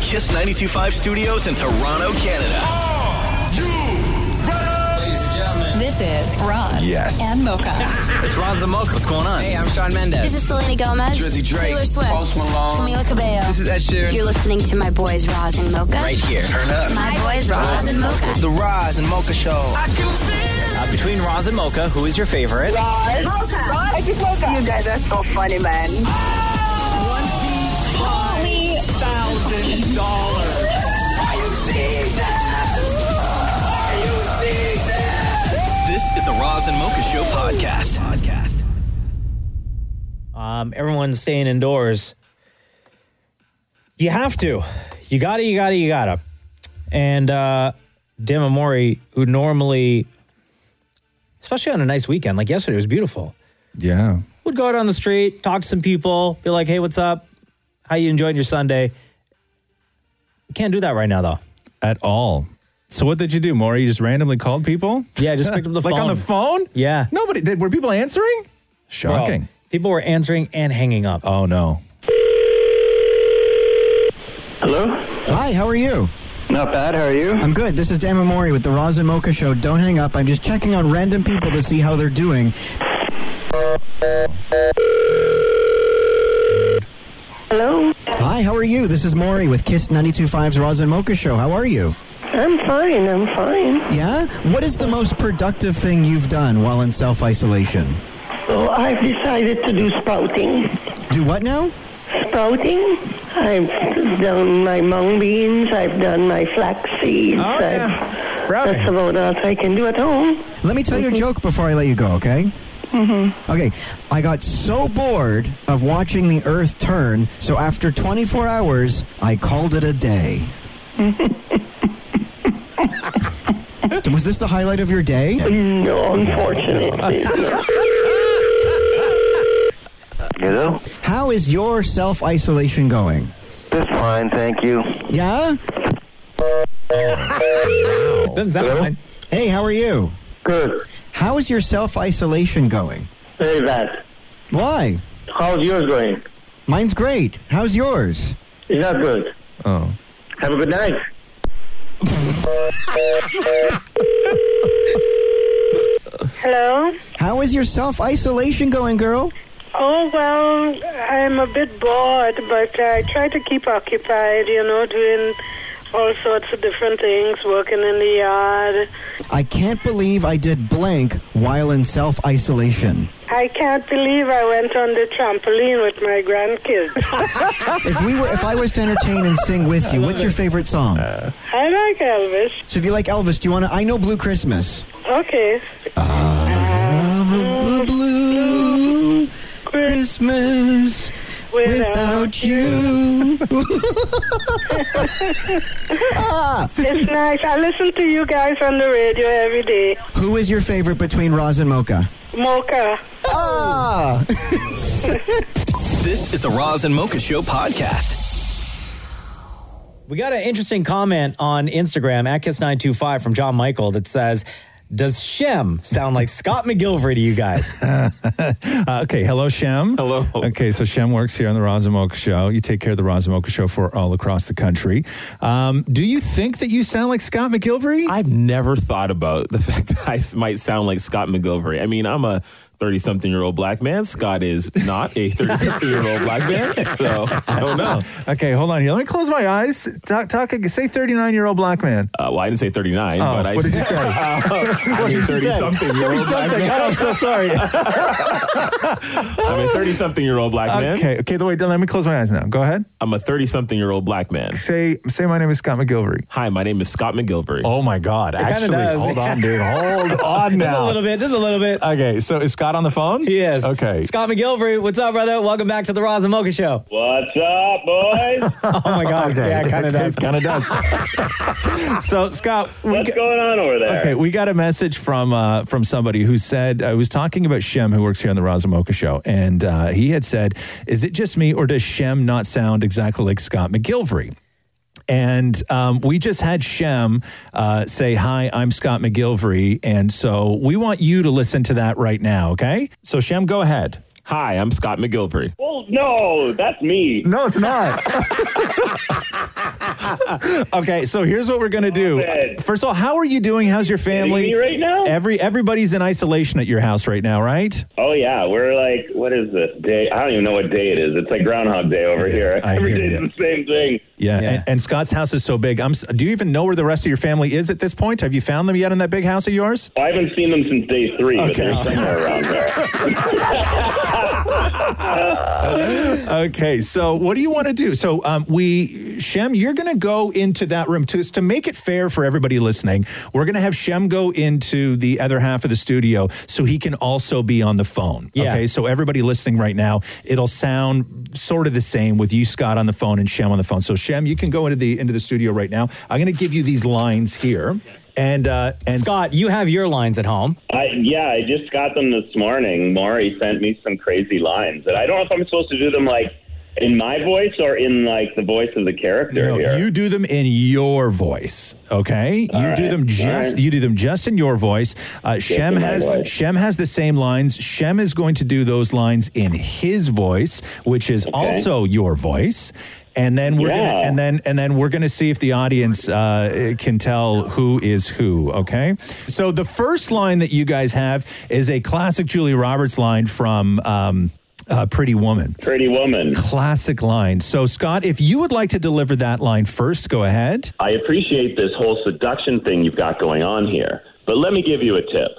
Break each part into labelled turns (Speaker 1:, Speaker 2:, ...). Speaker 1: Kiss 925 Studios in Toronto, Canada.
Speaker 2: Ladies and gentlemen.
Speaker 3: This is Roz
Speaker 4: Yes.
Speaker 3: and Mocha.
Speaker 1: It's Roz the Mocha. What's going on?
Speaker 5: Hey, I'm Sean Mendes.
Speaker 6: This is Selena Gomez.
Speaker 5: Drizzy Drake.
Speaker 6: Taylor Swift.
Speaker 5: Post Malone.
Speaker 6: Camila Cabello.
Speaker 5: This is Ed Sheeran.
Speaker 6: You're listening to my boys Roz and Mocha.
Speaker 5: right here. Turn up.
Speaker 6: My boys Roz and Mocha.
Speaker 5: The Roz and Mocha Show.
Speaker 1: Uh, between Roz and Mocha, who is your favorite?
Speaker 7: I just woke up. You guys are so funny, man.
Speaker 1: This is the Roz and Mocha Show podcast. Podcast.
Speaker 8: um, everyone's staying indoors. You have to. You gotta, you gotta, you gotta. And uh Dim Amori, who normally, especially on a nice weekend, like yesterday was beautiful,
Speaker 4: Yeah.
Speaker 8: would go out on the street, talk to some people, be like, hey, what's up? How you enjoying your Sunday? Can't do that right now though.
Speaker 4: At all. So what did you do, Maury? You just randomly called people?
Speaker 8: Yeah, just picked up the
Speaker 4: like
Speaker 8: phone.
Speaker 4: on the phone?
Speaker 8: Yeah.
Speaker 4: Nobody did, were people answering?
Speaker 8: Bro,
Speaker 4: Shocking.
Speaker 8: people were answering and hanging up.
Speaker 4: Oh no.
Speaker 9: Hi, how are you?
Speaker 10: Not bad. How are you?
Speaker 9: I'm good. This is Dan Mori with the Roz and Mocha Show. Don't hang up. I'm just checking on random people to see how they're doing.
Speaker 7: Hello?
Speaker 9: Hi, how are you? This is Maury with Kiss 92.5's Roz and Mocha Show. How are you?
Speaker 7: I'm fine. I'm fine.
Speaker 9: Yeah? What is the most productive thing you've done while in self isolation?
Speaker 7: So I've decided to do sprouting.
Speaker 9: Do what now?
Speaker 7: Sprouting? I've done my mung beans. I've done my flax seeds.
Speaker 4: Oh
Speaker 7: I've-
Speaker 4: yeah.
Speaker 7: That's
Speaker 4: Sprouting.
Speaker 7: about all I can do at home.
Speaker 9: Let me tell you a
Speaker 7: Mm-hmm.
Speaker 9: joke before I let you go, okay? Mm-hmm. Okay, I got so bored of watching the earth turn, so after 24 hours, I called it a day. Was this the highlight of your day?
Speaker 7: No, unfortunately.
Speaker 10: Hello.
Speaker 9: How is your self isolation going?
Speaker 10: Just fine, thank you.
Speaker 9: Yeah?
Speaker 8: Doesn't sound
Speaker 10: Hello?
Speaker 8: fine.
Speaker 9: Hey, how are you?
Speaker 10: Good.
Speaker 9: How is your self isolation going?
Speaker 10: Very bad.
Speaker 9: Why?
Speaker 10: How's yours going?
Speaker 9: Mine's great. How's yours?
Speaker 10: It's not good.
Speaker 4: Oh.
Speaker 10: Have a good night.
Speaker 7: Hello?
Speaker 9: How is your self isolation going, girl?
Speaker 7: Oh, well, I'm a bit bored, but I try to keep occupied, you know, doing all sorts of different things, working in the yard.
Speaker 9: I can't believe I did blank while in self isolation.
Speaker 7: I can't believe I went on the trampoline with my grandkids.
Speaker 9: If we were, if I was to entertain and sing with you, what's your favorite song?
Speaker 7: I like Elvis.
Speaker 9: So if you like Elvis, do you want to? I know Blue Christmas.
Speaker 7: Okay.
Speaker 9: Of a blue
Speaker 7: Chris,
Speaker 9: Christmas without you.
Speaker 7: It's nice. I listen to you guys on the radio every day.
Speaker 9: Who is your favorite between Roz and Mocha?
Speaker 7: Mocha.
Speaker 9: Ah,
Speaker 1: This is the Roz and Mocha Show podcast.
Speaker 8: We got an interesting comment on Instagram at Kiss925 from John Michael that says, Does Shem sound like Scott McGilvery to you guys?
Speaker 4: Uh, okay. Hello, Shem.
Speaker 1: Hello.
Speaker 4: Okay, so Shem works here on the Razamoka Show. You take care of the Razamoka Show for all across the country. Um, do you think that you sound like Scott McGilvery?
Speaker 11: I've never thought about the fact that I s- might sound like Scott McGilvery. I mean, I'm a 30 something year old black man. Scott is not a 30 something year old black man. So I don't know.
Speaker 4: okay, hold on here. Let me close my eyes. Talk, talk say 39 year old black man.
Speaker 11: Uh, well, I didn't say 39, but
Speaker 4: Oh,
Speaker 11: I uh,
Speaker 4: what did you say?
Speaker 11: I'm a 30 something year old black
Speaker 4: Something.
Speaker 11: man.
Speaker 4: I'm so sorry.
Speaker 11: I'm a 30 something year old black Uh, man.
Speaker 4: okay, okay, wait, let me close my eyes now. Go ahead.
Speaker 11: I'm a 30 something year old black man.
Speaker 4: Say, say my name is Scott McGilvery.
Speaker 11: Hi, my name is Scott McGilvery.
Speaker 4: Oh my God.
Speaker 8: kinda
Speaker 4: Actually,
Speaker 8: does.
Speaker 4: hold on, dude. Hold on
Speaker 8: just a
Speaker 4: now.
Speaker 8: little bit, just a little bit.
Speaker 4: Okay, so is Scott on the phone?
Speaker 8: He is.
Speaker 4: Okay.
Speaker 8: Scott McGilvery, what's up, brother? Welcome back to the Roz and Mocha Show.
Speaker 10: What's up, boys?
Speaker 8: Oh my God. Yeah, it kind of does.
Speaker 4: Kind of does. so, Scott, we
Speaker 10: What's
Speaker 4: got-
Speaker 10: going on over there?
Speaker 4: Okay, we got a message from uh, from somebody who said I was talking about Shem, who works here on the Razamoka show, and uh, he had said, "Is it just me, or does Shem not sound exactly like Scott McGilvery?" And um, we just had Shem uh, say, Hi, I'm Scott McGilvery. And so we want you to listen to that right now, okay? So, Shem, go ahead.
Speaker 11: Hi, I'm Scott McGilvery.
Speaker 10: Well, no, that's me.
Speaker 4: No, it's not. okay, so here's what we're gonna do.
Speaker 11: Ahmed.
Speaker 4: First of all, how are you doing? How's your family?
Speaker 11: me right now?
Speaker 4: Every everybody's in isolation at your house right now, right?
Speaker 11: Oh yeah, we're like, what is this day? I don't even know what day it is. It's like Groundhog Day over here.
Speaker 4: I
Speaker 11: Every
Speaker 4: hear
Speaker 11: day's
Speaker 4: ya.
Speaker 11: the same thing.
Speaker 4: Yeah.
Speaker 8: Yeah.
Speaker 4: And, and Scott's house is so big. I'm. s- Do you even know where the rest of your family is at this point? Have you found them yet in that big house of yours?
Speaker 11: I haven't seen them since day three, but they're
Speaker 4: Okay.
Speaker 11: somewhere around there.
Speaker 4: Okay, so what do you want to do? So um, we, Shem, you're going to go into that room to to make it fair for everybody listening. We're going to have Shem go into the other half of the studio so he can also be on the phone.
Speaker 8: Yeah.
Speaker 4: Okay, so everybody listening right now, it'll sound sort of the same with you, Scott, on the phone and Shem on the phone. So Shem, you can go into the into the studio right now. I'm going to give you these lines here, and uh, and
Speaker 8: Scott, you have your lines at home.
Speaker 11: I, yeah, I just got them this morning. Maury sent me some crazy lines, and I don't know if I'm supposed to do them like in my voice or in like the voice of the character
Speaker 4: No,
Speaker 11: here.
Speaker 4: you do them in your voice, okay? you do
Speaker 11: right,
Speaker 4: them
Speaker 11: all
Speaker 4: just
Speaker 11: right.
Speaker 4: you do them just in your voice. Uh, Shem
Speaker 11: in my
Speaker 4: has
Speaker 11: voice.
Speaker 4: Shem has the same lines. Shem is going to do those lines in his voice, which is also your voice. And then we're gonna
Speaker 11: Yeah.
Speaker 4: and then and then we're gonna see if the audience uh, can tell who is who. Okay, so the first line that you guys have is a classic Julie Roberts line from um, uh, Pretty Woman
Speaker 11: Pretty woman.
Speaker 4: classic line. So, Scott, if you would like to deliver that line first, go ahead.
Speaker 11: I appreciate this whole seduction thing you've got going on here, but let me give you a tip.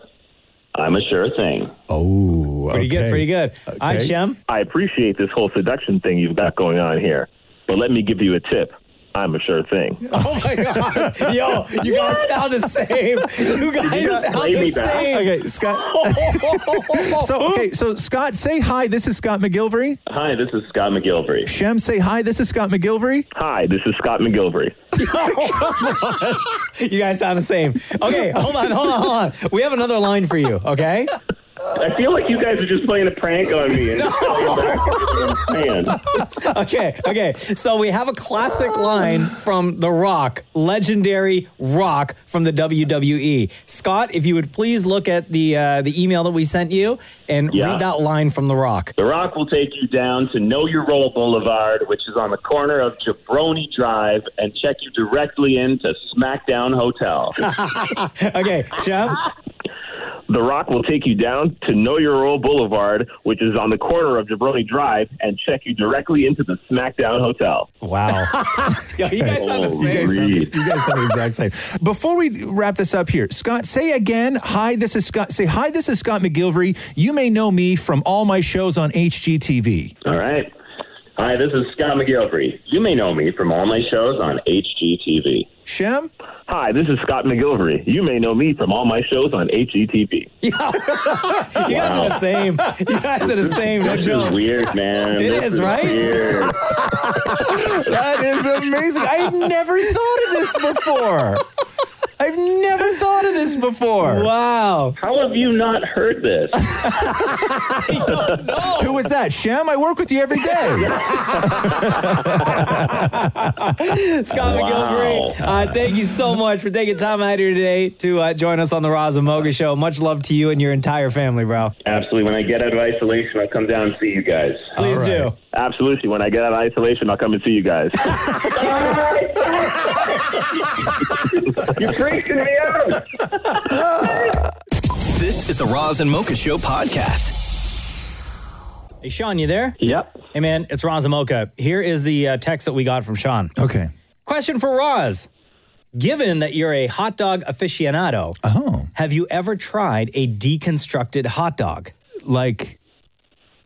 Speaker 11: I'm a sure thing.
Speaker 4: Oh,
Speaker 8: Pretty good, pretty good. All right,
Speaker 4: Okay.
Speaker 8: Shem.
Speaker 11: I appreciate this whole seduction thing you've got going on here, but let me give you a tip. I'm a sure thing.
Speaker 8: Oh my god. Yo, you guys sound the same. You guys sound
Speaker 11: play
Speaker 8: the
Speaker 11: me back.
Speaker 8: same.
Speaker 4: Okay, Scott. So, okay, so Scott, say hi. This is Scott McGilvery.
Speaker 11: Hi, this is Scott McGilvery.
Speaker 4: Shem, say hi. This is Scott McGilvery.
Speaker 11: Hi, this is Scott McGilvery.
Speaker 8: you guys sound the same. Okay, hold on, hold on, hold on. We have another line for you, okay?
Speaker 11: I feel like you guys are just playing a prank on me. And Man.
Speaker 8: Okay, okay. So we have a classic line from The Rock, legendary Rock from the WWE. Scott, if you would please look at the uh, the email that we sent you and
Speaker 11: Yeah.
Speaker 8: read that line from The Rock.
Speaker 11: The Rock will take you down to Know Your Role Boulevard, which is on the corner of Jabroni Drive, and check you directly into SmackDown Hotel.
Speaker 8: Okay, Shem.
Speaker 11: The Rock will take you down to Know Your Role Boulevard, which is on the corner of Jabroni Drive, and check you directly into the SmackDown Hotel.
Speaker 4: Wow.
Speaker 8: Yo, you guys sound the
Speaker 11: Oh,
Speaker 8: same.
Speaker 11: guys sound- Agreed.
Speaker 4: you guys sound the exact same. Before we wrap this up here, Scott, say again, hi, this is Scott. Say hi, this is Scott McGilvery. You may know me from all my shows on HGTV.
Speaker 11: All right. Hi, this is Scott McGilvery. You may know me from all my shows on HGTV.
Speaker 4: Shem?
Speaker 11: Hi, this is Scott McGilvery. You may know me from all my shows on HGTV.
Speaker 8: You guys are the same. You guys are the same. No
Speaker 11: This is
Speaker 8: joke.
Speaker 11: weird, man.
Speaker 8: It
Speaker 11: This
Speaker 8: is, right?
Speaker 11: weird.
Speaker 4: That is amazing. I had never thought of this before. I've never thought of this before.
Speaker 8: Wow.
Speaker 11: How have you not heard this?
Speaker 4: Who was that? Shem, I work with you every day.
Speaker 8: Scott McGilvery, uh, thank you so much for taking time out here today to uh, join us on the Raza Moga Show. Much love to you and your entire family, bro.
Speaker 11: Absolutely. When I get out of isolation, I'll come down and see you guys.
Speaker 8: Please
Speaker 4: All right.
Speaker 8: do.
Speaker 11: Absolutely. When I get out of isolation, I'll come and see you guys. You're freaking me out.
Speaker 1: This is the Roz and Mocha Show podcast.
Speaker 8: Hey, Sean, you there?
Speaker 11: Yep.
Speaker 8: Hey, man, it's Raza Mocha. Here is the uh, text that we got from Sean.
Speaker 4: Okay.
Speaker 8: Question for Roz. Given that you're a hot dog aficionado,
Speaker 4: Oh.
Speaker 8: have you ever tried a deconstructed hot dog?
Speaker 4: Like,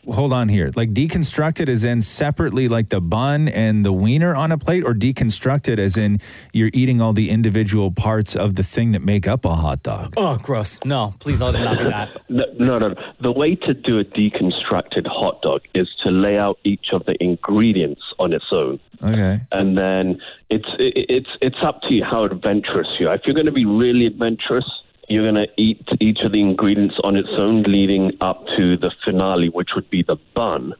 Speaker 4: hold on here. Like, deconstructed as in separately, like the bun and the wiener on a plate, or deconstructed as in you're eating all the individual parts of the thing that make up a hot dog?
Speaker 8: Oh, gross. No, please let it not be that.
Speaker 12: No, no, no. The way to do a deconstructed hot dog is to lay out each of the ingredients on its own,
Speaker 4: Okay.
Speaker 12: and then it's it, it's it's up to you how adventurous you are. If you're going to be really adventurous, you're going to eat each of the ingredients on its own, leading up to the finale, which would be the bun,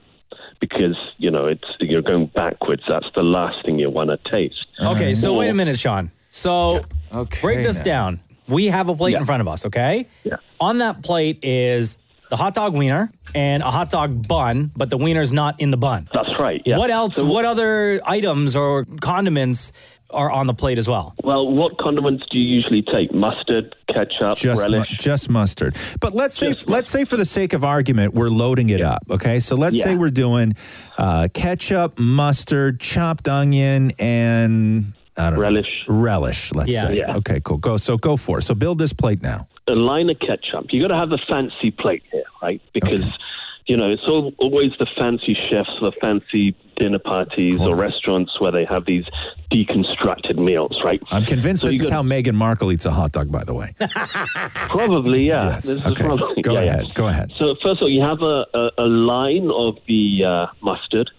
Speaker 12: because you know it's you're going backwards. That's the last thing you want to taste.
Speaker 8: Okay, so wait a minute, Sean. So
Speaker 4: Okay,
Speaker 8: break this
Speaker 4: now.
Speaker 8: down. We have a plate
Speaker 12: Yeah.
Speaker 8: in front of us, okay?
Speaker 12: Yeah.
Speaker 8: On that plate is the hot dog wiener and a hot dog bun, but the wiener's not in the bun.
Speaker 12: That's right. Yeah.
Speaker 8: What else?
Speaker 12: So-
Speaker 8: what other items or condiments are on the plate as well?
Speaker 12: Well, what condiments do you usually take? Mustard, ketchup,
Speaker 4: just mu-
Speaker 12: relish.
Speaker 4: just mustard. But let's say let's say for the sake of argument, we're loading it up. Okay, so let's say
Speaker 12: Yeah.
Speaker 4: we're doing uh, ketchup, mustard, chopped onion, and I don't relish. Know, relish. Let's
Speaker 12: Yeah.
Speaker 4: say.
Speaker 12: Yeah.
Speaker 4: Okay, cool. Go. So go for it. So build this plate now.
Speaker 12: a line of ketchup. You got to have the fancy plate here, right? Because you know it's all, always the fancy chefs, the fancy dinner parties or restaurants where they have these deconstructed meals, right?
Speaker 4: I'm convinced
Speaker 12: So
Speaker 4: this
Speaker 12: you
Speaker 4: is
Speaker 12: got-
Speaker 4: how Meghan Markle eats a hot dog. By the way.
Speaker 12: Probably, yeah.
Speaker 4: Yes.
Speaker 12: This is
Speaker 4: okay.
Speaker 12: probably-
Speaker 4: Go
Speaker 12: yeah, yeah.
Speaker 4: ahead. Go ahead.
Speaker 12: So first of all, you have a, a, a line of the uh, mustard,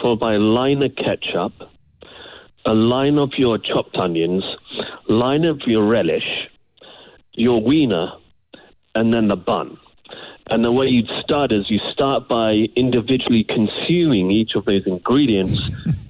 Speaker 12: followed by a line of ketchup, a line of your chopped onions, line of your relish, your wiener, and then the bun. And the way you'd start is you start by individually consuming each of those ingredients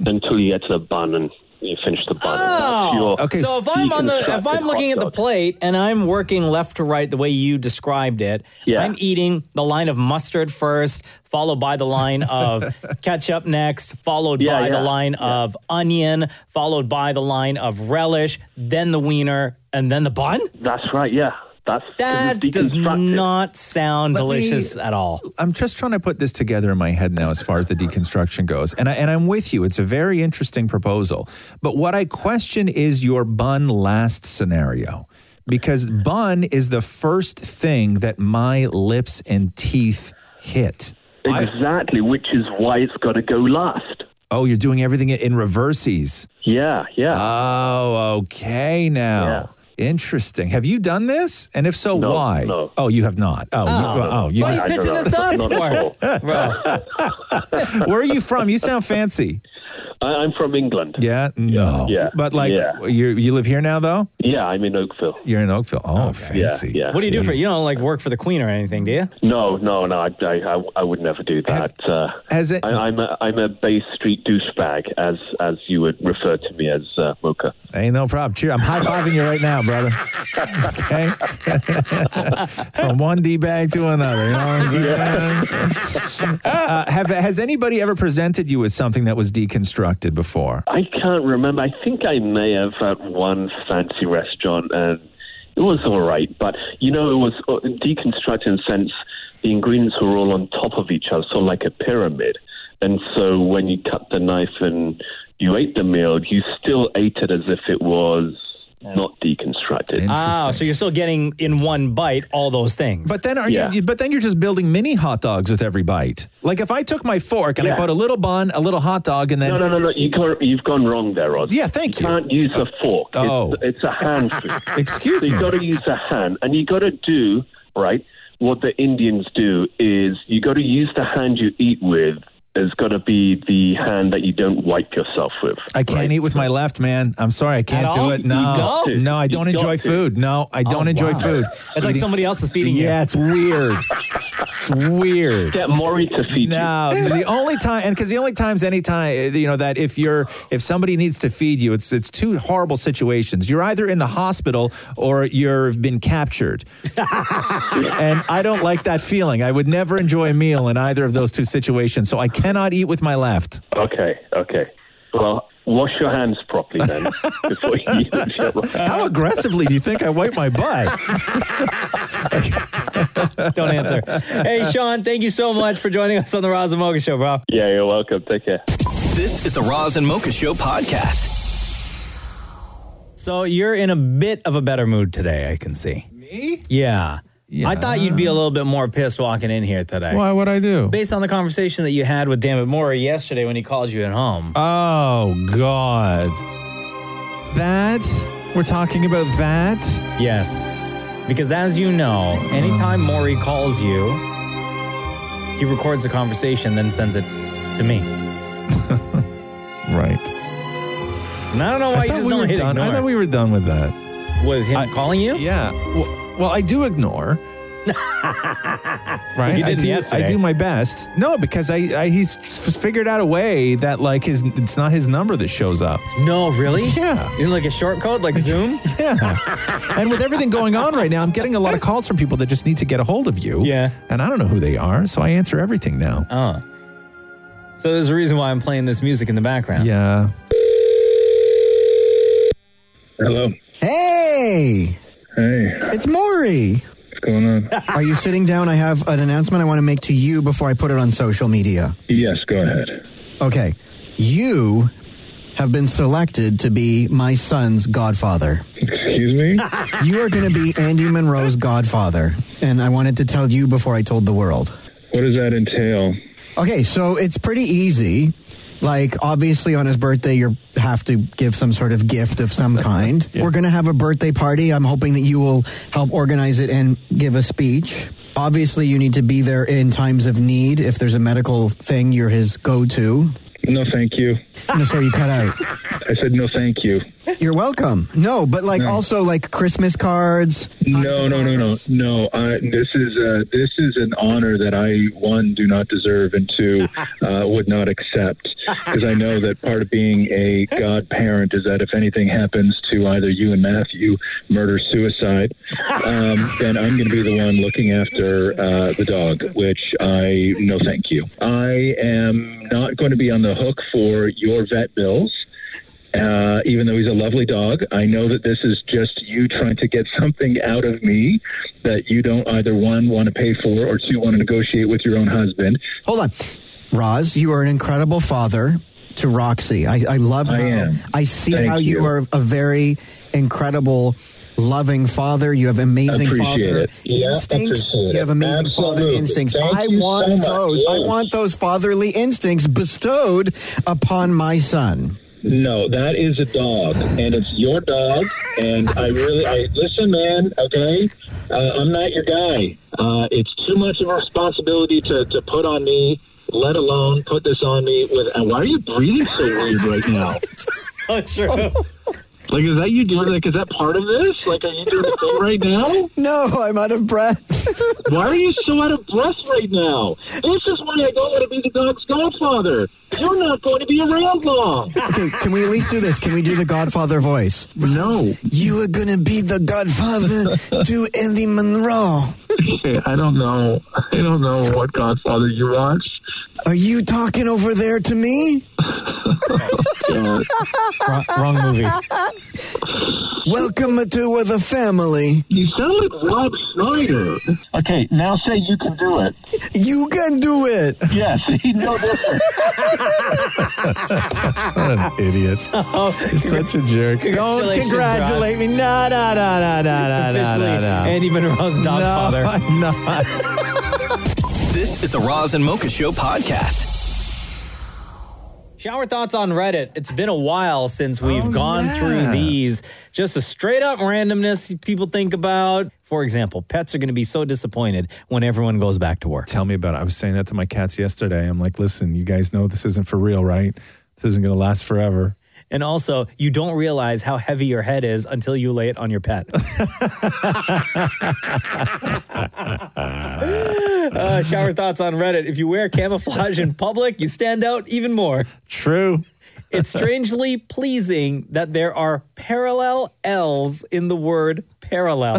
Speaker 12: until you get to the bun and you finish the bun.
Speaker 4: Oh,
Speaker 12: And that's your
Speaker 8: Oh, So if I'm on the if
Speaker 12: deconstructed
Speaker 8: I'm looking
Speaker 12: hot
Speaker 8: at the
Speaker 12: dog.
Speaker 8: plate and I'm working left to right the way you described it,
Speaker 12: Yeah.
Speaker 8: I'm eating the line of mustard first, followed by the line of ketchup next, followed
Speaker 12: Yeah,
Speaker 8: by the
Speaker 12: yeah,
Speaker 8: line of onion, followed by the line of relish, then the wiener, and then the bun.
Speaker 12: That's right. Yeah. That's
Speaker 8: that
Speaker 4: this is
Speaker 8: does not sound
Speaker 4: Let me-
Speaker 8: delicious at all.
Speaker 4: I'm just trying to put this together in my head now as far as the deconstruction goes. And, I, and I'm with you. It's a very interesting proposal. But what I question is your bun last scenario. Because bun is the first thing that my lips and teeth hit.
Speaker 12: Exactly, which is why it's got to go last.
Speaker 4: Oh, you're doing everything in reverses.
Speaker 12: Yeah, yeah.
Speaker 4: Oh, okay now. Interesting. Have you done this? And if so, why? Oh, you have not. Oh, you, oh, you
Speaker 8: What are you
Speaker 4: just-
Speaker 8: pitching this to us for? Bro.
Speaker 4: Where are you from? You sound fancy.
Speaker 12: I, I'm from England.
Speaker 4: Yeah, no.
Speaker 12: Yeah.
Speaker 4: But like
Speaker 12: Yeah.
Speaker 4: you you live here now though?
Speaker 12: Yeah, I'm in Oakville.
Speaker 4: You're in Oakville. Oh,
Speaker 12: Yeah,
Speaker 4: fancy.
Speaker 12: yeah.
Speaker 8: What do you do for you don't like work for the queen or anything, do you?
Speaker 12: No, no, no. I, I, I- I would never do that. uh,
Speaker 4: Has it
Speaker 12: I, I'm a I'm a Bay Street douchebag, as as you would refer to me as uh, Mocha.
Speaker 4: ain't no problem. Cheer. I'm high fiving you right now, brother. Okay. From one D bag to another. You know what I'm saying? Uh, have has anybody ever presented you with something that was deconstructed before?
Speaker 12: I can't remember. I think I may have at one fancy restaurant, and it was all right. But you know, it was uh, deconstructed in the sense the ingredients were all on top of each other, sort of like a pyramid. And so when you cut the knife and you ate the meal, you still ate it as if it was not deconstructed.
Speaker 8: Ah, so you're still getting in one bite all those things.
Speaker 4: But then are
Speaker 12: Yeah.
Speaker 4: you but then you're just building mini hot dogs with every bite. Like if I took my fork and I
Speaker 12: Yeah.
Speaker 4: put a little bun, a little hot dog and then
Speaker 12: no, no, no, no. You can't, you've gone wrong there, Oz.
Speaker 4: Yeah, thank you.
Speaker 12: You can't use a fork.
Speaker 4: Oh.
Speaker 12: It's, it's a hand food.
Speaker 4: Excuse
Speaker 12: So
Speaker 4: me.
Speaker 12: you've got to use a hand, and you got to do right what the Indians do is you got to use the hand you eat with. It's got to be the hand that you don't wipe yourself with.
Speaker 4: I can't eat with my left, man. I'm sorry, I can't
Speaker 8: all?
Speaker 4: do it. No,
Speaker 8: You Oh,
Speaker 12: don't?
Speaker 4: no, I
Speaker 12: You
Speaker 4: don't
Speaker 12: don't
Speaker 4: enjoy
Speaker 12: do.
Speaker 4: food. No, I don't enjoy
Speaker 8: wow.
Speaker 4: food.
Speaker 8: it's like
Speaker 4: Eating-
Speaker 8: somebody else is feeding you.
Speaker 4: Yeah, it's weird. it's weird.
Speaker 12: Get Maury to feed you.
Speaker 4: No, the only time, and because the only times, any time, uh, you know that if you're if somebody needs to feed you, it's it's two horrible situations. You're either in the hospital or you've been captured, and I don't like that feeling. I would never enjoy a meal in either of those two situations, so I cannot eat with my left.
Speaker 12: Okay, okay. Well, wash your hands properly then before you eat. with your right.
Speaker 4: How aggressively do you think I wipe my butt?
Speaker 8: Don't answer. hey, Sean, thank you so much for joining us on the Roz and Mocha Show, bro.
Speaker 12: Yeah, you're welcome. Take care.
Speaker 1: This is the Roz and Mocha Show podcast.
Speaker 8: So you're in a bit of a better mood today, I can see. Me? Yeah. I thought you'd be a little bit more pissed walking in here today.
Speaker 4: Why would I do?
Speaker 8: Based on the conversation that you had with Dammit Moore yesterday when he called you at home.
Speaker 4: Oh God. That we're talking about that?
Speaker 8: Yes. Because as you know, anytime Maury calls you, he records a conversation, then sends it to me.
Speaker 4: Right.
Speaker 8: And I don't know why you just
Speaker 4: we were
Speaker 8: don't hit
Speaker 4: done. I
Speaker 8: ignore
Speaker 4: thought we were done with that.
Speaker 8: with him
Speaker 4: I-
Speaker 8: calling you.
Speaker 4: Yeah. Well, well, I do ignore, right?
Speaker 8: You didn't
Speaker 4: I do,
Speaker 8: yesterday.
Speaker 4: I do my best. No, because I, I he's f- figured out a way that like his it's not his number that shows up.
Speaker 8: No, really?
Speaker 4: Yeah.
Speaker 8: In like a short code, like Zoom?
Speaker 4: yeah. and with everything going on right now, I'm getting a lot of calls from people that just need to get a hold of you. Yeah. And I don't know who they are, so I answer everything now.
Speaker 8: Oh. So there's a reason why I'm playing this music in the background.
Speaker 4: Yeah.
Speaker 7: Hello.
Speaker 9: Hey!
Speaker 7: Hey.
Speaker 9: It's Maury!
Speaker 7: What's going on?
Speaker 9: Are you sitting down? I have an announcement I want to make to you before I put it on social media.
Speaker 7: Yes, go ahead.
Speaker 9: Okay. You have been selected to be my son's godfather.
Speaker 7: Excuse me?
Speaker 9: You are going to be Andy Monroe's godfather. And I wanted to tell you before I told the world.
Speaker 7: What does that entail?
Speaker 9: Okay, so it's pretty easy. Like, obviously, on his birthday, you have to give some sort of gift of some kind. We're going to have a birthday party. I'm hoping that you will help organize it and give a speech. Obviously, you need to be there in times of need. If there's a medical thing, you're his go to.
Speaker 7: No, thank you.
Speaker 9: No, sorry, you cut out.
Speaker 7: I said no, thank you.
Speaker 9: You're welcome. No, but like also like Christmas cards.
Speaker 7: No, no, no, no, no. I, this is uh, this is an honor that I one do not deserve, and two uh, would not accept, because I know that part of being a godparent is that if anything happens to either you and Matthew, murder suicide, um, then I'm going to be the one looking after uh, the dog, which I no, thank you. I am not going to be on the hook for your vet bills uh, even though he's a lovely dog. I know that this is just you trying to get something out of me that you don't either one want to pay for or two want to negotiate with your own husband.
Speaker 9: Hold on. Roz, you are an incredible father to Roxy. I, I love how, I, see
Speaker 7: Thank
Speaker 9: how you.
Speaker 7: you.
Speaker 9: are a very incredible, loving father. You have amazing
Speaker 7: Appreciate
Speaker 9: father
Speaker 7: it. Yeah,
Speaker 9: instincts.
Speaker 7: appreciate it.
Speaker 9: You have amazing father
Speaker 7: Absolutely.
Speaker 9: instincts.
Speaker 7: Thank
Speaker 9: I
Speaker 7: you
Speaker 9: want
Speaker 7: so much.
Speaker 9: those. I
Speaker 7: Yes.
Speaker 9: want those fatherly instincts bestowed upon my son.
Speaker 7: No, that is a dog, and it's your dog. And I really, I listen, man. Okay, uh, I'm not your guy. Uh, it's too much of a responsibility to, to put on me. Let alone put this on me. With and why are you breathing so weird right now?
Speaker 8: so true.
Speaker 7: Like, is that you doing? Like, is that part of this? Like, are you doing a thing right now?
Speaker 9: No, I'm out of breath.
Speaker 7: Why are you so out of breath right now? This is why I don't want to be the dog's godfather. You're not going to be around long.
Speaker 9: okay, can we at least do this? Can we do the Godfather voice?
Speaker 7: No.
Speaker 9: You are going to be the Godfather to Andy Monroe.
Speaker 7: I don't know. I don't know what Godfather you watch.
Speaker 9: Are you talking over there to me?
Speaker 8: wrong, wrong movie.
Speaker 9: Welcome to the family.
Speaker 7: You sound like Rob Schneider. Okay, now say you can do it.
Speaker 9: You can do it.
Speaker 7: Yes, he no different.
Speaker 4: What an idiot. You're such a jerk. Don't
Speaker 8: Congratulations,
Speaker 4: congratulate me. No, no, no, no, no, no, no,
Speaker 8: Officially,
Speaker 4: no, no.
Speaker 8: Andy Monroe's
Speaker 4: No,
Speaker 8: dogfather.
Speaker 4: I'm not.
Speaker 1: This is the Roz and Mocha Show podcast.
Speaker 8: Shower thoughts on Reddit. It's been a while since
Speaker 4: Oh,
Speaker 8: we've gone
Speaker 1: yeah.
Speaker 8: through these. Just a straight up randomness people think about. For example, pets are going to be so disappointed when everyone goes back to work.
Speaker 4: Tell me about it. I was saying that to my cats yesterday. I'm like, listen, you guys know this isn't for real, right? This isn't going to last forever.
Speaker 8: And also, you don't realize how heavy your head is until you lay it on your pet. uh, shower thoughts on Reddit. If you wear camouflage in public, you stand out even more.
Speaker 4: True.
Speaker 8: It's strangely pleasing that there are parallel L's in the word parallel.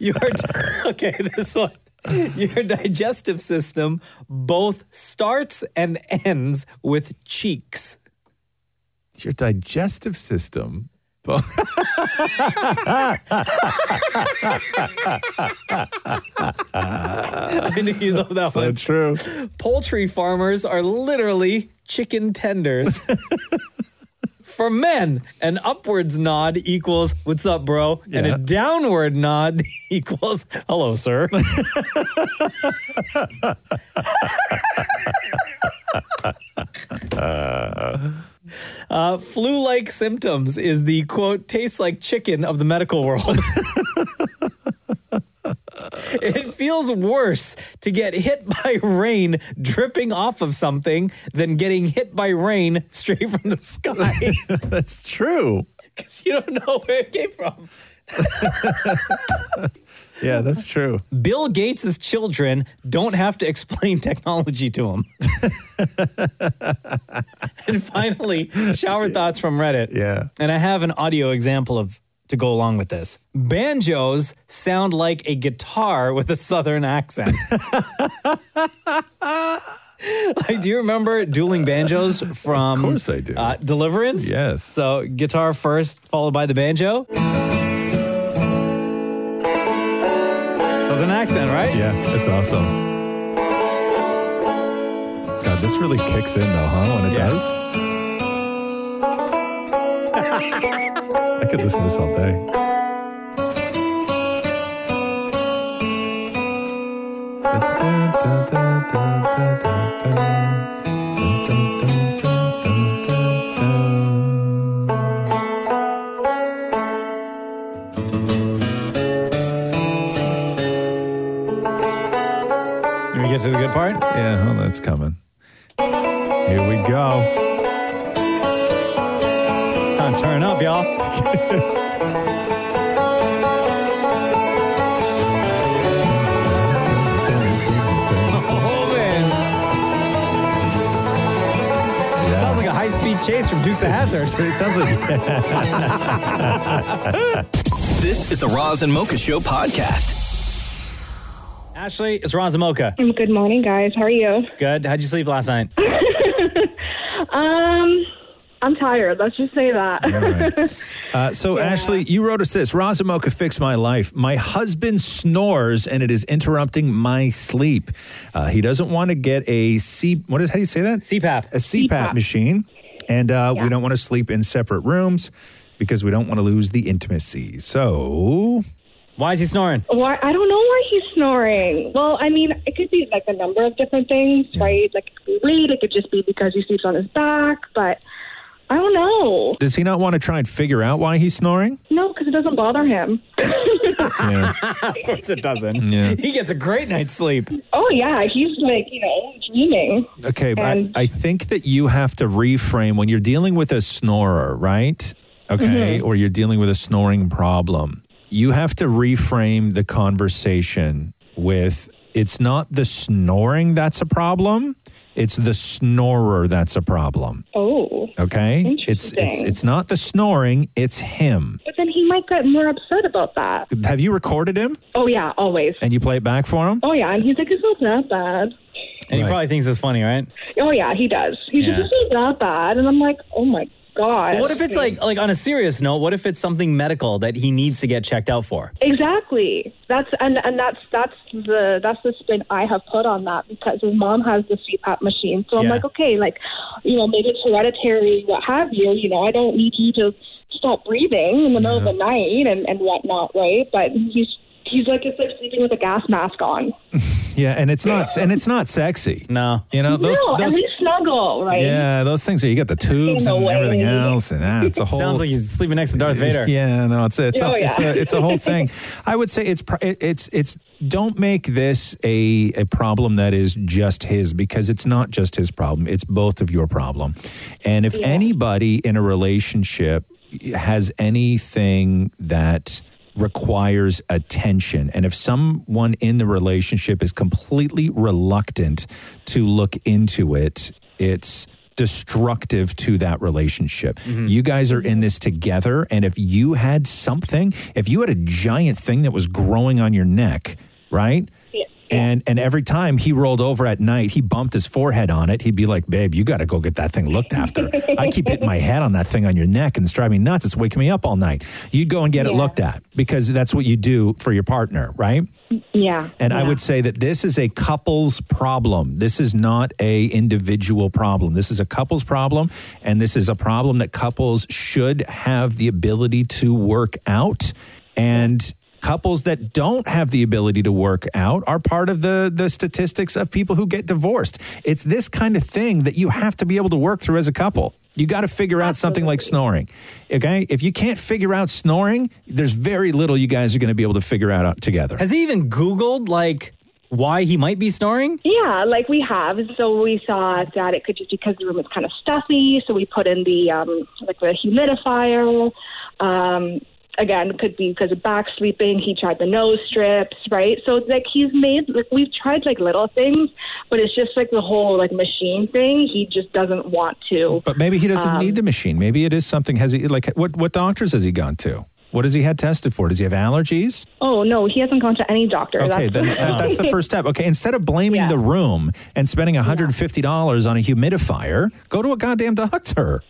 Speaker 8: Your okay, this one. Your digestive system both starts and ends with cheeks.
Speaker 4: It's your digestive system. Bo- Uh,
Speaker 8: I knew you love that
Speaker 4: so
Speaker 8: one.
Speaker 4: true.
Speaker 8: Poultry farmers are literally chicken tenders. For men, an upwards nod equals "What's up, bro?" and
Speaker 4: Yeah.
Speaker 8: a downward nod equals "Hello, sir." uh, flu-like symptoms is the quote "tastes like chicken" of the medical world. It feels worse to get hit by rain dripping off of something than getting hit by rain straight from the sky
Speaker 4: That's true.
Speaker 8: because you don't know where it came from.
Speaker 4: yeah, that's true.
Speaker 8: Bill Gates' children don't have to explain technology to him. and finally, shower thoughts from Reddit.
Speaker 4: Yeah.
Speaker 8: And I have an audio example of to go along with this. Banjos sound like a guitar with a southern accent. like, do you remember dueling banjos from? Of course, I do. Uh, Deliverance. Yes. So guitar first, followed by the banjo. Southern accent, right?
Speaker 4: Yeah, it's awesome. God, this really kicks in though, huh? When it does, I could listen to this all day.
Speaker 8: Can we get to the good part?
Speaker 4: Yeah, well, that's coming. Here we go.
Speaker 8: Time to turn up, y'all. oh, man. Sounds like a high speed chase from Dukes of Hazard.
Speaker 4: It sounds
Speaker 1: like. this is the Roz and Mocha Show podcast.
Speaker 8: Ashley, it's Ron Zamoka.
Speaker 13: Um, Good morning, guys. How are you?
Speaker 8: Good. How'd you sleep last night?
Speaker 13: Um, I'm tired. Let's just say that.
Speaker 4: Uh, so, Ashley, you wrote us this Razamoka fixed my life. My husband snores and it is interrupting my sleep. Uh, he doesn't want to get a C. What is, how do you say that?
Speaker 8: CPAP.
Speaker 4: A CPAP, machine. And uh, we don't want to sleep in separate rooms because we don't want to lose the intimacy. So.
Speaker 8: Why is he snoring?
Speaker 13: why? I don't know why he's snoring. Well, I mean, it could be like a number of different things, right? Like it could be weight. It could just be because he sleeps on his back. But I don't know.
Speaker 4: Does he not want to try and figure out why he's snoring?
Speaker 13: No, because it doesn't bother him.
Speaker 8: of course it doesn't. He gets a great night's sleep.
Speaker 13: Oh yeah, he's like you know dreaming.
Speaker 4: Okay, but I,
Speaker 13: And-
Speaker 4: I think that you have to reframe when you're dealing with a snorer, right? Okay,
Speaker 13: Mm-hmm.
Speaker 4: or you're dealing with a snoring problem. You have to reframe the conversation with it's not the snoring that's a problem, it's the snorer that's a problem.
Speaker 13: Oh,
Speaker 4: Okay? It's it's
Speaker 13: Interesting.
Speaker 4: it's not the snoring, it's him.
Speaker 13: but then he might get more upset about that.
Speaker 4: Have you recorded him
Speaker 13: Oh yeah, always.
Speaker 4: and you play it back for him?
Speaker 13: Oh yeah, and he's like, it's not that bad.
Speaker 8: And he probably thinks it's funny, right?
Speaker 13: Oh yeah, he does. He's
Speaker 8: Yeah.
Speaker 13: like, it's not that bad, and I'm like, oh my god.
Speaker 8: But what if it's like like on a serious note, what if it's something medical that he needs to get checked out for?
Speaker 13: Exactly. That's and and that's that's the that's the spin I have put on that because his mom has the CPAP machine. So I'm
Speaker 8: Yeah.
Speaker 13: like, okay, like, you know, maybe it's hereditary, what have you. You know, I don't need you to stop breathing in the middle of the night and and whatnot, right? But he's he's like it's like sleeping with a gas mask on.
Speaker 4: Yeah, and it's not and it's not sexy.
Speaker 8: No.
Speaker 4: You know, those
Speaker 13: no,
Speaker 4: those
Speaker 13: and we snuggle, right?
Speaker 4: Yeah, those things. You got the tubes and everything else, and ah, it's a whole.
Speaker 8: Sounds like you're sleeping next to Darth Vader.
Speaker 4: Yeah, no, it's a, it's,
Speaker 8: Oh,
Speaker 4: a, it's
Speaker 8: yeah.
Speaker 4: a it's a whole thing. I would say it's pr- it- it's it's don't make this a a problem that is just his because it's not just his problem. It's both of your problem, and if anybody in a relationship has anything that requires attention and if someone in the relationship is completely reluctant to look into it it's destructive to that relationship. You guys are in this together. And if you had something, if you had a giant thing that was growing on your neck, right? And and every time he rolled over at night, he bumped his forehead on it. He'd be like, "Babe, you got to go get that thing looked after. I keep hitting my head on that thing on your neck, and it's driving me nuts. It's waking me up all night." You'd go and get it looked at because that's what you do for your partner, right?
Speaker 13: Yeah.
Speaker 4: And I would say that this is a couple's problem. This is not a individual problem. This is a couple's problem and this is a problem that couples should have the ability to work out and couples that don't have the ability to work out are part of the the statistics of people who get divorced. It's this kind of thing that you have to be able to work through as a couple. You got to figure out something like snoring. Okay? If you can't figure out snoring, there's very little you guys are going to be able to figure out uh, together.
Speaker 8: Has he even Googled like why he might be snoring?
Speaker 13: Yeah, like we have. So we saw that it could just because the room was kind of stuffy. So we put in the um, like the humidifier. Um, again could be because of back sleeping. He tried the nose strips, right? So it's like he's made like we've tried like little things, but it's just like the whole like machine thing. He just doesn't want to.
Speaker 4: But maybe he doesn't
Speaker 13: Um,
Speaker 4: need the machine. Maybe it is something. Has he like what? What doctors has he gone to? What has he had tested for? Does he have allergies?
Speaker 13: Oh no, he hasn't gone to any doctor.
Speaker 4: Okay, then that, that's the first step. Okay, instead of blaming the room and spending $150 on a humidifier, go to a goddamn doctor.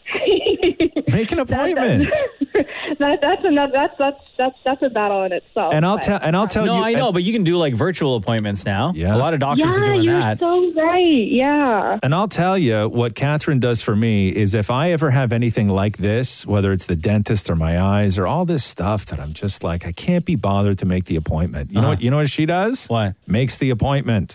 Speaker 4: Make an appointment.
Speaker 13: that, that's another. That's that's that's that's a battle in itself. but-
Speaker 8: no, I know, but you can do like virtual appointments now. Yeah, a lot of doctors
Speaker 13: yeah,
Speaker 8: are doing
Speaker 13: you're
Speaker 8: that.
Speaker 13: so right. Yeah.
Speaker 4: And I'll tell you what Catherine does for me is if I ever have anything like this, whether it's the dentist or my eyes or all this stuff that I'm just like, I can't be bothered to make the appointment. You know what? You know what she does? What makes the appointment?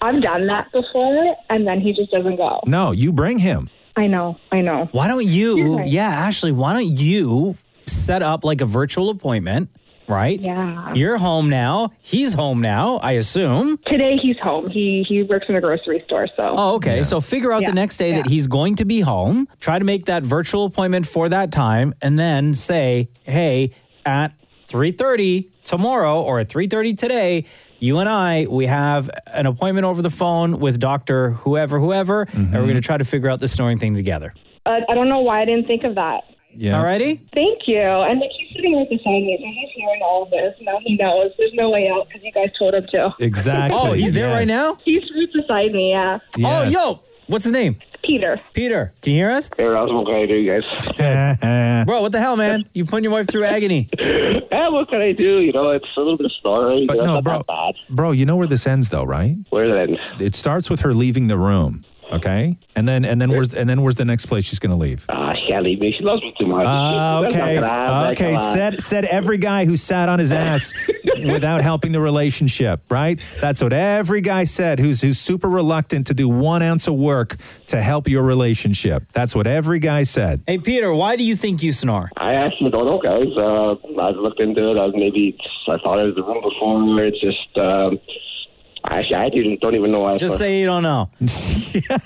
Speaker 13: I've done that before, and then he just doesn't go.
Speaker 4: No, you bring him.
Speaker 13: I know, I know.
Speaker 8: Why don't you?
Speaker 13: You're right.
Speaker 8: Yeah, Ashley, why don't you set up like a virtual appointment? Right?
Speaker 13: Yeah.
Speaker 8: You're home now. He's home now. I assume.
Speaker 13: Today he's home. He he works in a grocery store, so.
Speaker 8: Oh, okay. So figure out
Speaker 13: Yeah,
Speaker 8: the next day that
Speaker 13: yeah.
Speaker 8: he's going to be home. Try to make that virtual appointment for that time, and then say, "Hey, at 3:30 tomorrow or at 3:30 today, you and I we have an appointment over the phone with Doctor whoever whoever, and we're going to try to figure out the snoring thing together."
Speaker 13: Uh, I don't know why I didn't think of that.
Speaker 4: Yeah.
Speaker 8: Alrighty.
Speaker 13: Thank you. And like he's sitting right beside me, so he's hearing all of this. Now he knows. There's no way out because you guys told him to.
Speaker 4: Exactly,
Speaker 8: Oh, he's there right yes. now?
Speaker 13: He's right beside me. Yeah.
Speaker 8: Oh, yo, what's his name?
Speaker 13: Peter.
Speaker 8: Peter, can you hear us?
Speaker 14: Hey, Roswell, how you doing, guys?
Speaker 8: Bro, what the hell, man? You putting your wife through agony?
Speaker 14: Eh, what can I do? You know, it's a little bit of snoring.
Speaker 4: But
Speaker 14: you know,
Speaker 4: no,
Speaker 14: it's not that
Speaker 4: Bro, you know where this ends though, right?
Speaker 14: Where it ends?
Speaker 4: It starts with her leaving the room, okay? And then and then where's and then where's the next place she's going to leave?
Speaker 14: bad. Ah, she can't leave me. She loves me too much.
Speaker 4: Ah,
Speaker 14: She's
Speaker 4: okay.
Speaker 14: not gonna-
Speaker 4: Okay,
Speaker 14: come on.
Speaker 4: said said every guy who sat on his ass without helping the relationship, right? That's what every guy said who's who's super reluctant to do one ounce of work to help your relationship. That's what every guy said.
Speaker 8: Hey, Peter, why do you think you snore?
Speaker 14: I actually don't know, guys. Uh, I've looked into it. I've maybe I thought it was the room before. It's just um, actually I didn't don't even know. Why I
Speaker 8: Just
Speaker 14: thought-
Speaker 8: say you don't know.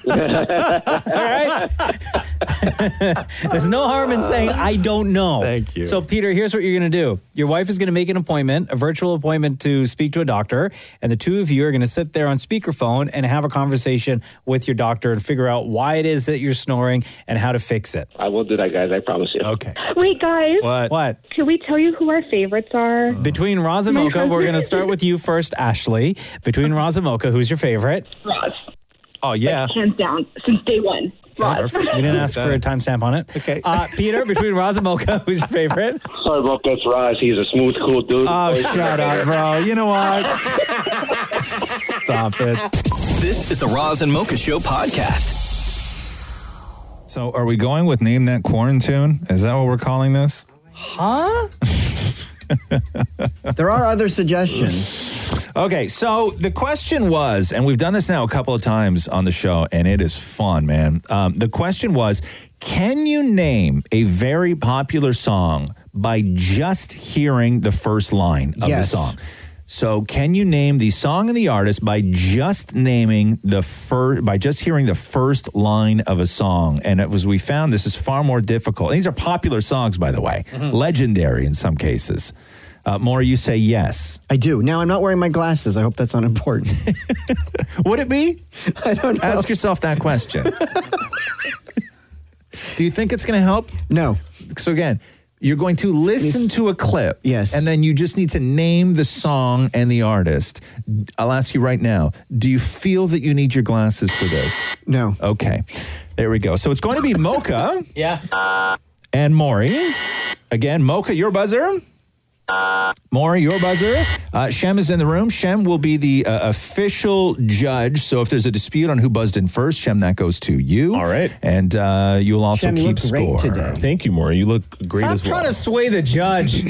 Speaker 8: All right. There's no harm in saying I don't know. Thank
Speaker 4: you.
Speaker 8: So, Peter, here's what you're going to do. Your wife is going to make an appointment, a virtual appointment to speak to a doctor, and the two of you are going to sit there on speakerphone and have a conversation with your doctor and figure out why it is that you're snoring and how to fix it.
Speaker 14: I will do that, guys. I promise you.
Speaker 4: Okay.
Speaker 13: Wait, guys.
Speaker 4: What?
Speaker 8: What?
Speaker 13: Can we tell you who our favorites are?
Speaker 8: Between Roz and
Speaker 13: My
Speaker 8: Mocha, we're going to
Speaker 13: husband-
Speaker 8: start with you first, Ashley. Between Roz and Mocha, who's your favorite?
Speaker 13: Roz.
Speaker 4: Oh,
Speaker 8: Uh,
Speaker 4: yeah.
Speaker 13: Hands down, since day one. Roz.
Speaker 8: You didn't ask for a timestamp on it. Okay. Uh, Peter, between Roz and Mocha, who's your favorite?
Speaker 14: Sorry about that, Raj. He's a smooth, cool dude.
Speaker 4: Oh, shut up, bro. You know what? Stop it.
Speaker 1: This is the Roz and Mocha Show podcast.
Speaker 4: So, are we going with name that quarantine? Is that what we're calling this?
Speaker 9: Huh? there are other suggestions.
Speaker 4: Okay, so the question was, and we've done this now a couple of times on the show, and it is fun, man. Um, the question was Can you name a very popular song by just hearing the first line of
Speaker 9: Yes.
Speaker 4: the song? So, can you name the song and the artist by just naming the first, by just hearing the first line of a song? And it was, we found this is far more difficult. And these are popular songs, by the way, legendary in some cases. Uh, more, you say yes.
Speaker 9: I do. Now I'm not wearing my glasses. I hope that's not important.
Speaker 4: Would it be?
Speaker 9: I don't know.
Speaker 4: Ask yourself that question. Do you think it's going to help?
Speaker 9: No.
Speaker 4: So again, you're going to listen to a clip. Yes. And then you just need to name the song and the artist. I'll ask you right now, do you feel that you need your glasses for this?
Speaker 9: No.
Speaker 4: Okay. There we go. So it's going to be Mocha
Speaker 8: Yeah.
Speaker 4: and Maury. Again, Mocha, your buzzer. Maury, your buzzer. Uh, Shem is in the room. Shem will be the uh, official judge. So if there's a dispute on who buzzed in first, Shem, that goes to you. All right. And uh, you will also
Speaker 15: Shem, you
Speaker 4: keep
Speaker 15: look
Speaker 4: score.
Speaker 15: great today. Thank you, Maury. You look great
Speaker 8: Stop
Speaker 15: as well.
Speaker 8: trying to sway the judge.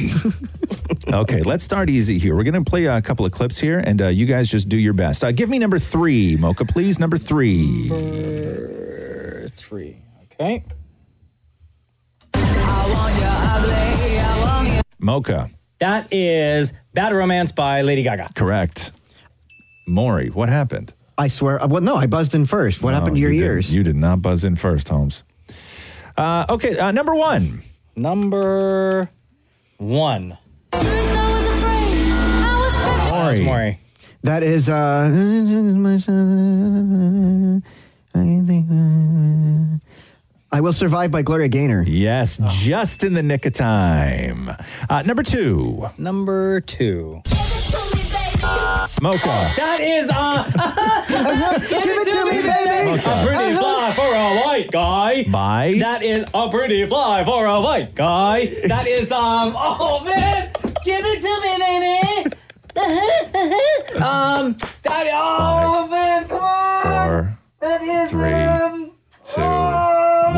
Speaker 4: okay, let's start easy here. We're going to play a couple of clips here, and uh, you guys just do your best. Uh, give me number three, Mocha, please. Number three.
Speaker 8: three. Okay.
Speaker 4: Mocha.
Speaker 8: That is Bad Romance by Lady Gaga.
Speaker 4: Correct. Maury, what happened?
Speaker 9: I swear. uh, Well, no, I buzzed in first. What
Speaker 4: No,
Speaker 9: happened to your
Speaker 4: you didn't.
Speaker 9: ears?
Speaker 4: You did not buzz in first, Holmes. Uh, okay, uh, number one.
Speaker 8: Number one. Maury. Maury.
Speaker 9: That is uh I Will Survive by Gloria Gaynor.
Speaker 4: Yes,
Speaker 8: Oh.
Speaker 4: just in the nick of time. Uh, number two.
Speaker 8: Number two.
Speaker 4: Mocha.
Speaker 8: That is uh, give, it, to me, baby. A pretty fly for a white guy.
Speaker 4: Uh-huh. Bye.
Speaker 8: That is a pretty fly for a white guy. That is um. Oh man, give it to me, baby. Uh-huh, um. That oh man, come on.
Speaker 4: Four,
Speaker 8: That is
Speaker 4: three,
Speaker 8: um.
Speaker 4: two,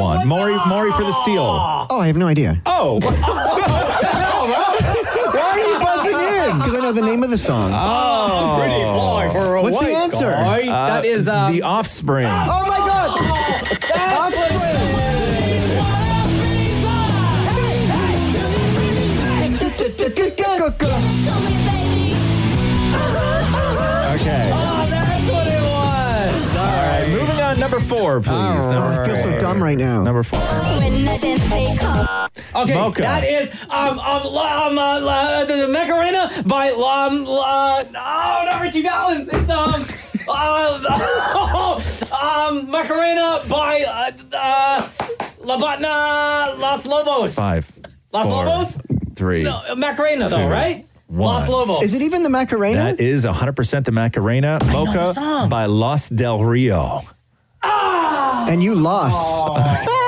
Speaker 4: one. Maury, Maury for the steal.
Speaker 9: Oh, I have no idea.
Speaker 4: Oh.
Speaker 9: Why are you buzzing in? Because I know the name of the song.
Speaker 4: Oh, Uh,
Speaker 8: pretty fly for a
Speaker 9: What's
Speaker 8: white
Speaker 9: the answer?
Speaker 8: guy. that is um.
Speaker 4: the offspring.
Speaker 9: Oh my god!
Speaker 4: Okay.
Speaker 8: Oh, that's what it was. All
Speaker 4: right, moving on. Number four, please. Number
Speaker 9: I feel so
Speaker 4: four.
Speaker 9: dumb right now.
Speaker 4: Number four.
Speaker 8: Okay,
Speaker 4: Mocha.
Speaker 8: that is um um la, um uh, la, the, the Macarena by um la, oh number two gallons. It's um uh, um Macarena by uh, uh La Botna Los Lobos.
Speaker 4: Five.
Speaker 8: Los
Speaker 4: four,
Speaker 8: Lobos.
Speaker 4: Three.
Speaker 8: No, Macarena though,
Speaker 4: two,
Speaker 8: right?
Speaker 4: one.
Speaker 8: Los Lobos.
Speaker 9: Is it even the Macarena?
Speaker 4: That is 100% the Macarena.
Speaker 8: know
Speaker 4: Mocha
Speaker 8: the song. Ah!
Speaker 4: by Los Del Rio.
Speaker 9: and you lost.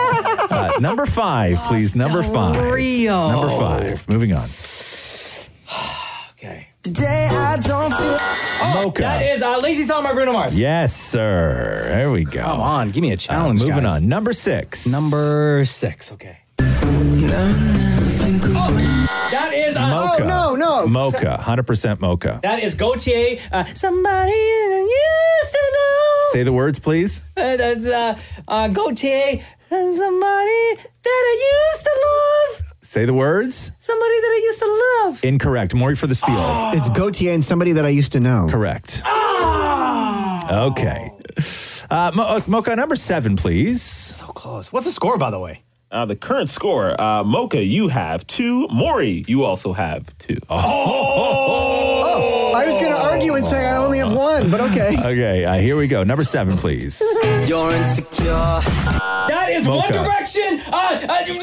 Speaker 4: Uh, number five, please. Number five.
Speaker 8: Rio.
Speaker 4: Number five. Moving on.
Speaker 9: Today I don't feel.
Speaker 4: Mocha.
Speaker 8: Oh, That is uh, Lazy Song by Bruno Mars.
Speaker 4: Yes, sir. There we go. Come
Speaker 8: on, give me a challenge.
Speaker 4: moving
Speaker 8: guys.
Speaker 4: on. Number six.
Speaker 8: Number six. Okay.
Speaker 9: Oh.
Speaker 8: That is uh,
Speaker 4: Mocha.
Speaker 9: Oh, no, no.
Speaker 4: Mocha. 100% mocha.
Speaker 8: That is Gautier. Uh, somebody you used to know.
Speaker 4: Say the words, please.
Speaker 8: Uh, that's uh, uh, Gautier. And somebody that I used to love.
Speaker 4: Say the words.
Speaker 8: Somebody that I used to love.
Speaker 4: Incorrect. Maury for the steal.
Speaker 8: Ah!
Speaker 9: It's Gautier and somebody that I used to know.
Speaker 4: Correct. Okay. Uh, Mo- uh, Mocha, number seven, please.
Speaker 8: So close. What's the score, by the way?
Speaker 15: Uh, the current score, uh, Mocha, you have two. Maury, you also have two. Oh,
Speaker 9: Oh, I was going to argue and say I only have one, but okay.
Speaker 4: Okay, uh, here we go. Number seven, please.
Speaker 1: You're insecure.
Speaker 8: That is One
Speaker 4: Mocha.
Speaker 8: Direction. Uh, uh, you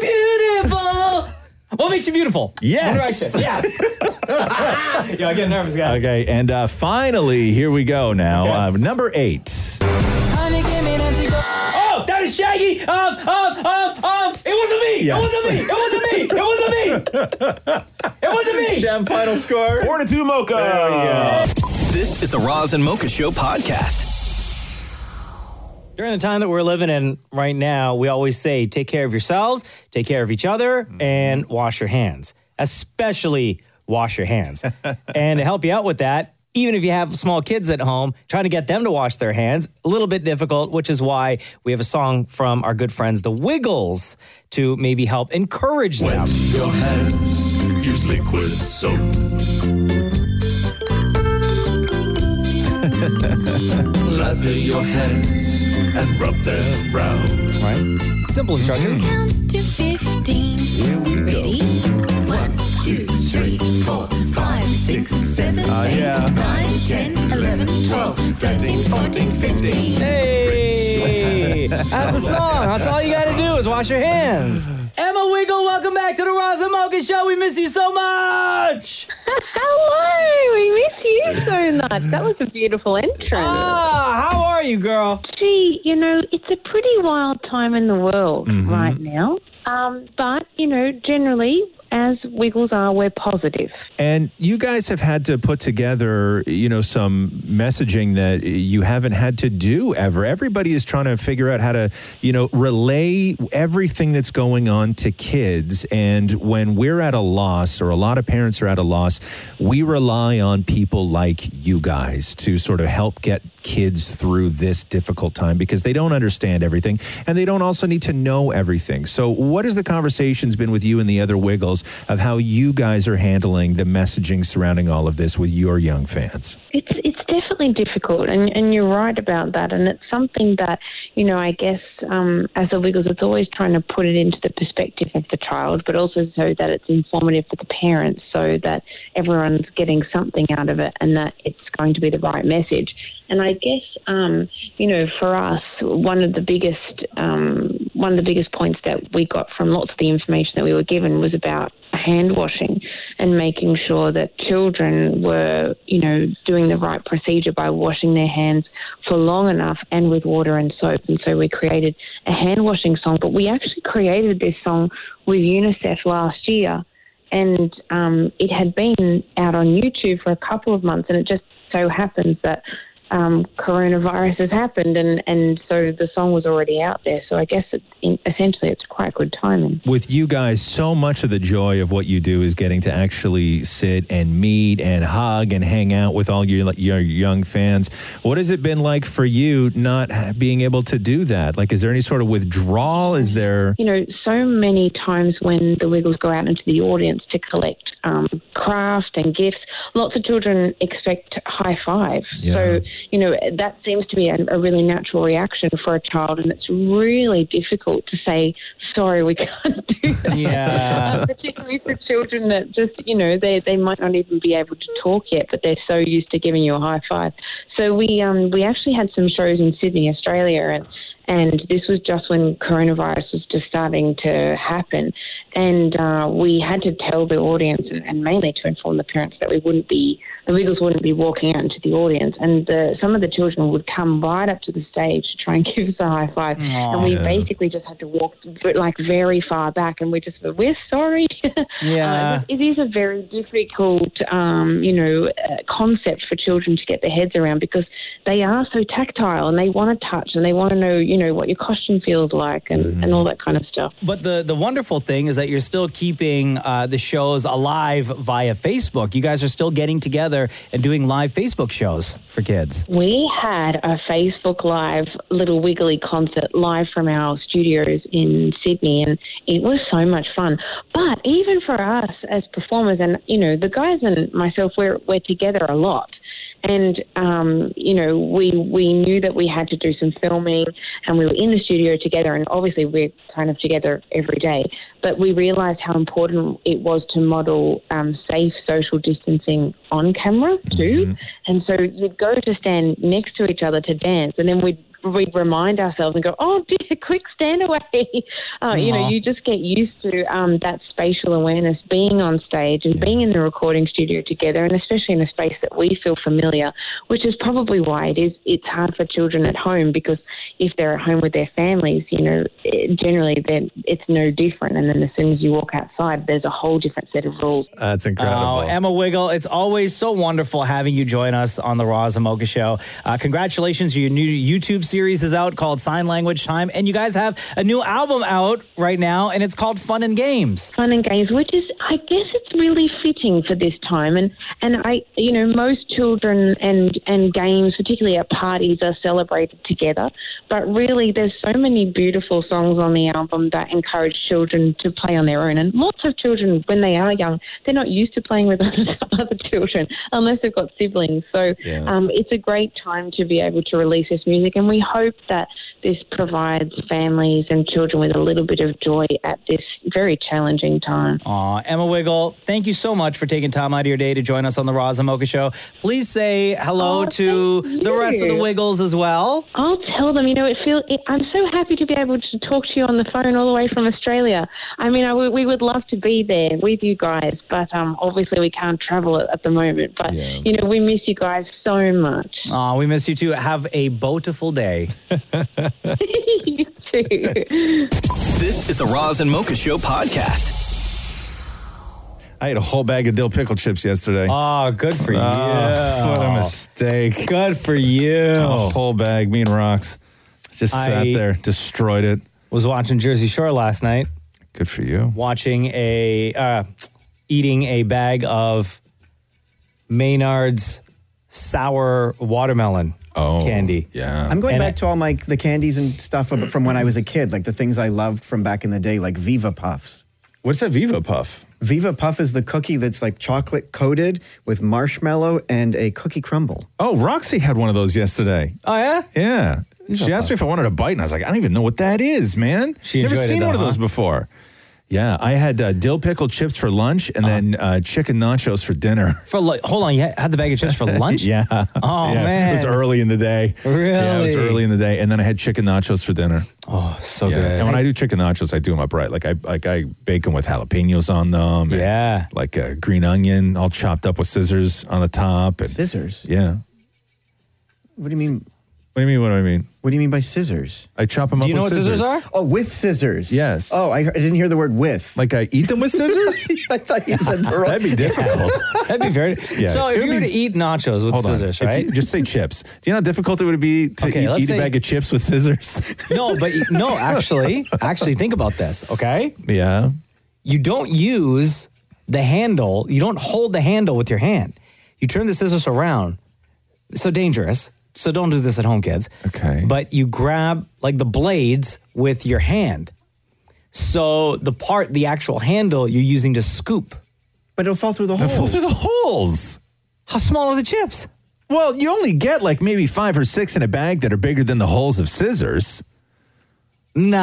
Speaker 8: beautiful. What makes you beautiful? One
Speaker 4: Yes.
Speaker 8: Direction. Yes. Yo, I get nervous, guys.
Speaker 4: Okay, and uh, finally, here we go now. Uh, number eight.
Speaker 8: Oh, that is Shaggy. Um, um, um, um. It wasn't me.
Speaker 4: Yes.
Speaker 8: It wasn't me. It wasn't me. It wasn't me. It wasn't me.
Speaker 4: Sham final score.
Speaker 15: Four to two, Mocha.
Speaker 1: This is the Roz and Mocha Show podcast.
Speaker 8: During the time that we're living in right now, we always say take care of yourselves, take care of each other, and wash your hands. Especially wash your hands. and to help you out with that, even if you have small kids at home, trying to get them to wash their hands, a little bit difficult, which is why we have a song from our good friends, The Wiggles, to maybe help encourage them.
Speaker 16: Your hands use liquid soap. Lather your hands and rub them round. Mm-hmm.
Speaker 8: Right? Simple instructions.
Speaker 17: Count to 15. Here we go. Ready? One, two, three, four, five, six, seven,
Speaker 8: Uh,
Speaker 17: eight, nine, 10, 11, 12, 13, 14, 15.
Speaker 8: Hey, that's the song. That's all you got to do is wash your hands. Emma Wiggle, welcome back to the Roz and Mocha Show. We miss you so much.
Speaker 18: Hello, we miss you so much. That was a beautiful entrance.
Speaker 8: Ah, how are you, girl?
Speaker 18: Gee, you know, it's a pretty wild time in the world right now. Um, but, you know, generally, as Wiggles are, we're positive.
Speaker 4: And you guys have had to put together, you know, some messaging that you haven't had to do ever. Everybody is trying to figure out how to, you know, relay everything that's going on to kids. And when we're at a loss, or a lot of parents are at a loss, we rely on people like you guys to sort of help get kids through this difficult time because they don't understand everything and they don't also need to know everything. So, what has the conversations been with you and the other Wiggles of how you guys are handling the messaging surrounding all of this with your young fans?
Speaker 18: It's it's definitely definitely difficult, and, and you're right about that. And it's something that, you know, I guess um, as a Wiggles, it's always trying to put it into the perspective of the child, but also so that it's informative for the parents, so that everyone's getting something out of it and that it's going to be the right message. And I guess, um, you know, for us, one of the biggest um, one of the biggest points that we got from lots of the information that we were given was about hand washing and making sure that children were, you know, doing the right procedure by washing their hands for long enough and with water and soap. And so we created a hand washing song, but we actually created this song with UNICEF last year. And um, it had been out on YouTube for a couple of months, and it just so happens that um, coronavirus has happened, and, and so the song was already out there. So I guess it, in, essentially it's quite good timing.
Speaker 4: With you guys, so much of the joy of what you do is getting to actually sit and meet and hug and hang out with all your, your young fans. What has it been like for you not ha- being able to do that? Like, is there any sort of withdrawal? Is there.
Speaker 18: You know, so many times when the Wiggles go out into the audience to collect um, craft and gifts, lots of children expect high five. So, you know, that seems to be a, a really natural reaction for a child, and it's really difficult to say, sorry, we can't do that.
Speaker 8: Yeah.
Speaker 18: Um, particularly for children that just, you know, they, they might not even be able to talk yet, but they're so used to giving you a high five. So we um, we actually had some shows in Sydney, Australia, and and this was just when coronavirus was just starting to happen, and uh, we had to tell the audience and, and mainly to inform the parents that we wouldn't be the Wiggles wouldn't be walking out into the audience, and the, some of the children would come right up to the stage to try and give us a high five,
Speaker 17: Aw.
Speaker 18: and we
Speaker 17: Yeah.
Speaker 18: basically just had to walk like very far back, and we just we're sorry.
Speaker 17: Yeah.
Speaker 18: Uh, it is a very difficult, um, you know, uh, concept for children to get their heads around because they are so tactile and they want to touch and they want to know, you know, what your costume feels like and, and all that kind of stuff.
Speaker 8: But the the wonderful thing is that you're still keeping uh, the shows alive via Facebook. You guys are still getting together and doing live Facebook shows for kids.
Speaker 18: We had a Facebook Live Little Wiggly concert live from our studios in Sydney, and it was so much fun. But even for us as performers, and you know, the guys and myself, we're we're together a lot. And um, you know, we we knew that we had to do some filming, and we were in the studio together. And obviously, we're kind of together every day. But we realised how important it was to model um, safe social distancing on camera too. And so you'd go to stand next to each other to dance, and then we'd we'd remind ourselves and go, "Oh dear, quick stand away!" Uh, you know,
Speaker 17: Aw.
Speaker 18: you just get used to um, that spatial awareness, being on stage and being in the recording studio together, and especially in a space that we feel familiar, which is probably why it is it's hard for children at home because if they're at home with their families, you know, eh, generally then it's no different, and then as soon as you walk outside, there's a whole different set of rules.
Speaker 4: That's
Speaker 8: Oh, Emma Wiggle, it's always so wonderful having you join us on the Roz and Mocha Show. Uh, congratulations, your new YouTube series is out called Sign Language Time, and you guys have a new album out right now, and it's called Fun and Games.
Speaker 18: Fun and games, which is, I guess, it's really fitting for this time. And and I, you know, most children and and games, particularly at parties, are celebrated together. But really, there's so many beautiful songs on the album that encourage children to play on their own. And lots of children, when they are young, they're not used to playing with other other children unless they've got siblings. So um, it's a great time to be able to release this music, and we hope that this provides families and children with a little bit of joy at this very challenging time.
Speaker 8: Aw, Emma Wiggle, thank you so much for taking time out of your day to join us on the Roz and Mocha Show. Please say hello to the rest of the
Speaker 18: you.
Speaker 8: Wiggles as well.
Speaker 18: I'll tell them. You know, it feel. It, I'm so happy to be able to talk to you on the phone all the way from Australia. I mean, I w- we would love to be there with you guys, but um, obviously we can't travel at, at the moment. But you know, we miss you guys so much.
Speaker 8: Aw, we miss you too. Have a beautiful day.
Speaker 18: you too.
Speaker 1: This is the Roz and Mocha Show podcast.
Speaker 4: I ate a whole bag of dill pickle chips yesterday. Ah,
Speaker 8: Oh, good for you.
Speaker 4: What a mistake.
Speaker 8: Good for you.
Speaker 4: A whole bag, me and Rocks. Just sat
Speaker 8: I-
Speaker 4: there, destroyed it.
Speaker 8: Was watching Jersey Shore last night.
Speaker 4: Good for you.
Speaker 8: Watching a uh, eating a bag of Maynard's sour watermelon
Speaker 4: Oh,
Speaker 8: candy. Yeah,
Speaker 19: I'm going back to all my the candies and stuff ab- from when I was a kid, like the things I loved from back in the day, like Viva Puffs.
Speaker 4: What's that Viva Puff?
Speaker 19: Viva Puff is the cookie that's like chocolate coated with marshmallow and a cookie crumble.
Speaker 4: Oh, Roxy had one of those yesterday.
Speaker 8: Oh yeah,
Speaker 4: yeah. She asked me if I wanted a bite, and I was like, I don't even know what that is, man.
Speaker 8: She
Speaker 4: never
Speaker 8: enjoyed it,
Speaker 4: seen
Speaker 8: though,
Speaker 4: one of
Speaker 8: huh?
Speaker 4: those before. Yeah, I had uh, dill pickle chips for lunch,
Speaker 8: Uh-huh.
Speaker 4: and then uh, chicken nachos for dinner.
Speaker 8: For like, hold on, you had had the bag of chips for lunch.
Speaker 4: yeah.
Speaker 8: Oh
Speaker 4: Yeah,
Speaker 8: man,
Speaker 4: it was early in the day.
Speaker 8: Really?
Speaker 4: Yeah, it was early in the day, and then I had chicken nachos for dinner.
Speaker 8: Oh, so
Speaker 4: Yeah.
Speaker 8: good.
Speaker 4: And when I do chicken nachos, I do them upright. Like I like I bake them with jalapenos on them.
Speaker 8: Yeah.
Speaker 4: Like a green onion, all chopped up with scissors on the top. And,
Speaker 19: scissors.
Speaker 4: Yeah.
Speaker 19: What do you mean?
Speaker 4: What do you mean? What do I mean?
Speaker 19: What do you mean by scissors?
Speaker 4: I chop them up. with
Speaker 19: Oh, with scissors.
Speaker 4: Yes.
Speaker 19: Oh, I, I didn't hear the word with.
Speaker 4: Like I eat them with scissors?
Speaker 19: I thought you said the wrong.
Speaker 4: That'd be difficult.
Speaker 8: That'd be very.
Speaker 4: Yeah.
Speaker 8: So
Speaker 4: It
Speaker 8: if
Speaker 4: would
Speaker 8: you were
Speaker 4: be-
Speaker 8: to eat nachos with
Speaker 4: Hold on.
Speaker 8: scissors,
Speaker 4: If
Speaker 8: right?
Speaker 4: you- just say chips. Do you know how difficult it would be to
Speaker 8: Okay,
Speaker 4: eat,
Speaker 8: let's
Speaker 4: eat a
Speaker 8: say-
Speaker 4: bag of chips with scissors?
Speaker 8: no, but you- no, actually, actually, think about this, okay?
Speaker 4: Yeah.
Speaker 8: You don't use the handle. You don't hold the handle with your hand. You turn the scissors around. So dangerous. So don't do this at home, kids.
Speaker 4: Okay.
Speaker 8: But you grab like the blades with your hand. So the part, the actual handle, you're using to scoop.
Speaker 19: But it'll fall through the
Speaker 4: It'll fall holes. through the holes.
Speaker 8: How small are the chips?
Speaker 4: Well, you only get like maybe five or six in a bag that are bigger than the holes of scissors.
Speaker 8: No.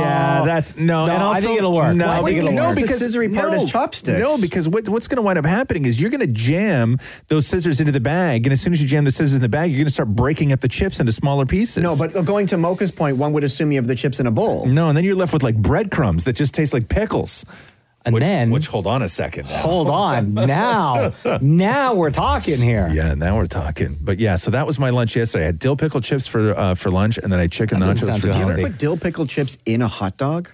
Speaker 4: Yeah, that's no.
Speaker 8: No,
Speaker 4: and
Speaker 8: I
Speaker 4: also,
Speaker 8: think it'll work.
Speaker 4: No,
Speaker 8: I think it'll
Speaker 4: no,
Speaker 8: work.
Speaker 4: because
Speaker 19: The scissory part
Speaker 4: no,
Speaker 19: is chopsticks.
Speaker 4: No, because what, what's going to wind up happening is you're going to jam those scissors into the bag, and as soon as you jam the scissors in the bag, you're going to start breaking up the chips into smaller pieces.
Speaker 19: No, but going to Mocha's point, one would assume you have the chips in a bowl.
Speaker 4: no, and then you're left with like breadcrumbs that just taste like pickles.
Speaker 8: And
Speaker 4: which,
Speaker 8: then-
Speaker 4: which hold on a second.
Speaker 8: Hold on. Now, now we're talking here.
Speaker 4: Yeah, now we're talking. But yeah, so that was my lunch yesterday. I had dill pickle chips for uh, for lunch, and then I had chicken
Speaker 19: That doesn't
Speaker 4: nachos
Speaker 19: sound
Speaker 4: for
Speaker 19: too
Speaker 4: dinner.
Speaker 19: healthy. Put dill pickle chips in a hot dog.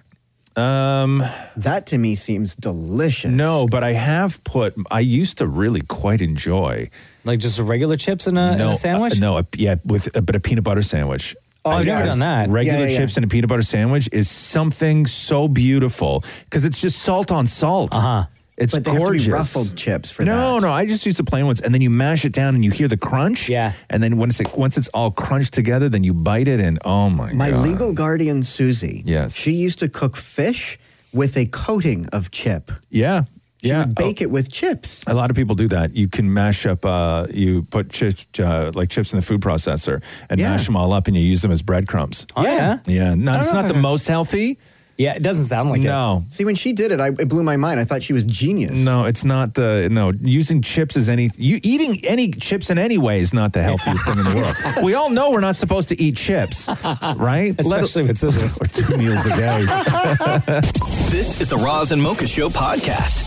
Speaker 4: Um,
Speaker 19: that to me seems delicious.
Speaker 4: No, but I have put. I used to really quite enjoy
Speaker 8: like just regular chips in a, in
Speaker 4: no,
Speaker 8: a sandwich.
Speaker 4: uh, no, a, yeah, with a, but a peanut butter sandwich.
Speaker 8: Oh, I've never
Speaker 4: yeah.
Speaker 8: done that.
Speaker 4: Regular
Speaker 8: Yeah, yeah, yeah.
Speaker 4: chips and a peanut butter sandwich is something so beautiful because it's just salt on salt. Uh
Speaker 8: Uh-huh.
Speaker 4: huh. It's
Speaker 19: But they have to be
Speaker 4: gorgeous.
Speaker 19: ruffled chips for
Speaker 4: no, No, I just use the plain ones, and then you mash it down, and you hear the crunch. Yeah. And then once it once it's all crunched together, then you bite it, and oh my,
Speaker 19: My
Speaker 4: god.
Speaker 19: legal guardian, Susie.
Speaker 4: Yes.
Speaker 19: She used to cook fish with a coating of chip.
Speaker 4: Yeah.
Speaker 19: She
Speaker 4: yeah. Oh.
Speaker 19: would bake it with chips.
Speaker 4: A lot of people do that. You can mash up, uh, you put chips, uh, like chips in the food processor and mash them all up and you use them as breadcrumbs.
Speaker 8: Oh, yeah.
Speaker 4: Yeah.
Speaker 19: I
Speaker 4: Not,
Speaker 19: don't
Speaker 4: it's
Speaker 19: know
Speaker 4: not
Speaker 19: if
Speaker 4: the
Speaker 19: I-
Speaker 4: most healthy.
Speaker 8: Yeah, it doesn't sound like
Speaker 4: no.
Speaker 19: See, when she did it, I, it blew my mind. I thought she was genius.
Speaker 4: No, it's not the, no, using chips is any, you eating any chips in any way is not the healthiest thing in the world. We all know we're not supposed to eat chips, right? Let-
Speaker 1: Especially with scissors.
Speaker 4: or two meals a day.
Speaker 1: This is the Roz and Mocha Show podcast.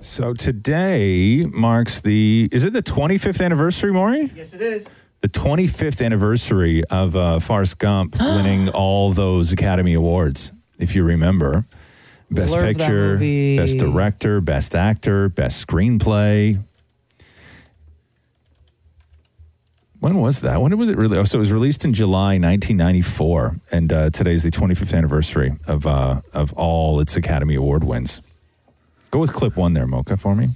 Speaker 4: So today marks the is it the 25th anniversary, Maury? Yes, it is. The 25th anniversary of uh, Forrest Gump winning all those Academy Awards, if you remember. Best
Speaker 8: Love that
Speaker 4: picture,
Speaker 8: movie.
Speaker 4: best director, best actor, best screenplay. When was that? When was it really? Oh, so it was released in July 1994, and uh, today's the 25th anniversary of uh, of all its Academy Award wins. Go with clip one there, Mocha, for me.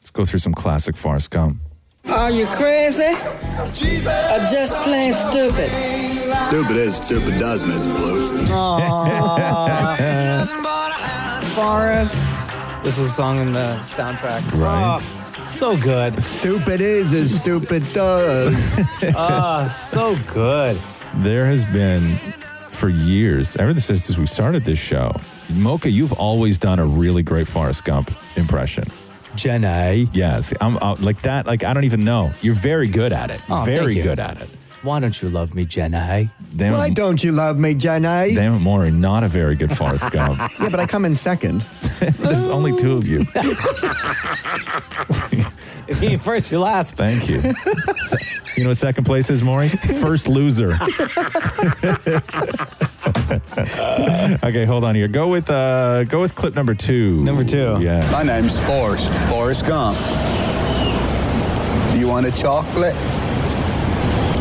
Speaker 4: Let's go through some classic Forrest Gump.
Speaker 20: Are you crazy? Or just plain stupid?
Speaker 16: Stupid is stupid does, Miss Blue.
Speaker 8: Forest. This was a song in the soundtrack.
Speaker 4: Right.
Speaker 8: Oh, so good.
Speaker 19: Stupid is as stupid does.
Speaker 4: Uh,
Speaker 8: Ah, so good.
Speaker 4: There has been for years, ever since we started this show, Mocha, you've always done a really great Forrest Gump impression.
Speaker 8: Jenny.
Speaker 4: Yes. I'm uh, like that. Like, I don't even know. You're very good at it.
Speaker 8: Oh,
Speaker 4: very
Speaker 8: thank you.
Speaker 4: good at it.
Speaker 8: Why don't you love me, Jenny?
Speaker 4: Damn it,
Speaker 19: don't you love me, Jenny?
Speaker 4: damn it, Maury, not a very good Forrest Gump.
Speaker 19: yeah, but I come in second.
Speaker 4: There's only two of you.
Speaker 8: If you ain't first, you last.
Speaker 4: Thank you. you know what second place is, Maury? First loser. okay, hold on here. Go with uh go with clip number two. Number two. Yeah.
Speaker 16: My name's Forrest, Forrest Gump. Do you want a chocolate?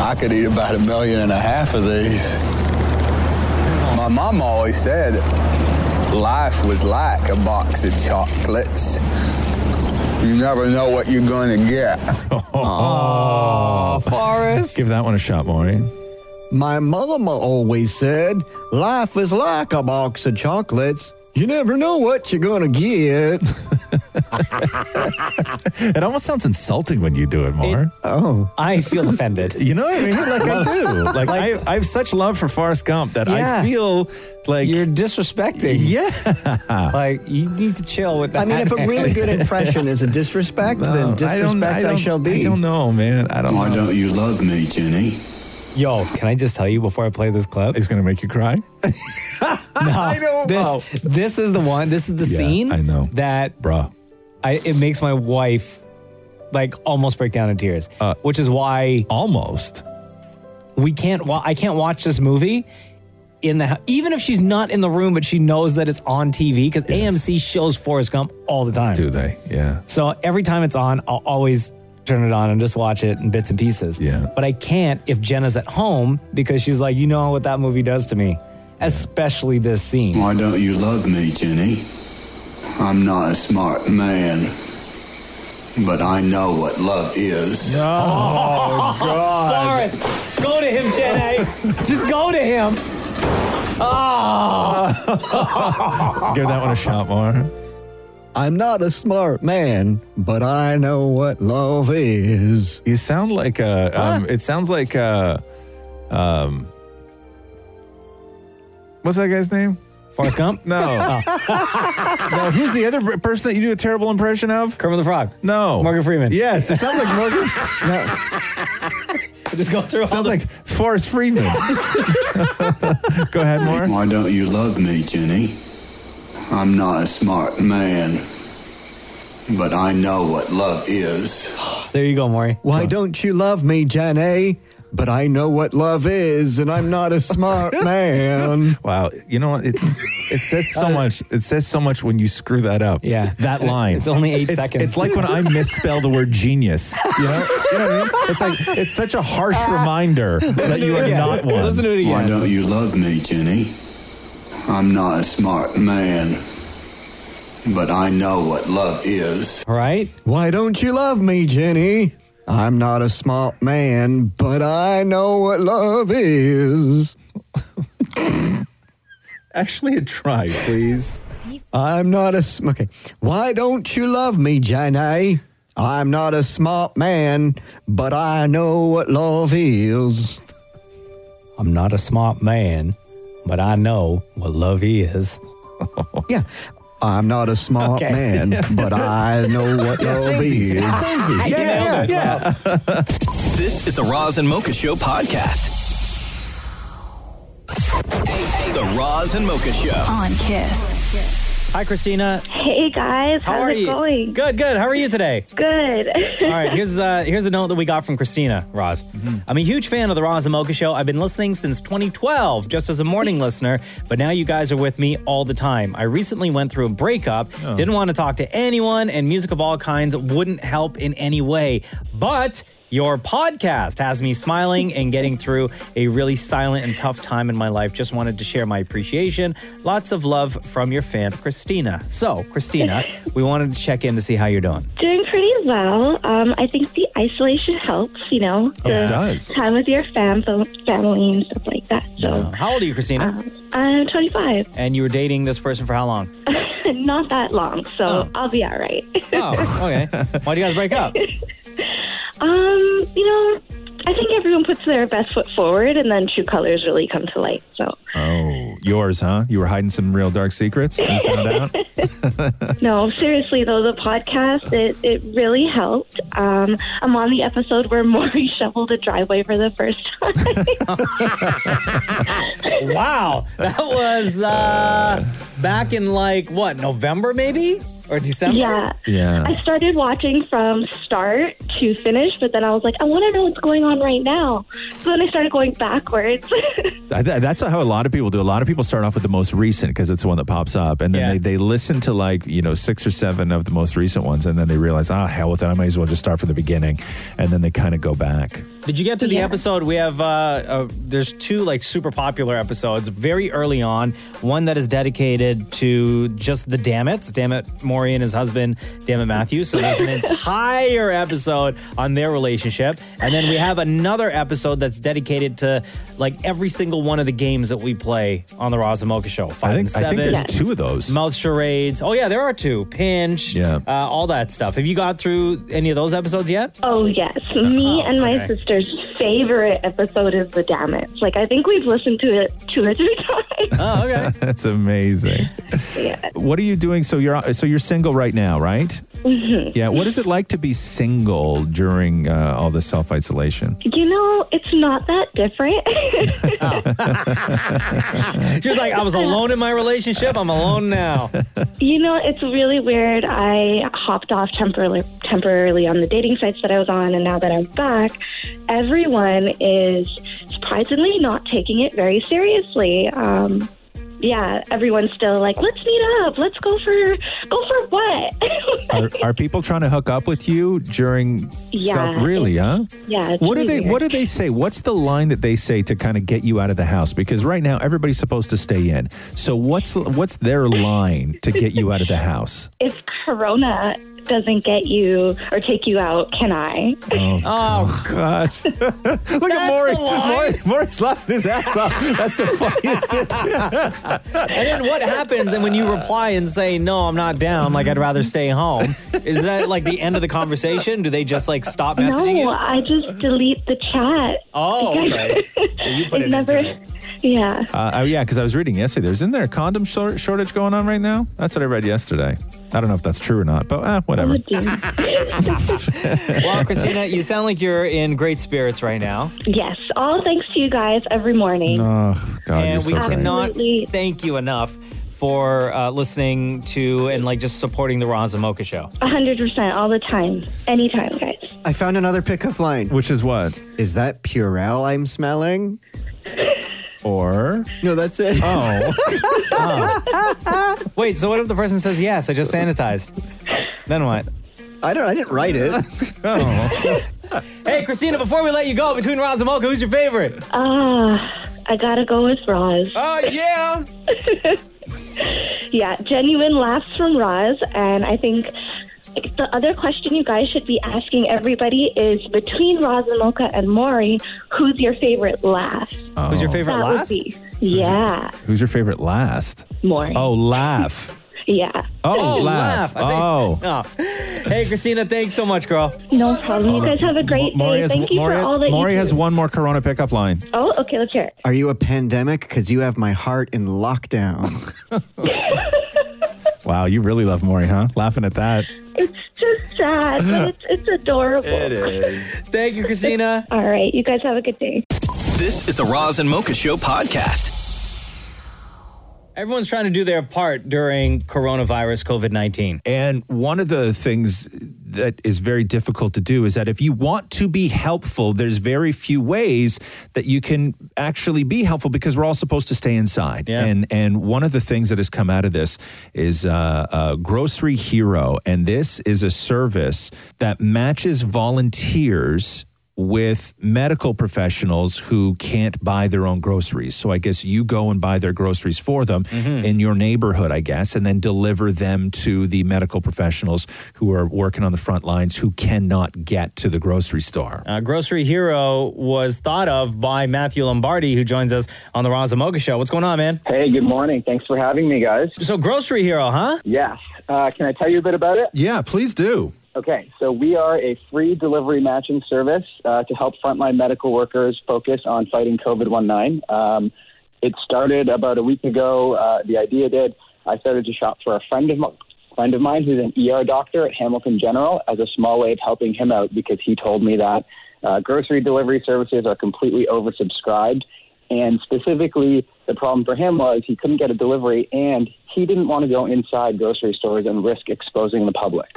Speaker 16: I could eat about a million and a half of these. My mom always said life was like a box of chocolates. You never know what you're going to get.
Speaker 4: Oh,
Speaker 8: Forrest.
Speaker 4: Give that one a shot, Maury.
Speaker 19: My mama always said, life is like a box of chocolates. You never know what you're gonna get.
Speaker 4: it almost sounds insulting when you do it, Mar.
Speaker 19: oh,
Speaker 8: I feel offended.
Speaker 4: you know what I mean? Like I do. Like, I, I have such love for Forrest Gump that
Speaker 8: Yeah.
Speaker 4: I feel like
Speaker 8: you're disrespecting.
Speaker 4: Yeah,
Speaker 8: like you need to chill with that.
Speaker 19: I mean, if a really good impression is a disrespect,
Speaker 4: No,
Speaker 19: then disrespect I,
Speaker 4: don't-
Speaker 19: shall be.
Speaker 4: I don't know, man. I don't. Why don't you love me, Jenny?
Speaker 8: Yo, can I just tell you before I play this clip?
Speaker 4: It's gonna make you cry.
Speaker 8: no, I know. This, this is the one. This is the
Speaker 4: Yeah,
Speaker 8: scene.
Speaker 4: I know.
Speaker 8: that,
Speaker 4: Bruh.
Speaker 8: I it makes my wife like almost break down in tears, which is why
Speaker 4: Uh, almost
Speaker 8: we can't. Wa- I can't watch this movie in the hou- even if she's not in the room, but she knows that it's on TV because AMC shows Forrest Gump all the time.
Speaker 4: Do they? Yeah.
Speaker 8: So every time it's on, I'll always turn it on and just watch it in bits and pieces. Yeah. But I can't if Jenna's at home because she's like, you know what that movie does to me, especially this scene.
Speaker 16: Why don't you love me, Jenny? I'm not a smart man, but I know what love is.
Speaker 8: Oh, God. Forrest, go to him, Jenna. just go to him. Oh.
Speaker 4: Give that one a shot, Mar.
Speaker 19: I'm not a smart man, but I know what love is.
Speaker 4: You sound like a. Um, it sounds like uh, um, what's that guy's name?
Speaker 8: Forrest Gump. Oh.
Speaker 4: no. no. Who's the other br- person that you do a terrible impression of?
Speaker 8: Kermit the Frog.
Speaker 4: No.
Speaker 8: Morgan Freeman.
Speaker 4: Yes, it sounds like Morgan. no.
Speaker 8: Just go through.
Speaker 4: Sounds like Forrest Freeman. Go ahead, Mark.
Speaker 16: Why don't you love me, Jenny? I'm not a smart man, but I know what love is.
Speaker 8: There you go, Maury.
Speaker 19: Why don't you love me, Jan A? But I know what love is, and I'm not a smart man.
Speaker 4: Wow, you know what? It, it says
Speaker 8: Uh,
Speaker 4: so much. It says so much when you screw that up. Yeah, that line.
Speaker 8: It's only eight
Speaker 4: It's-
Speaker 8: seconds.
Speaker 4: It's like when I misspell the word genius. You know, you know what I mean? It's like it's such a harsh reminder that you are not one.
Speaker 16: Why don't you love me, Jenny? I'm not a smart man, but I know what love is.
Speaker 8: Right?
Speaker 19: Why don't you love me, Jenny? I'm not a smart man, but I know what love is.
Speaker 4: Actually, a try, please.
Speaker 19: I'm not a sm- okay. Why don't you love me, Jenny? I'm not a smart man, but I know what love is.
Speaker 8: I'm not a smart man, but I know what love is.
Speaker 19: yeah. I'm not a smart
Speaker 8: Okay.
Speaker 19: man, but I know what
Speaker 1: Yeah,
Speaker 19: love is.
Speaker 1: samesies. Yeah,
Speaker 8: Ah,
Speaker 19: Yeah,
Speaker 1: samesies. You
Speaker 19: yeah,
Speaker 1: nailed it.
Speaker 19: yeah.
Speaker 1: This is the Roz and Mocha Show podcast. The Roz and Mocha Show.
Speaker 17: On Kiss.
Speaker 8: Hi, Christina.
Speaker 10: Hey guys,
Speaker 8: How
Speaker 10: how's
Speaker 8: are
Speaker 10: it
Speaker 8: you?
Speaker 10: going?
Speaker 8: Good, good. How are you today?
Speaker 10: Good.
Speaker 8: All right, here's uh, here's a note that we got from Christina Roz. I'm a huge fan of the Roz and Mocha Show. I've been listening since 2012, just as a morning listener, but now you guys are with me all the time. I recently went through a breakup,
Speaker 21: Oh.
Speaker 8: didn't want to talk to anyone, and music of all kinds wouldn't help in any way. But your podcast has me smiling and getting through a really silent and tough time in my life. Just wanted to share my appreciation. Lots of love from your fan, Christina. So, Christina, we wanted to check in to see how you're doing.
Speaker 10: Doing pretty well. Um, I think the isolation helps, you know,
Speaker 8: Oh, it
Speaker 10: the
Speaker 8: does.
Speaker 10: time with your fam- family and stuff like that. So
Speaker 8: How old are you, Christina?
Speaker 10: I'm 25,
Speaker 8: and you were dating this person for how long?
Speaker 10: not that long, so I'll be all right.
Speaker 8: Oh, okay. Why do you guys break up?
Speaker 10: Um, you know, I think everyone puts their best foot forward, and then true colors really come to light. So
Speaker 4: Oh, yours, huh? You were hiding some real dark secrets. And you found out.
Speaker 10: No, seriously though, the podcast it, it really helped. Um, I'm on the episode where Maury shoveled a driveway for the first time.
Speaker 8: wow. That was uh, back in like, what, November maybe? Or December?
Speaker 10: Yeah.
Speaker 4: Yeah.
Speaker 10: I started watching from start to finish, but then I was like, I want to know what's going on right now. So then I started going backwards.
Speaker 4: I- th- That's how a lot of people do. A lot of people start off with the most recent because it's the one that pops up, and then they, they listen to like you know six or seven of the most recent ones, and then they realize, ah, hell with it, I might as well just start from the beginning, and then they kind of go back.
Speaker 8: Did you get to the episode? We have uh, uh, there's two like super popular episodes very early on. One that is dedicated to just the Dammits, Dammit Maury and his husband, Dammit Matthew. So there's an entire episode on their relationship, and then we have another episode that's dedicated to like every single one of the games that we play on the Roz and Mocha Show. Five
Speaker 4: I
Speaker 8: and
Speaker 4: think, I
Speaker 8: seven.
Speaker 4: think there's two of those.
Speaker 8: Mouth charades. Oh yeah, there are two. Pinch.
Speaker 4: Yeah.
Speaker 8: Uh, all that stuff. Have you got through any of those episodes yet?
Speaker 10: Oh yes, me and my
Speaker 8: okay.
Speaker 10: sister's favorite episode is the Damage. Like I think we've listened to it two or three times.
Speaker 8: Oh, okay.
Speaker 4: That's amazing.
Speaker 10: Yeah.
Speaker 4: What are you doing? So you're so you're single right now, right?
Speaker 10: Mhm.
Speaker 4: Yeah. What is it like to be single during uh, all this self isolation?
Speaker 10: You know, it's not that different.
Speaker 8: She's like, I was alone in my relationship. I'm alone now.
Speaker 10: you know, it's really weird. I hopped off temporarily, temporarily on the dating sites that I was on, and now that I'm back, everyone is surprisingly not taking it very seriously. Um, yeah, everyone's still like, let's meet up. Let's go for go for what?
Speaker 4: Are, are people trying to hook up with you during?
Speaker 10: Yeah.
Speaker 4: Self, really? Huh?
Speaker 10: Yeah. it's
Speaker 4: What do
Speaker 10: really
Speaker 4: they
Speaker 10: weird.
Speaker 4: What do they say? What's the line that they say to kind of get you out of the house? Because right now everybody's supposed to stay in. So what's what's their line to get you out of the house?
Speaker 10: if Corona doesn't get you or take you out, can I?
Speaker 4: Oh, God! Look at Maury. Maury. Maury's laughing his ass off. That's the funniest thing.
Speaker 8: And then what happens? And when you reply and say, No, I'm not down, like, I'd rather stay home, is that like the end of the conversation? Do they just like stop
Speaker 10: No,
Speaker 8: messaging you?
Speaker 10: I just delete the chat.
Speaker 8: Oh, okay. So you put it in.
Speaker 10: Never. Yeah.
Speaker 4: Uh, oh, yeah, because I was reading yesterday. There's in there a condom shor- shortage going on right now. That's what I read yesterday. I don't know if that's true or not, but eh, whatever.
Speaker 10: Um,
Speaker 8: Well, Christina, you sound like you're in great spirits right now.
Speaker 10: yes. All thanks to you guys every morning.
Speaker 4: Oh, God,
Speaker 8: and we
Speaker 4: you're so great.
Speaker 8: cannot thank you enough for uh, listening to and like just supporting the Raza Mocha show.
Speaker 10: A 100% all the time. Anytime, guys.
Speaker 19: I found another pickup line.
Speaker 4: Which is what?
Speaker 19: Is that Purell I'm smelling?
Speaker 4: Or
Speaker 19: no, that's it.
Speaker 4: Oh.
Speaker 8: Wait, so what if the person says yes? I just sanitized. Then what? Oh.
Speaker 19: I don't. I didn't write it.
Speaker 8: hey, Christina, before we let you go, between Roz and Mocha, who's your favorite?
Speaker 10: Ah, I gotta go with Roz.
Speaker 8: Oh, yeah.
Speaker 10: yeah, genuine laughs from Roz. And I think the other question you guys should be asking everybody is between Roz and Mocha and Maury, who's your favorite laugh?
Speaker 8: Who's your favorite
Speaker 10: that
Speaker 8: last?
Speaker 10: Would be, yeah,
Speaker 4: Who's your favorite last?
Speaker 10: Maury.
Speaker 4: Oh, laugh.
Speaker 10: yeah.
Speaker 4: Oh, laugh. Oh.
Speaker 8: Hey, Christina, thanks so much, girl.
Speaker 10: No problem. You guys have a great
Speaker 4: Maury
Speaker 10: day.
Speaker 4: has,
Speaker 10: Thank you
Speaker 4: Maury-
Speaker 10: for all that
Speaker 4: Maury
Speaker 10: you
Speaker 4: has
Speaker 10: do.
Speaker 4: one more Corona pickup line.
Speaker 10: Oh, okay, let's hear it.
Speaker 19: Are you a pandemic? Because you have my heart in lockdown.
Speaker 4: Wow, you really love Maury, huh? Laughing at that.
Speaker 10: It's just sad, but it's, it's adorable.
Speaker 4: is.
Speaker 8: Thank you, Christina.
Speaker 10: All right, you guys have a good day.
Speaker 1: This is the Roz and Mocha Show podcast.
Speaker 8: Everyone's trying to do their part during coronavirus COVID 19.
Speaker 4: And one of the things that is very difficult to do is that if you want to be helpful, there's very few ways that you can actually be helpful because we're all supposed to stay inside. And and one of the things that has come out of this is uh, uh, Grocery Hero, and this is a service that matches volunteers with medical professionals who can't buy their own groceries. So I guess you go and buy their groceries for them in your neighborhood, I guess, and then deliver them to the medical professionals who are working on the front lines who cannot get to the grocery store.
Speaker 8: Uh, Grocery Hero was thought of by Matthew Lombardi, who joins us on the Raza Mocha Show. What's going on, man?
Speaker 21: Hey, good morning. Thanks for having me, guys.
Speaker 8: So, Grocery Hero, huh?
Speaker 21: Yes. Uh, can I tell you a bit about it?
Speaker 4: Yeah, please do.
Speaker 21: Okay, so we are a free delivery matching service uh, to help frontline medical workers focus on fighting COVID 19. Um, it started about a week ago. Uh, the idea did. I started to shop for a friend of, mi- friend of mine who's an ER doctor at Hamilton General as a small way of helping him out because he told me that uh, grocery delivery services are completely oversubscribed. And specifically, the problem for him was he couldn't get a delivery and he didn't want to go inside grocery stores and risk exposing the public.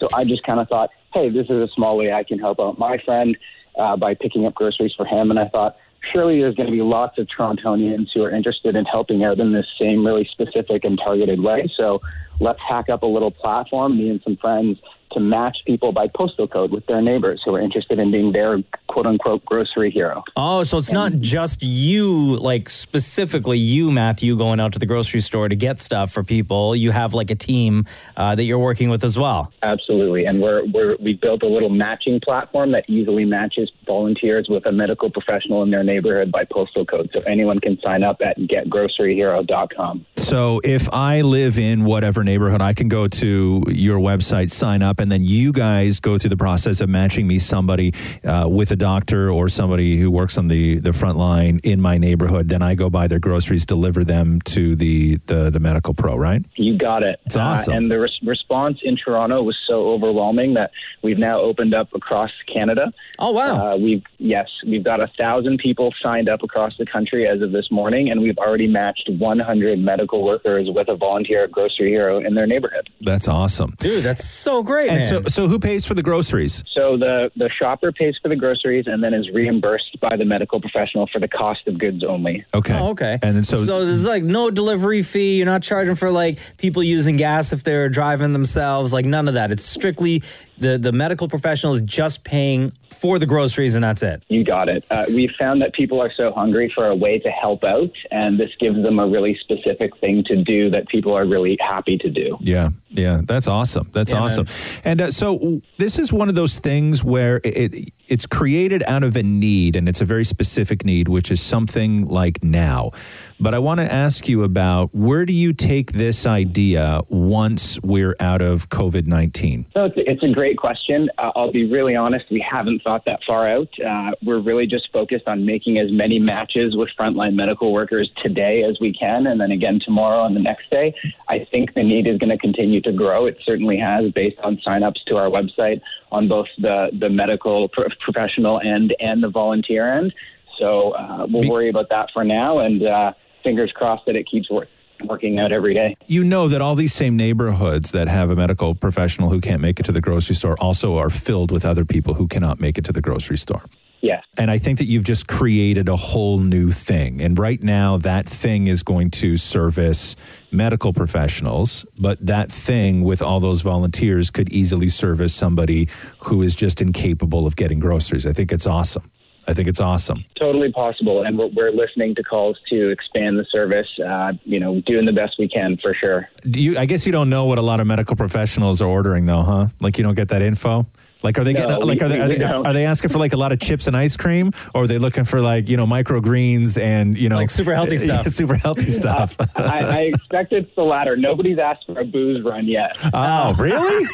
Speaker 21: So I just kind of thought, hey, this is a small way I can help out my friend uh, by picking up groceries for him. And I thought, surely there's going to be lots of Torontonians who are interested in helping out in this same really specific and targeted way. So let's hack up a little platform, me and some friends, to match people by postal code with their neighbors who are interested in being their quote unquote grocery hero.
Speaker 8: Oh, so it's not just you, like specifically you, Matthew, going out to the grocery store to get stuff for people. You have like a team uh, that you're working with as well.
Speaker 21: Absolutely, and we're, we're we built a little matching platform that easily matches volunteers with a medical professional in their neighborhood by postal code, so anyone can sign up at getgroceryhero.com.
Speaker 4: So if I live in whatever neighborhood, I can go to your website, sign up, and then you guys go through the process of matching me somebody uh, with a doctor or somebody who works on the, the front line in my neighborhood. Then I go buy their groceries, deliver them to the, the, the medical pro, right?
Speaker 21: You got it. Uh,
Speaker 4: It's awesome.
Speaker 21: and the res- response in Toronto was so overwhelming that we've now opened up across Canada.
Speaker 8: Oh wow!
Speaker 21: Uh, we've yes, we've got a thousand people signed up across the country as of this morning, and we've already matched 100 medical workers with a volunteer at grocery hero in their neighborhood.
Speaker 4: That's awesome.
Speaker 8: Dude, that's so great.
Speaker 4: And
Speaker 21: man.
Speaker 4: so, so who pays for the groceries?
Speaker 21: So the the shopper pays for the groceries and then is reimbursed by the medical professional for the cost of goods only.
Speaker 4: Okay.
Speaker 8: Oh, okay.
Speaker 4: And then so-
Speaker 8: so, there's like no delivery fee. You're not charging for like people using gas if they're driving themselves. Like none of that. It's strictly the the medical professional is just paying for the groceries and that's it.
Speaker 21: You got it. Uh, we found that people are so hungry for a way to help out, and this gives them a really specific thing to do that people are really happy to do.
Speaker 4: Yeah, yeah, that's awesome. That's
Speaker 21: Yeah, man.
Speaker 4: awesome. And uh, so w- this is one of those things where it, it it's created out of a need, and it's a very specific need, which is something like now. But I want to ask you about where do you take this idea once we're out of COVID nineteen?
Speaker 21: So it's, it's a great question. Uh, I'll be really honest, we haven't thought that far out. Uh, we're really just focused on making as many matches with frontline medical workers today as we can, and then again tomorrow and the next day. I think the need is going to continue to grow. It certainly has, based on signups to our website on both the, the medical pro- professional end and the volunteer end. So uh, we'll worry about that for now, and uh, fingers crossed that it keeps wor- working out every day.
Speaker 4: You know that all these same neighborhoods that have a medical professional who can't make it to the grocery store also are filled with other people who cannot make it to the grocery store.
Speaker 21: Yes.
Speaker 4: And I think that you've just created a whole new thing. And right now, that thing is going to service medical professionals, but that thing with all those volunteers could easily service somebody who is just incapable of getting groceries. I think it's awesome. I think it's awesome.
Speaker 21: totally possible and we're, we're listening to calls to expand the service uh, you know doing the best we can for sure
Speaker 4: Do you, I guess you don't know what a lot of medical professionals are ordering, though, huh? Like you don't get that info. Like are they getting
Speaker 21: No,
Speaker 4: like
Speaker 21: we-
Speaker 4: are they,
Speaker 21: we-
Speaker 4: are,
Speaker 21: we
Speaker 4: they,
Speaker 21: don't.
Speaker 4: are they asking for like a lot of chips and ice cream, or are they looking for like you know microgreens and you know like
Speaker 8: super healthy stuff.
Speaker 4: super healthy stuff?
Speaker 21: I, I expect it's the latter nobody's asked for a booze run yet
Speaker 4: Oh, really?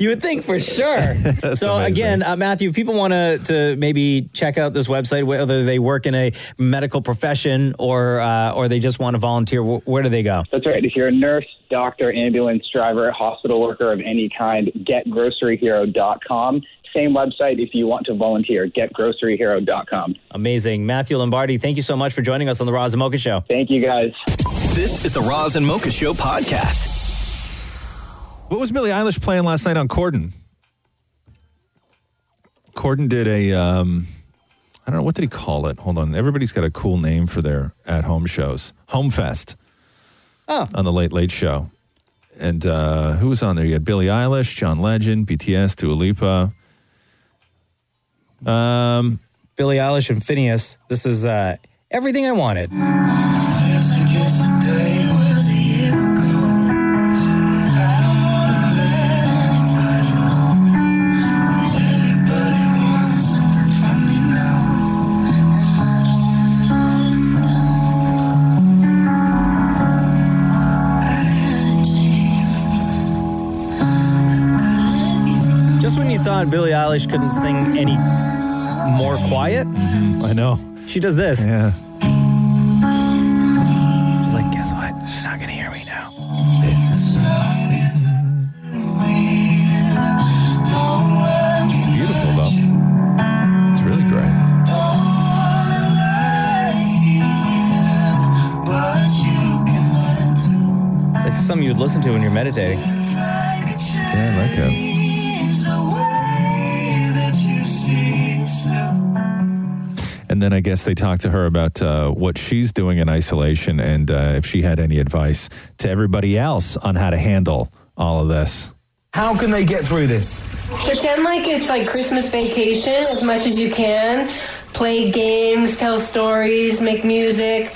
Speaker 8: you would think for sure. so again, uh, Matthew, if people want to to maybe check out this website, whether they work in a medical profession or uh, or they just want to volunteer, wh- where do they go?
Speaker 21: that's right if you're a nurse doctor ambulance driver hospital worker of any kind getgroceryhero.com same website if you want to volunteer getgroceryhero.com
Speaker 8: Amazing, Matthew Lombardi. Thank you so much for joining us on the Roz and Mocha Show.
Speaker 21: Thank you, guys.
Speaker 1: This is the Roz and Mocha Show podcast.
Speaker 4: What was Billie Eilish playing last night on Corden? Corden did a, um, I don't know, what did he call it? Hold on. Everybody's got a cool name for their at home shows. Home Fest.
Speaker 8: Oh.
Speaker 4: On the Late Late Show. And uh, who was on there? You had Billie Eilish, John Legend, BTS, Dua Lipa. Um,
Speaker 8: Billie Eilish and Phineas. This is uh, everything I wanted. Just when you thought Billie Eilish couldn't sing any more quiet,
Speaker 4: Mm-hmm. I know.
Speaker 8: She does this.
Speaker 4: Yeah.
Speaker 8: She's like, guess what? You're not gonna hear me now.
Speaker 4: It's beautiful, though. It's really great.
Speaker 8: It's like something you would listen to when you're meditating.
Speaker 4: Yeah, I like it. And then I guess they talked to her about uh, what she's doing in isolation and uh, if she had any advice to everybody else on how to handle all of this.
Speaker 6: How can they get through this?
Speaker 3: Pretend like it's like Christmas vacation as much as you can. Play games, tell stories, make music.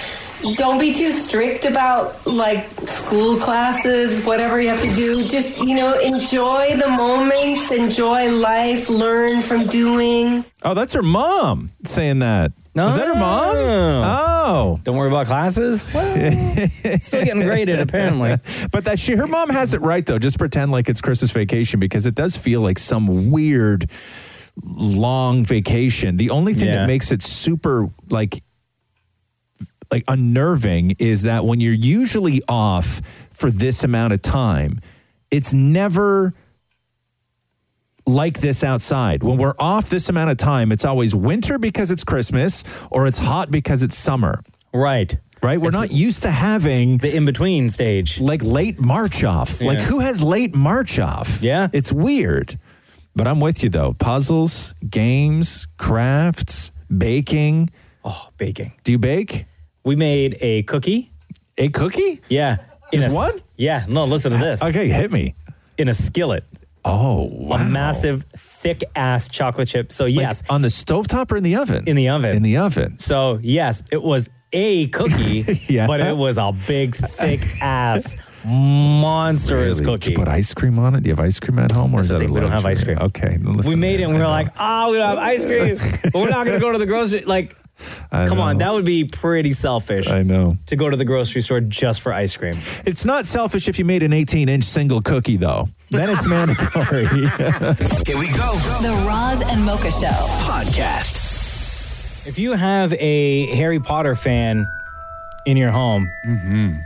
Speaker 3: Don't be too strict about like school classes, whatever you have to do. Just, you know, enjoy the moments, enjoy life, learn from doing.
Speaker 4: Oh, that's her mom saying that. No. Is that her mom? Oh.
Speaker 8: Don't worry about classes. Well, still getting graded, apparently.
Speaker 4: but that she her mom has it right though. Just pretend like it's Christmas vacation because it does feel like some weird long vacation. The only thing
Speaker 8: Yeah.
Speaker 4: that makes it super like like unnerving is that when you're usually off for this amount of time, it's never like this outside. When we're off this amount of time, it's always winter because it's Christmas or it's hot because it's summer.
Speaker 8: Right.
Speaker 4: Right? We're
Speaker 8: It's-
Speaker 4: not used to having
Speaker 8: the in between stage.
Speaker 4: Like late March off. Like
Speaker 8: Yeah.
Speaker 4: who has late March off? Yeah. It's weird. But I'm with you though. Puzzles, games, crafts, baking.
Speaker 8: Oh, baking.
Speaker 4: Do you bake?
Speaker 8: We made a cookie.
Speaker 4: A cookie?
Speaker 8: Yeah.
Speaker 4: Just
Speaker 8: a s-
Speaker 4: one?
Speaker 8: Yeah. No, listen to this.
Speaker 4: Okay, hit me.
Speaker 8: In a skillet.
Speaker 4: Oh, wow.
Speaker 8: A massive, thick ass chocolate chip. So, yes.
Speaker 4: on the stovetop or in the oven?
Speaker 8: In the oven. In
Speaker 4: the oven.
Speaker 8: So, yes, it was a cookie,
Speaker 4: Yeah.
Speaker 8: but it was a big, thick ass,
Speaker 4: Really?
Speaker 8: monstrous
Speaker 4: Did
Speaker 8: cookie.
Speaker 4: you put ice cream on it? Do you have ice cream at home or is that a
Speaker 8: We don't have
Speaker 4: luxury?
Speaker 8: ice cream.
Speaker 4: Okay.
Speaker 8: we
Speaker 4: listen,
Speaker 8: made it and we were like, ah, we don't have ice cream, but we're not going to go to the grocery. Like,
Speaker 4: I
Speaker 8: come on,
Speaker 4: know.
Speaker 8: that would be pretty selfish.
Speaker 4: I know.
Speaker 8: To go to the grocery store just for ice cream.
Speaker 4: It's not selfish if you made an 18 inch single cookie though. Then it's mandatory.
Speaker 1: Here we go.
Speaker 17: The Roz and Mocha Show
Speaker 1: podcast.
Speaker 8: If you have a Harry Potter fan in your home,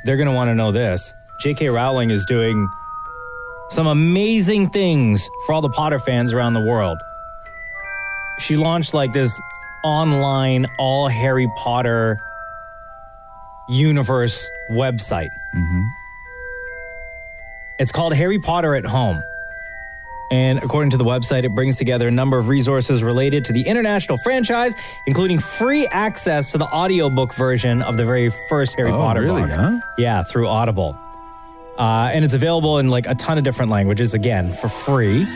Speaker 8: they're going to want to know this. J.K. Rowling is doing some amazing things for all the Potter fans around the world. She launched like this online all Harry Potter universe website. Mm-hmm. It's called Harry Potter at Home. And according to the website, it brings together a number of resources related to the international franchise, including free access to the audiobook version of the very first Harry
Speaker 4: Oh,
Speaker 8: Potter
Speaker 4: really,
Speaker 8: book.
Speaker 4: huh?
Speaker 8: Yeah, through Audible. Uh, and it's available in like a ton of different languages, again, for free.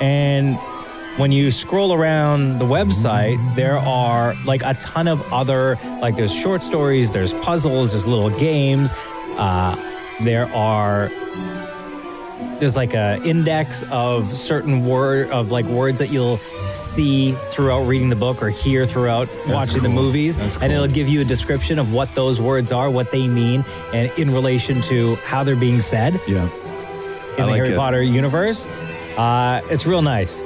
Speaker 8: And when you scroll around the website,
Speaker 4: Mm-hmm.
Speaker 8: there are like a ton of other, like there's short stories, there's puzzles, there's little games. Uh, there are there's like a index of certain word of like words that you'll see throughout reading the book or hear throughout watching the
Speaker 22: cool.
Speaker 8: movies and it'll give you a description of what those words are what they mean and in relation to how they're being said
Speaker 4: yeah
Speaker 8: in
Speaker 22: I
Speaker 8: the
Speaker 22: like
Speaker 8: harry
Speaker 22: it.
Speaker 8: potter universe uh, it's real nice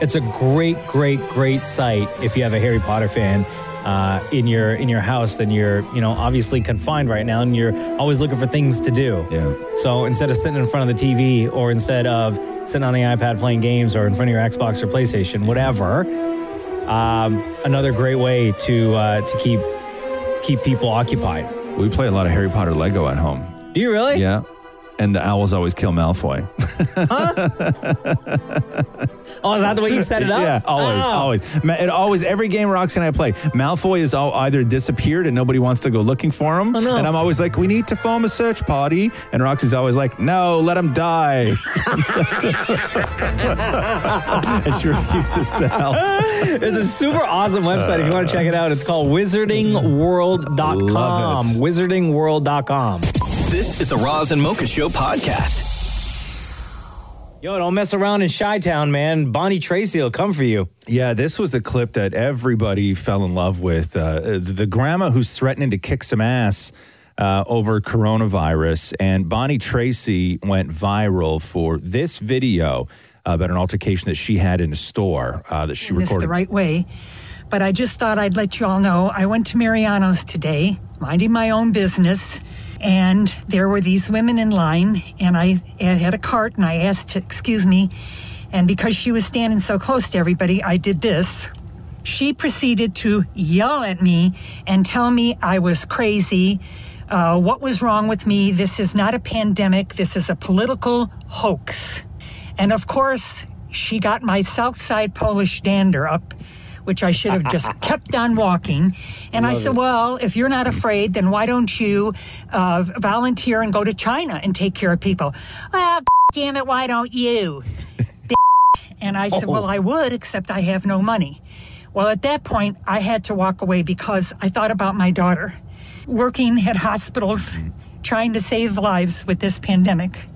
Speaker 8: it's a great great great site if you have a harry potter fan uh, in your in your house then you're you know obviously confined right now and you're always looking for things to do
Speaker 4: yeah
Speaker 8: so instead of sitting in front of the TV or instead of sitting on the iPad playing games or in front of your Xbox or PlayStation, whatever, um, another great way to uh, to keep keep people occupied.
Speaker 4: We play a lot of Harry Potter Lego at home.
Speaker 8: Do you really?
Speaker 4: Yeah. And the owls always kill Malfoy.
Speaker 8: Oh, is that the way you set it up?
Speaker 4: Yeah, always,
Speaker 8: Oh.
Speaker 4: always. Ma- It always every game Roxy and I play, Malfoy is all either disappeared and nobody wants to go looking for
Speaker 8: Oh,
Speaker 4: him, and I'm always like, "We need to form a search party," and Roxy's always like, "No, let him die," and she refuses to help.
Speaker 8: it's a super awesome website if you want to check it out. It's called wizardingworld.com. Wizardingworld.com.
Speaker 1: This is the Roz and Mocha Show podcast.
Speaker 8: Yo, don't mess around in Chi Town, man. Bonnie Tracy will come for you.
Speaker 4: Yeah, this was the clip that everybody fell in love with. Uh, the grandma who's threatening to kick some ass uh, over coronavirus. And Bonnie Tracy went viral for this video about an altercation that she had in a store uh, that she
Speaker 23: this the
Speaker 4: recorded.
Speaker 23: right way. But I just thought I'd let you all know I went to Mariano's today, minding my own business, and there were these women in line, and I, I had a cart, and I asked to excuse me, and because she was standing so close to everybody, I did this. She proceeded to yell at me and tell me I was crazy. Uh, what was wrong with me? This is not a pandemic. This is a political hoax. And of course, she got my South Side Polish dander up, which I should have just kept on walking. And I
Speaker 24: Love
Speaker 23: said,
Speaker 24: it.
Speaker 23: Well, if you're not afraid, then why don't you uh, volunteer and go to China and take care of people? Ah, damn it, why don't you? and I said,
Speaker 24: Oh.
Speaker 23: well, I would, except I have no money. Well, at that point, I had to walk away because I thought about my daughter working at hospitals,
Speaker 24: Mm.
Speaker 23: trying to save lives with this pandemic.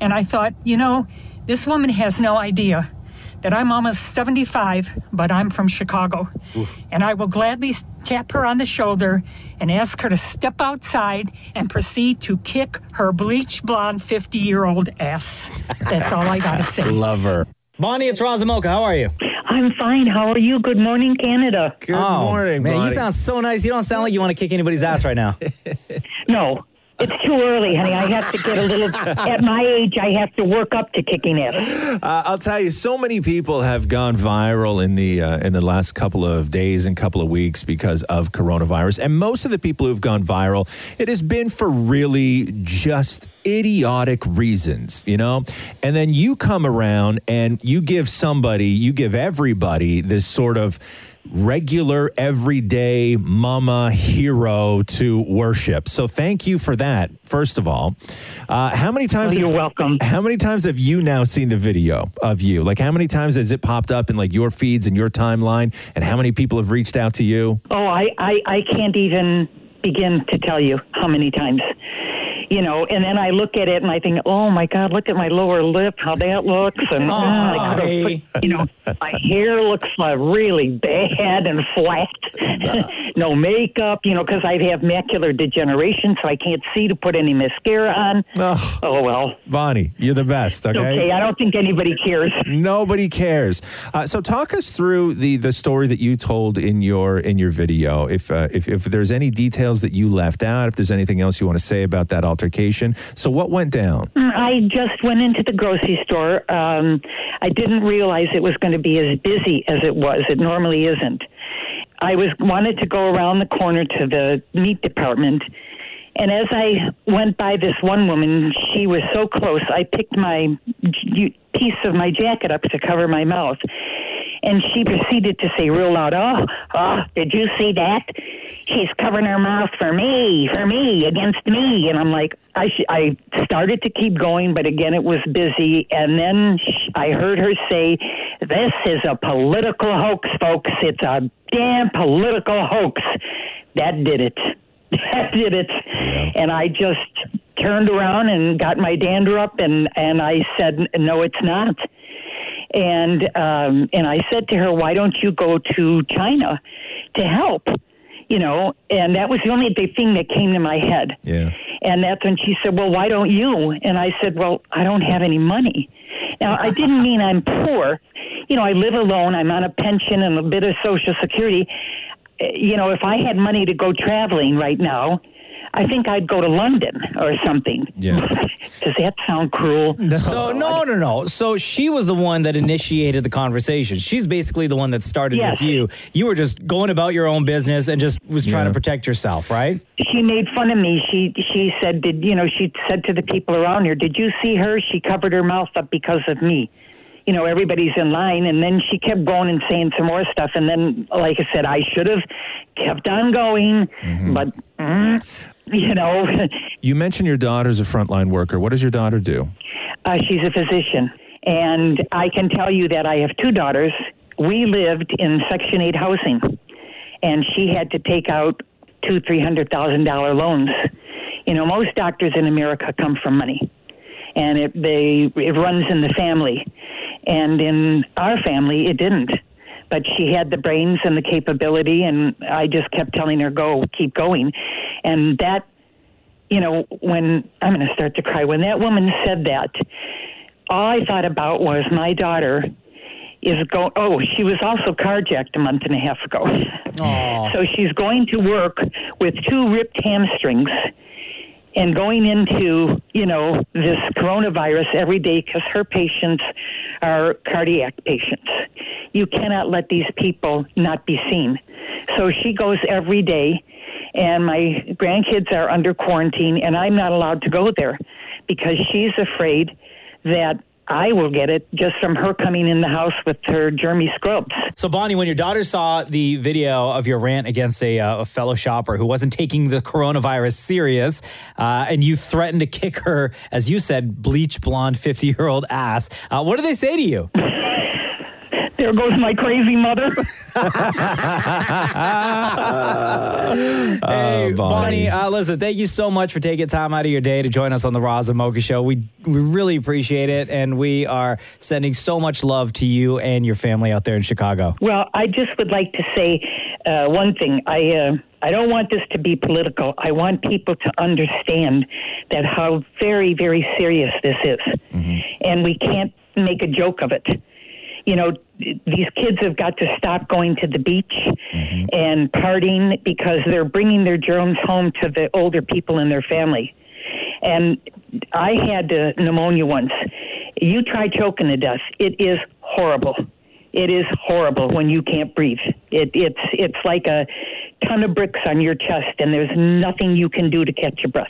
Speaker 23: And I thought, you know, this woman has no idea that I'm almost 75, but I'm from Chicago. And I will gladly tap her on the shoulder and ask her to step outside and proceed to kick her bleach blonde 50 year old ass. That's all I got to say.
Speaker 4: Love her.
Speaker 8: Bonnie, it's Razamoka. How are you?
Speaker 25: I'm fine. How are you? Good morning, Canada.
Speaker 8: Good morning, Oh, man. You sound so nice. You don't sound like you want to kick anybody's ass right now.
Speaker 25: no. It's too early, honey. I have to get a little. At my age, I have to work up to kicking it.
Speaker 4: Uh, I'll tell you, so many people have gone viral in the uh, in the last couple of days and couple of weeks because of coronavirus, and most of the people who've gone viral, it has been for really just idiotic reasons, you know. And then you come around and you give somebody, you give everybody this sort of regular everyday mama hero to worship. So thank you for that. First of all, uh, how many times?
Speaker 25: Oh, you're welcome.
Speaker 4: How many times have you now seen the video of you? Like how many times has it popped up in like your feeds and your timeline? And how many people have reached out to you?
Speaker 25: Oh, I, I, I can't even begin to tell you how many times. You know, and then I look at it and I think, oh my God, look at my lower lip, how that looks. And oh, I could've put- you know, my hair looks uh, really bad and flat. no makeup, you know, because I have macular degeneration, so I can't see to put any mascara on.
Speaker 4: Oh,
Speaker 25: well.
Speaker 4: Bonnie, you're the best.
Speaker 25: It's okay. I don't think anybody cares.
Speaker 4: Nobody cares. Uh, so talk us through the the story that you told in your in your video. If uh, if if there's any details that you left out, if there's anything else you want to say about that altercation. So what went down?
Speaker 25: Mm, I just went into the grocery store. Um, I didn't realize it was going to be as busy as it was. It normally isn't. I was wanted to go around the corner to the meat department, and as I went by this one woman, she was so close. I picked my j- piece of my jacket up to cover my mouth, and she proceeded to say real loud, "Oh, oh, did you see that? She's covering her mouth for me, for me, against me." And I'm like, I sh- I started to keep going, but again, it was busy. And then sh- I heard her say, "This is a political hoax, folks. It's a damn political hoax." That did it. That did it. And I just turned around and got my dander up, and and I said, "No, it's not." and um, and I said to her, "Why don't you go to China to help?" You know, and that was the only big thing that came to my head.
Speaker 4: Yeah.
Speaker 25: And that's when she said, "Well, why don't you?" And I said, "Well, I don't have any money." Now, I didn't mean I'm poor. You know, I live alone. I'm on a pension and a bit of Social Security. Uh, You know, if I had money to go traveling right now, I think I'd go to London or something.
Speaker 4: Yeah.
Speaker 25: Does that sound cruel?
Speaker 8: So no, no, no. So she was the one that initiated the conversation. She's basically the one that started
Speaker 25: Yes.
Speaker 8: with you. You were just going about your own business and just was trying to protect yourself, right?
Speaker 25: she made fun of me. She she said, "Did you know?" She said to the people around her, "Did you see her? She covered her mouth up because of me." You know, everybody's in line, and then she kept going and saying some more stuff. And then, like I said, I should have kept on going, but mm, you know,
Speaker 4: You mentioned your daughter's a frontline worker. What does your daughter do?
Speaker 25: uh, she's a physician, and I can tell you that I have two daughters. We lived in Section Eight housing, and she had to take out two, three hundred thousand dollar loans. You know, most doctors in America come from money, and it they it runs in the family, and in our family it didn't. But she had the brains and the capability, and I just kept telling her, "Go, keep going," and that you know, when I'm going to start to cry, when that woman said that, all I thought about was my daughter is going, oh, she was also carjacked a month and a half ago. So she's going to work with two ripped hamstrings and going into, you know, this coronavirus every day because her patients are cardiac patients. You cannot let these people not be seen. So she goes every day, and my grandkids are under quarantine, and I'm not allowed to go there because she's afraid that I will get it just from her coming in the house with her germy scrubs.
Speaker 8: So, Bonnie, when your daughter saw the video of your rant against a, uh, a fellow shopper who wasn't taking the coronavirus serious, uh, and you threatened to kick her, as you said, bleach blonde 50 year old ass, uh, what did they say to you?
Speaker 25: There goes my crazy mother.
Speaker 4: Uh,
Speaker 8: hey, Bonnie, uh, listen, thank you so much for taking time out of your day to join us on the Roz and Mocha Show. We we really appreciate it, and we are sending so much love to you and your family out there in Chicago.
Speaker 25: Well, I just would like to say uh, one thing. I uh, I don't want this to be political. I want people to understand that how very very serious this is, and we can't make a joke of it. You know, these kids have got to stop going to the beach and partying because they're bringing their germs home to the older people in their family. And I had uh, pneumonia once. You try choking to death. It is horrible. It is horrible when you can't breathe. It, it's it's like a ton of bricks on your chest, and there's nothing you can do to catch your breath.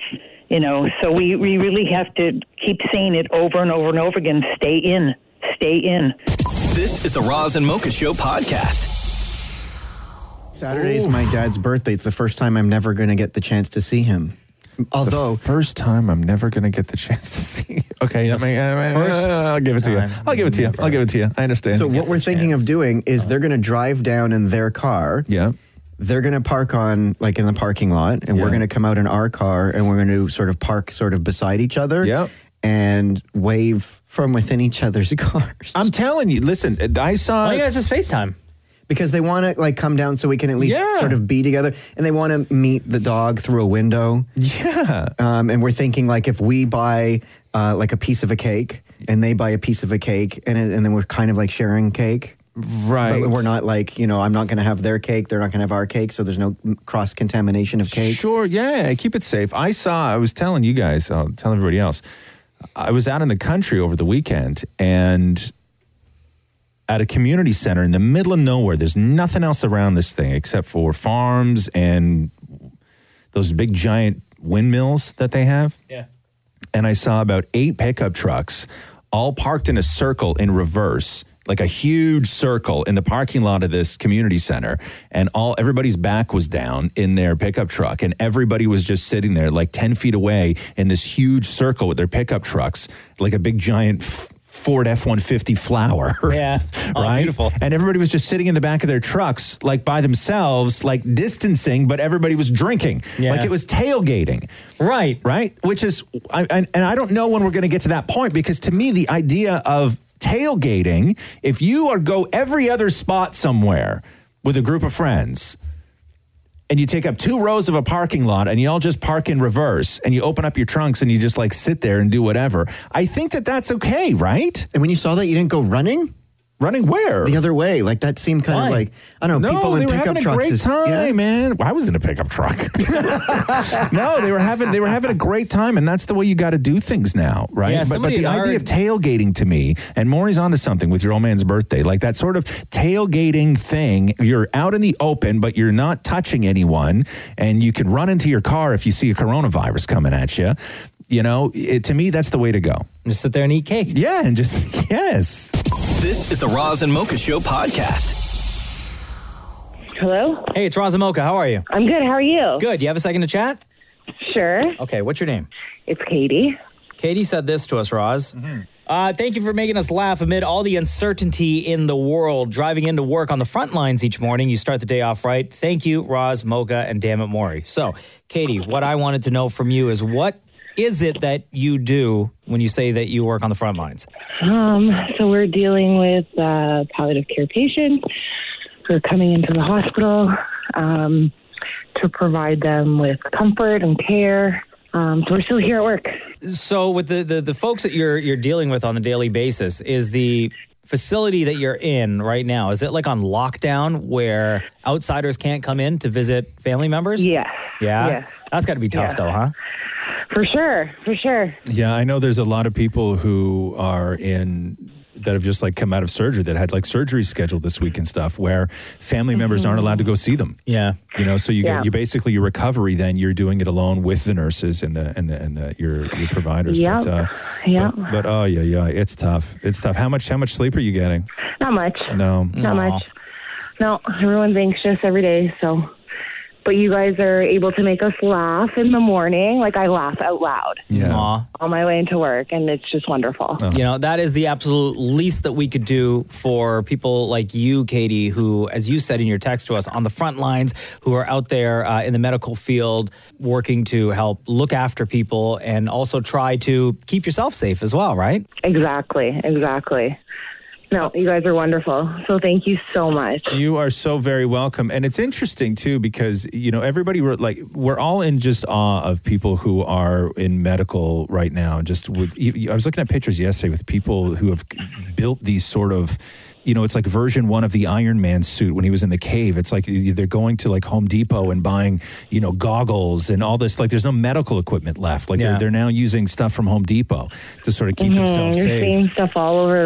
Speaker 25: You know, so we, we really have to keep saying it over and over and over again. Stay in, stay in.
Speaker 1: This is the Roz and Mocha Show podcast.
Speaker 9: Saturday's my dad's birthday. It's the first time I'm never going to get the chance to see him. Although,
Speaker 4: first time I'm never going to get the chance to see. You. Okay, I mean, I mean, uh,
Speaker 9: First
Speaker 4: I'll give it to you.
Speaker 9: time
Speaker 4: I'll give it to you. I'll give it to you. I understand.
Speaker 9: So what we're thinking of doing is they're going to drive down in their car.
Speaker 4: Yeah.
Speaker 9: They're going to park on like in the parking lot, and we're going to come out in our car, and we're going to sort of park sort of beside each other. Yeah. And wave from within each other's cars.
Speaker 4: I'm telling you. Listen, I saw.
Speaker 9: Why
Speaker 8: you guys just FaceTime?
Speaker 9: Because they want to like come down so we can at least
Speaker 4: Yeah.
Speaker 9: sort of be together, and they want to meet the dog through a window.
Speaker 4: Yeah.
Speaker 9: Um, and we're thinking like if we buy uh, like a piece of a cake, and they buy a piece of a cake, and and then we're kind of like sharing cake.
Speaker 4: Right.
Speaker 9: But we're not like, you know, I'm not going to have their cake. They're not going to have our cake. So there's no cross contamination of cake.
Speaker 4: Sure, yeah, keep it safe. I saw, I was telling you guys, I'll tell everybody else, I was out in the country over the weekend and at a community center in the middle of nowhere, there's nothing else around this thing except for farms and those big giant windmills that they have.
Speaker 8: Yeah.
Speaker 4: And I saw about eight pickup trucks all parked in a circle in reverse, like a huge circle in the parking lot of this community center. And all everybody's back was down in their pickup truck, and everybody was just sitting there like 10 feet away in this huge circle with their pickup trucks, like a big giant. F- Ford F 150 flower.
Speaker 8: Yeah. Oh,
Speaker 4: right?
Speaker 8: beautiful.
Speaker 4: And everybody was just sitting in the back of their trucks, like by themselves, like distancing, but everybody was drinking.
Speaker 8: Yeah.
Speaker 4: Like it was tailgating.
Speaker 8: Right.
Speaker 4: Right. Which is, I, I, and I don't know when we're going to get to that point because to me, the idea of tailgating, if you are go every other spot somewhere with a group of friends, and you take up two rows of a parking lot and you all just park in reverse and you open up your trunks and you just like sit there and do whatever. I think that that's okay, right?
Speaker 9: And when you saw that, you didn't go running?
Speaker 4: Running where?
Speaker 9: The other way. Like that seemed kind
Speaker 4: Why?
Speaker 9: of like, I don't know,
Speaker 4: No,
Speaker 9: people
Speaker 4: they
Speaker 9: in
Speaker 4: were
Speaker 9: pickup
Speaker 4: having a
Speaker 9: trucks.
Speaker 4: great
Speaker 9: is-
Speaker 4: time,
Speaker 9: yeah.
Speaker 4: man. Well, I was in a pickup truck. no, they were having they were having a great time, and that's the way you got to do things now, right?
Speaker 8: Yeah,
Speaker 4: but, but
Speaker 8: somebody
Speaker 4: the
Speaker 8: had
Speaker 4: idea of
Speaker 8: heard-
Speaker 4: tailgating to me, and Maury's onto something with your old man's birthday, like that sort of tailgating thing. You're out in the open, but you're not touching anyone, and you can run into your car if you see a coronavirus coming at you. You know, it, to me, that's the way to go.
Speaker 8: Just sit there and eat cake.
Speaker 4: Yeah, and just yes.
Speaker 1: This is the Roz and Mocha Show podcast.
Speaker 26: Hello?
Speaker 8: Hey, it's Roz and Mocha. How are you?
Speaker 26: I'm good. How are you?
Speaker 8: Good. You have a second to chat?
Speaker 26: Sure.
Speaker 8: Okay, what's your name?
Speaker 26: It's Katie.
Speaker 8: Katie said this to us, Roz. Uh, thank you for making us laugh amid all the uncertainty in the world. Driving into work on the front lines each morning, you start the day off right. Thank you, Roz, Mocha, and damn it, Maury. So, Katie, what I wanted to know from you is what is it that you do when you say that you work on the front lines?
Speaker 26: Um, so we're dealing with uh, palliative care patients who are coming into the hospital um, to provide them with comfort and care. Um, so we're still here at work.
Speaker 8: So, with the, the the folks that you're you're dealing with on a daily basis, is the facility that you're in right now is it like on lockdown where outsiders can't come in to visit family members?
Speaker 26: Yeah.
Speaker 8: Yeah.
Speaker 26: Yeah.
Speaker 8: That's got to be tough
Speaker 26: Yeah.
Speaker 8: though, huh?
Speaker 26: For sure. For sure.
Speaker 4: Yeah, I know there's a lot of people who are in that have just like come out of surgery that had like surgery scheduled this week and stuff where family members
Speaker 26: Mm-hmm.
Speaker 4: aren't allowed to go see them.
Speaker 8: Yeah.
Speaker 4: You know, so you
Speaker 8: Yeah.
Speaker 4: get you basically your recovery then you're doing it alone with the nurses and the and the and the, your your providers.
Speaker 26: Yep.
Speaker 4: But, uh,
Speaker 26: Yeah.
Speaker 4: but but oh yeah yeah it's tough it's tough. How much how much sleep are you getting?
Speaker 26: Not much.
Speaker 4: No,
Speaker 26: Not
Speaker 4: Aw.
Speaker 26: much. No, everyone's anxious every day, so. But you guys are able to make us laugh in the morning. Like I laugh out loud
Speaker 8: Aw.
Speaker 26: on my way into work, and it's just wonderful.
Speaker 8: You know, that is the absolute least that we could do for people like you, Katie, who, as you said in your text to us, on the front lines, who are out there uh, in the medical field working to help look after people and also try to keep yourself safe as well, right?
Speaker 26: Exactly. Exactly. No, you guys are wonderful. So thank you so much.
Speaker 4: You are so very welcome. And it's interesting too because you know everybody were like we're all in just awe of people who are in medical right now. Just with I was looking at pictures yesterday with people who have built these sort of you know it's like version 1 of the Iron Man suit when he was in the cave. It's like they're going to like Home Depot and buying, you know, goggles and all this like there's no medical equipment left. Like
Speaker 8: Yeah.
Speaker 4: they're, they're now using stuff from Home Depot to sort of keep
Speaker 26: Mhm,
Speaker 4: themselves
Speaker 26: You're
Speaker 4: safe.
Speaker 26: seeing stuff all over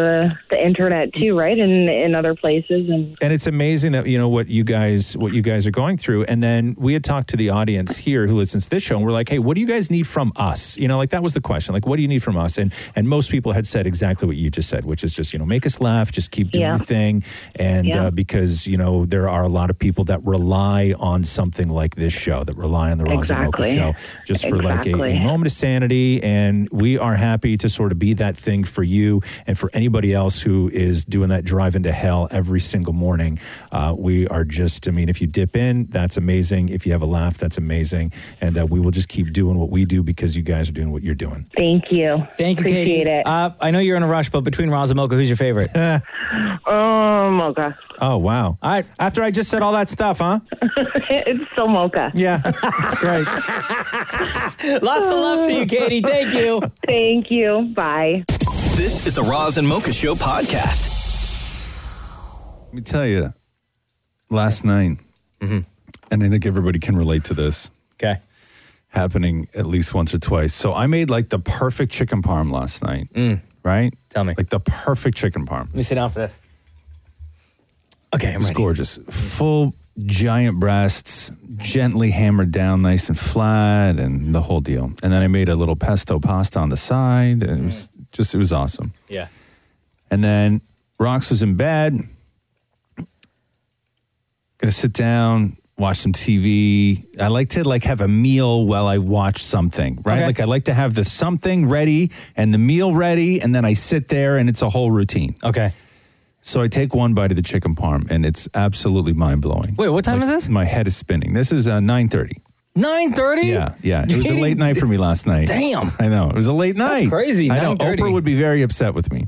Speaker 26: the, the internet too, right? And in other places. And
Speaker 4: and it's amazing that you know what you guys what you guys are going through and then we had talked to the audience here who listens to this show and we're like hey what do you guys need from us you know like that was the question like what do you need from us and and most people had said exactly what you just said which is just you know make us laugh just keep doing
Speaker 11: Yeah.
Speaker 4: your thing and
Speaker 11: Yeah.
Speaker 4: uh, because you know there are a lot of people that rely on something like this show that rely on the Roz and Mocha
Speaker 11: Exactly.
Speaker 4: show just for like a,
Speaker 11: Exactly.
Speaker 4: a moment of sanity and we are happy to sort of be that thing for you and for anybody else who is doing that drive into hell every single morning uh, we are just i mean if you dip in that's amazing if you have a laugh that's amazing and uh, we will just keep doing what we do because you guys are doing what you're doing
Speaker 26: thank you.
Speaker 8: Thank you,
Speaker 26: Appreciate
Speaker 8: Katie.
Speaker 26: it.
Speaker 8: Uh, I know you're in a rush, but between Roz and Mocha, who's your favorite?
Speaker 26: oh, Mocha.
Speaker 4: Uh, oh wow all right after i just said all that stuff huh
Speaker 26: it's so Mocha.
Speaker 4: Yeah. Great.
Speaker 8: Lots of love to you, Katie. Thank you.
Speaker 26: Thank you. Bye.
Speaker 1: This is the Roz and Mocha Show podcast.
Speaker 4: Let me tell you, last night, and I think everybody can relate to this.
Speaker 8: Mm-hmm. Okay.
Speaker 4: Happening at least once or twice. So I made like the perfect chicken parm last night, right?
Speaker 8: Tell me.
Speaker 4: Like the perfect chicken parm.
Speaker 8: Let Mm. me sit down for this. Okay, I'm
Speaker 4: It was
Speaker 8: ready.
Speaker 4: gorgeous. Full giant breasts, gently hammered down nice and flat and the whole deal. And then I made a little pesto pasta on the side and it was
Speaker 8: Mm-hmm.
Speaker 4: just, it was awesome.
Speaker 8: Yeah.
Speaker 4: And then Rox was in bed. Gonna sit down, watch some TV. I like to like have a meal while I watch something, right?
Speaker 11: Okay.
Speaker 4: Like I like to have the something ready and the meal ready, and then I sit there and it's a whole routine.
Speaker 8: Okay.
Speaker 4: So I take one bite of the chicken parm and it's absolutely mind blowing.
Speaker 8: Wait, what time is this?
Speaker 4: My head is spinning. This is uh, nine thirty.
Speaker 8: 9.30?
Speaker 4: Yeah, yeah. It was a late night for me last night.
Speaker 8: Damn.
Speaker 4: I know. It was a late
Speaker 8: That's
Speaker 4: night.
Speaker 8: crazy,
Speaker 4: I know.
Speaker 8: 9:30.
Speaker 4: Oprah would be very upset with me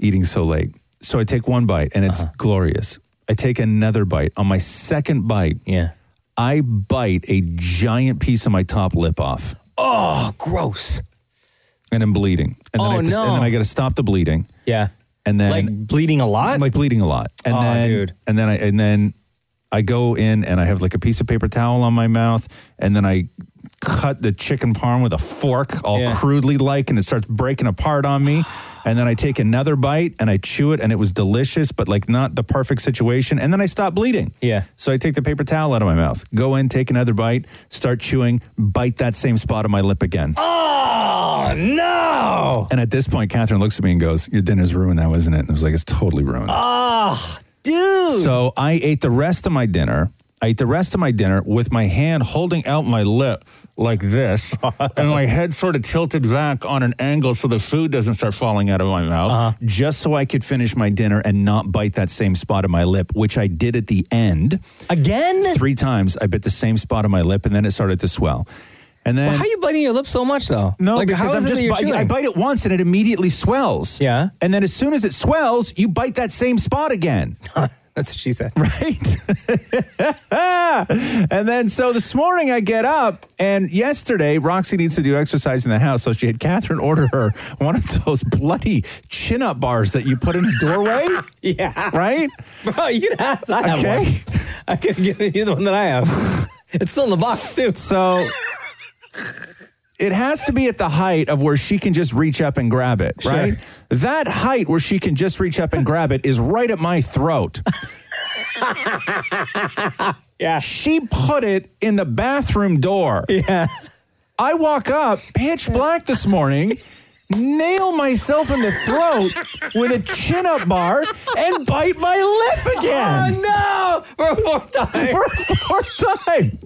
Speaker 4: eating so late. So I take one bite and
Speaker 8: Uh-huh.
Speaker 4: it's glorious. I take another bite. On my second bite,
Speaker 8: yeah,
Speaker 4: I bite a giant piece of my top lip off.
Speaker 8: Oh, gross.
Speaker 4: And I'm bleeding. And then I
Speaker 8: Oh,
Speaker 4: have to, and
Speaker 8: no.
Speaker 4: then I gotta stop the bleeding.
Speaker 8: Yeah.
Speaker 4: And then
Speaker 8: Like bleeding a lot?
Speaker 4: Like bleeding a lot. And
Speaker 8: Aw,
Speaker 4: then
Speaker 8: dude.
Speaker 4: and then I and then I go in and I have like a piece of paper towel on my mouth and then I cut the chicken parm with a fork all crudely like and it starts breaking apart on me and then I take another bite and I chew it and it was delicious but like not the perfect situation and then I stop bleeding.
Speaker 8: Yeah.
Speaker 4: So I take the paper towel out of my mouth, go in, take another bite, start chewing, bite that same spot on my lip again.
Speaker 8: Oh, no.
Speaker 4: And at this point, Catherine looks at me and goes, Your dinner's ruined now, isn't it? And I was like, It's totally ruined.
Speaker 8: Oh, dude.
Speaker 4: So I ate the rest of my dinner. I ate the rest of my dinner with my hand holding out my lip like this, and my head sort of tilted back on an angle so the food doesn't start falling out of my mouth,
Speaker 8: Uh-huh.
Speaker 4: just so I could finish my dinner and not bite that same spot of my lip, which I did at the end.
Speaker 8: Again?
Speaker 4: Three times I bit the same spot of my lip, and then it started to swell. And then
Speaker 8: Well, how are you biting your lip so much, though?
Speaker 4: no,
Speaker 8: like,
Speaker 4: because
Speaker 8: how
Speaker 4: I'm
Speaker 8: is it
Speaker 4: just
Speaker 8: that you're
Speaker 4: bite- I
Speaker 8: chewing?
Speaker 4: bite it once and it immediately swells. Yeah. And then as soon as it swells, you bite that same spot again.
Speaker 8: That's what she said.
Speaker 4: Right. and then so this morning I get up and yesterday Roxy needs to do exercise in the house. So she had Catherine order her one of those bloody chin up bars that you put in the doorway.
Speaker 8: yeah.
Speaker 4: Right?
Speaker 8: Bro, you can have, I have
Speaker 4: Okay.
Speaker 8: one. I could give you the one that I have. it's still in the box, too.
Speaker 4: So it has to be at the height of where she can just reach up and grab it,
Speaker 17: Sure.
Speaker 4: right? That height where she can just reach up and grab it is right at my throat. yeah. She put it in the bathroom door. Yeah. I walk up, pitch black this morning, nail myself in the throat with a chin up bar, and bite my lip again.
Speaker 17: Oh,
Speaker 4: no! For a fourth time. For a fourth time.